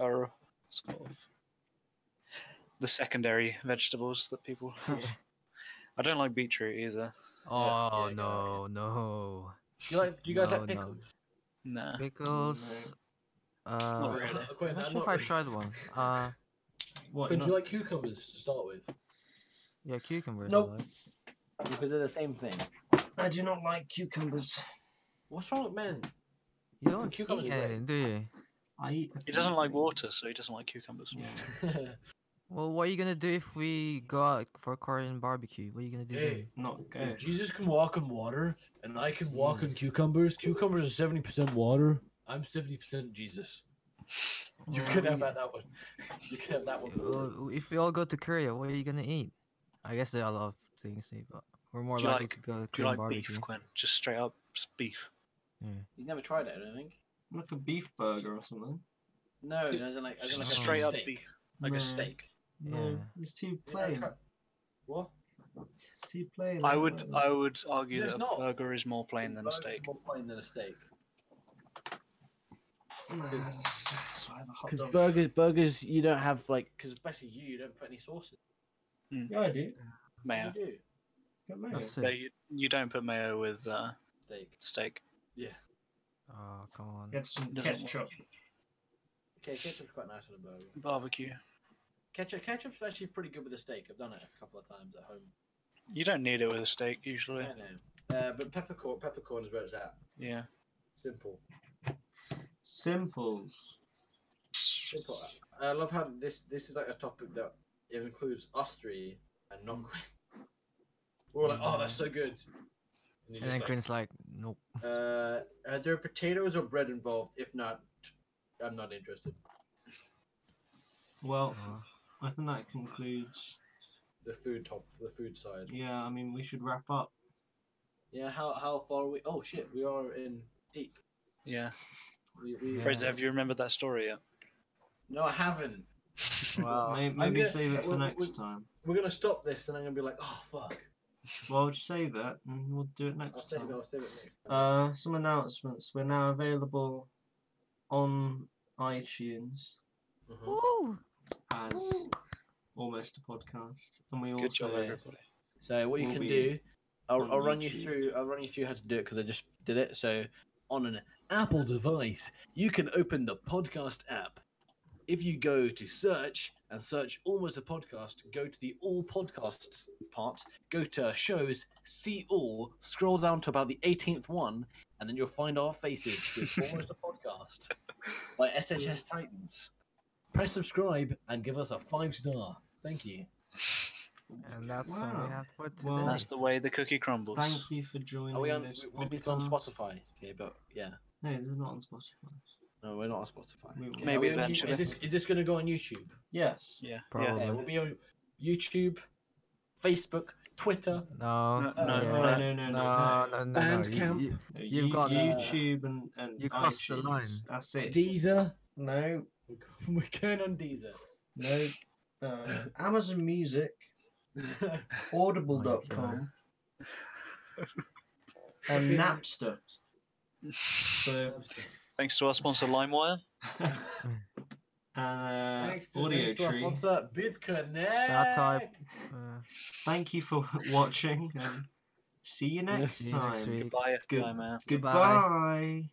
Speaker 3: are sort of the secondary vegetables that people. Have. I don't like beetroot either.
Speaker 6: Oh
Speaker 2: yeah,
Speaker 6: no, no.
Speaker 2: Do you like? Do you guys
Speaker 6: No,
Speaker 2: like
Speaker 6: no.
Speaker 2: pickles?
Speaker 3: Nah.
Speaker 6: Pickles.
Speaker 3: Not
Speaker 6: Uh,
Speaker 3: really.
Speaker 6: I'm not sure if I tried one. Uh,
Speaker 1: What?
Speaker 2: But do
Speaker 1: not-
Speaker 2: you like cucumbers to start with?
Speaker 6: yeah, cucumbers. I
Speaker 1: Nope.
Speaker 6: like.
Speaker 2: Because they're the same thing.
Speaker 1: I do not like cucumbers.
Speaker 2: What's wrong with men?
Speaker 6: You don't
Speaker 2: Cucumbers
Speaker 6: eat
Speaker 2: are great.
Speaker 6: anything, do you?
Speaker 1: I eat. a
Speaker 3: He
Speaker 1: few
Speaker 3: doesn't like
Speaker 1: things.
Speaker 3: water, so he doesn't like cucumbers.
Speaker 6: Well, what are you gonna do if we go out for a Korean barbecue? What are you gonna do?
Speaker 2: Hey,
Speaker 6: then?
Speaker 1: Not
Speaker 2: If
Speaker 1: good.
Speaker 2: Jesus can walk on water, and I can walk on
Speaker 6: Jesus.
Speaker 2: cucumbers, cucumbers are seventy percent water. I'm seventy percent Jesus. You
Speaker 6: Well,
Speaker 2: could have
Speaker 6: we-
Speaker 2: had that one. You could have that one. for free.
Speaker 6: well, if we all go to Korea, what are you gonna eat? I guess there are a lot of things to eat, but we're more
Speaker 3: Do you
Speaker 6: likely
Speaker 3: like-
Speaker 6: to go
Speaker 3: Do
Speaker 6: to
Speaker 3: you
Speaker 6: Korean
Speaker 3: like
Speaker 6: barbecue.
Speaker 3: beef, Quinn? Just straight up s- beef.
Speaker 2: You've never tried it, I don't think.
Speaker 1: Like a beef burger or something.
Speaker 2: No, it doesn't like, as in like
Speaker 6: Just
Speaker 2: a
Speaker 3: straight up
Speaker 2: steak.
Speaker 3: beef, like
Speaker 1: No.
Speaker 3: a steak.
Speaker 6: yeah.
Speaker 1: it's too
Speaker 2: You never
Speaker 1: plain.
Speaker 2: tried- What?
Speaker 1: It's too plain.
Speaker 3: I
Speaker 1: like
Speaker 3: would,
Speaker 1: that.
Speaker 3: I would argue
Speaker 2: No,
Speaker 3: that
Speaker 2: it's
Speaker 3: a
Speaker 2: not.
Speaker 3: burger is more plain than a
Speaker 2: Burger's
Speaker 3: steak.
Speaker 2: More plain than a steak.
Speaker 1: Nah, that's- that's why I have a hot
Speaker 7: because
Speaker 1: dog.
Speaker 7: burgers, burgers, you don't have like
Speaker 2: Because especially you, you don't put any sauce in.
Speaker 1: Yeah, I do.
Speaker 3: Mayo.
Speaker 2: You do.
Speaker 1: But mayo.
Speaker 6: That's it.
Speaker 3: They, you don't put mayo with uh,
Speaker 2: Steak.
Speaker 3: steak.
Speaker 6: Oh, come on.
Speaker 1: Get some
Speaker 3: Doesn't work.
Speaker 1: ketchup.
Speaker 2: Okay, ketchup's quite nice on a burger.
Speaker 3: Barbecue.
Speaker 2: Ketchup, ketchup's actually pretty good with a steak. I've done it a couple of times at home.
Speaker 3: You don't need it with a steak usually.
Speaker 2: I know. Uh, but peppercorn, peppercorn is where it's at.
Speaker 3: Yeah.
Speaker 2: Simple.
Speaker 1: Simples.
Speaker 2: Simple. I I love how this this is like a topic that it includes us three and not Quinn. We're all like, oh, that's so good. And, you
Speaker 6: And
Speaker 2: just
Speaker 6: then
Speaker 2: like,
Speaker 6: Quinn's like, nope.
Speaker 2: uh, are there potatoes or bread involved? If not, I'm not interested.
Speaker 3: Oh.
Speaker 1: Well,
Speaker 6: uh,
Speaker 1: I think that concludes.
Speaker 2: The food top, the food side.
Speaker 1: Yeah, I mean, we should wrap up.
Speaker 2: Yeah, how how far are we? Oh shit, we are in deep.
Speaker 3: Yeah.
Speaker 2: We, we, uh,
Speaker 6: Yeah.
Speaker 3: Fraser, have you remembered that story yet?
Speaker 2: No, I haven't.
Speaker 6: Wow.
Speaker 1: May-
Speaker 2: Uh, I'm
Speaker 1: Maybe
Speaker 2: gonna-
Speaker 1: save it for
Speaker 2: well,
Speaker 1: next
Speaker 2: we-
Speaker 1: time.
Speaker 2: We're gonna stop this, and I'm gonna be like, oh fuck.
Speaker 1: Well, just save it and we'll do it
Speaker 2: I'll
Speaker 1: next
Speaker 2: save it.
Speaker 1: time.
Speaker 2: I'll save it next. Time.
Speaker 1: Uh, some announcements. We're now available on iTunes
Speaker 2: Mhm.
Speaker 8: Ooh.
Speaker 1: as almost a podcast, and we
Speaker 3: Good job,
Speaker 1: also
Speaker 3: everybody.
Speaker 2: So what you
Speaker 1: will
Speaker 2: can
Speaker 1: be
Speaker 2: do, I'll,
Speaker 1: on
Speaker 2: I'll run
Speaker 1: YouTube.
Speaker 2: you through. I'll run you through how to do it because I just did it. So on an Apple device, you can open the podcast app. If you go to search and search almost a podcast, go to the all podcasts part, go to shows, see all, scroll down to about the 18th one, and then you'll find our faces with almost a podcast by SHS Titans. Press subscribe and give us a five star. Thank you.
Speaker 6: and that's all
Speaker 1: Wow.
Speaker 6: we had for today.
Speaker 1: Well,
Speaker 3: That's the way the cookie crumbles.
Speaker 1: Thank you for joining
Speaker 2: Are we on?
Speaker 1: this
Speaker 2: We,
Speaker 1: podcast.
Speaker 2: we're on Spotify. Okay, but yeah.
Speaker 1: No, they're not on Spotify.
Speaker 2: No, we're not on Spotify.
Speaker 1: We-
Speaker 2: Okay,
Speaker 1: Maybe
Speaker 2: are we on YouTube?
Speaker 3: eventually.
Speaker 2: Is this, is this going to go on YouTube?
Speaker 1: Yes.
Speaker 3: Yeah.
Speaker 6: Probably.
Speaker 2: Yeah, we'll be on YouTube, Facebook, Twitter.
Speaker 6: No,
Speaker 3: No, no,
Speaker 6: yeah.
Speaker 1: No, no, no, no,
Speaker 6: no,
Speaker 1: no.
Speaker 6: no, no, no. You,
Speaker 2: Bandcamp.
Speaker 6: you-
Speaker 1: No,
Speaker 6: You've
Speaker 1: you-
Speaker 6: got, uh,
Speaker 1: YouTube and, and
Speaker 6: you crossed the
Speaker 1: iTunes.
Speaker 6: line.
Speaker 1: That's it.
Speaker 2: Deezer.
Speaker 1: no,
Speaker 2: We're go- We're going on Deezer.
Speaker 1: no. Uh, Amazon Music,
Speaker 6: Oh
Speaker 1: Audible.com, and Napster. So
Speaker 3: Thanks to our sponsor, LimeWire.
Speaker 1: and
Speaker 2: Thanks
Speaker 1: uh,
Speaker 2: to,
Speaker 1: Audio
Speaker 2: thanks to our
Speaker 1: Tree.
Speaker 2: sponsor, BitConnect.
Speaker 6: type. uh,
Speaker 1: Thank you for watching. And see you next
Speaker 6: see you
Speaker 1: time.
Speaker 6: next week.
Speaker 3: Bye,
Speaker 1: Good-
Speaker 3: FBI man.
Speaker 1: Goodbye.
Speaker 6: Goodbye.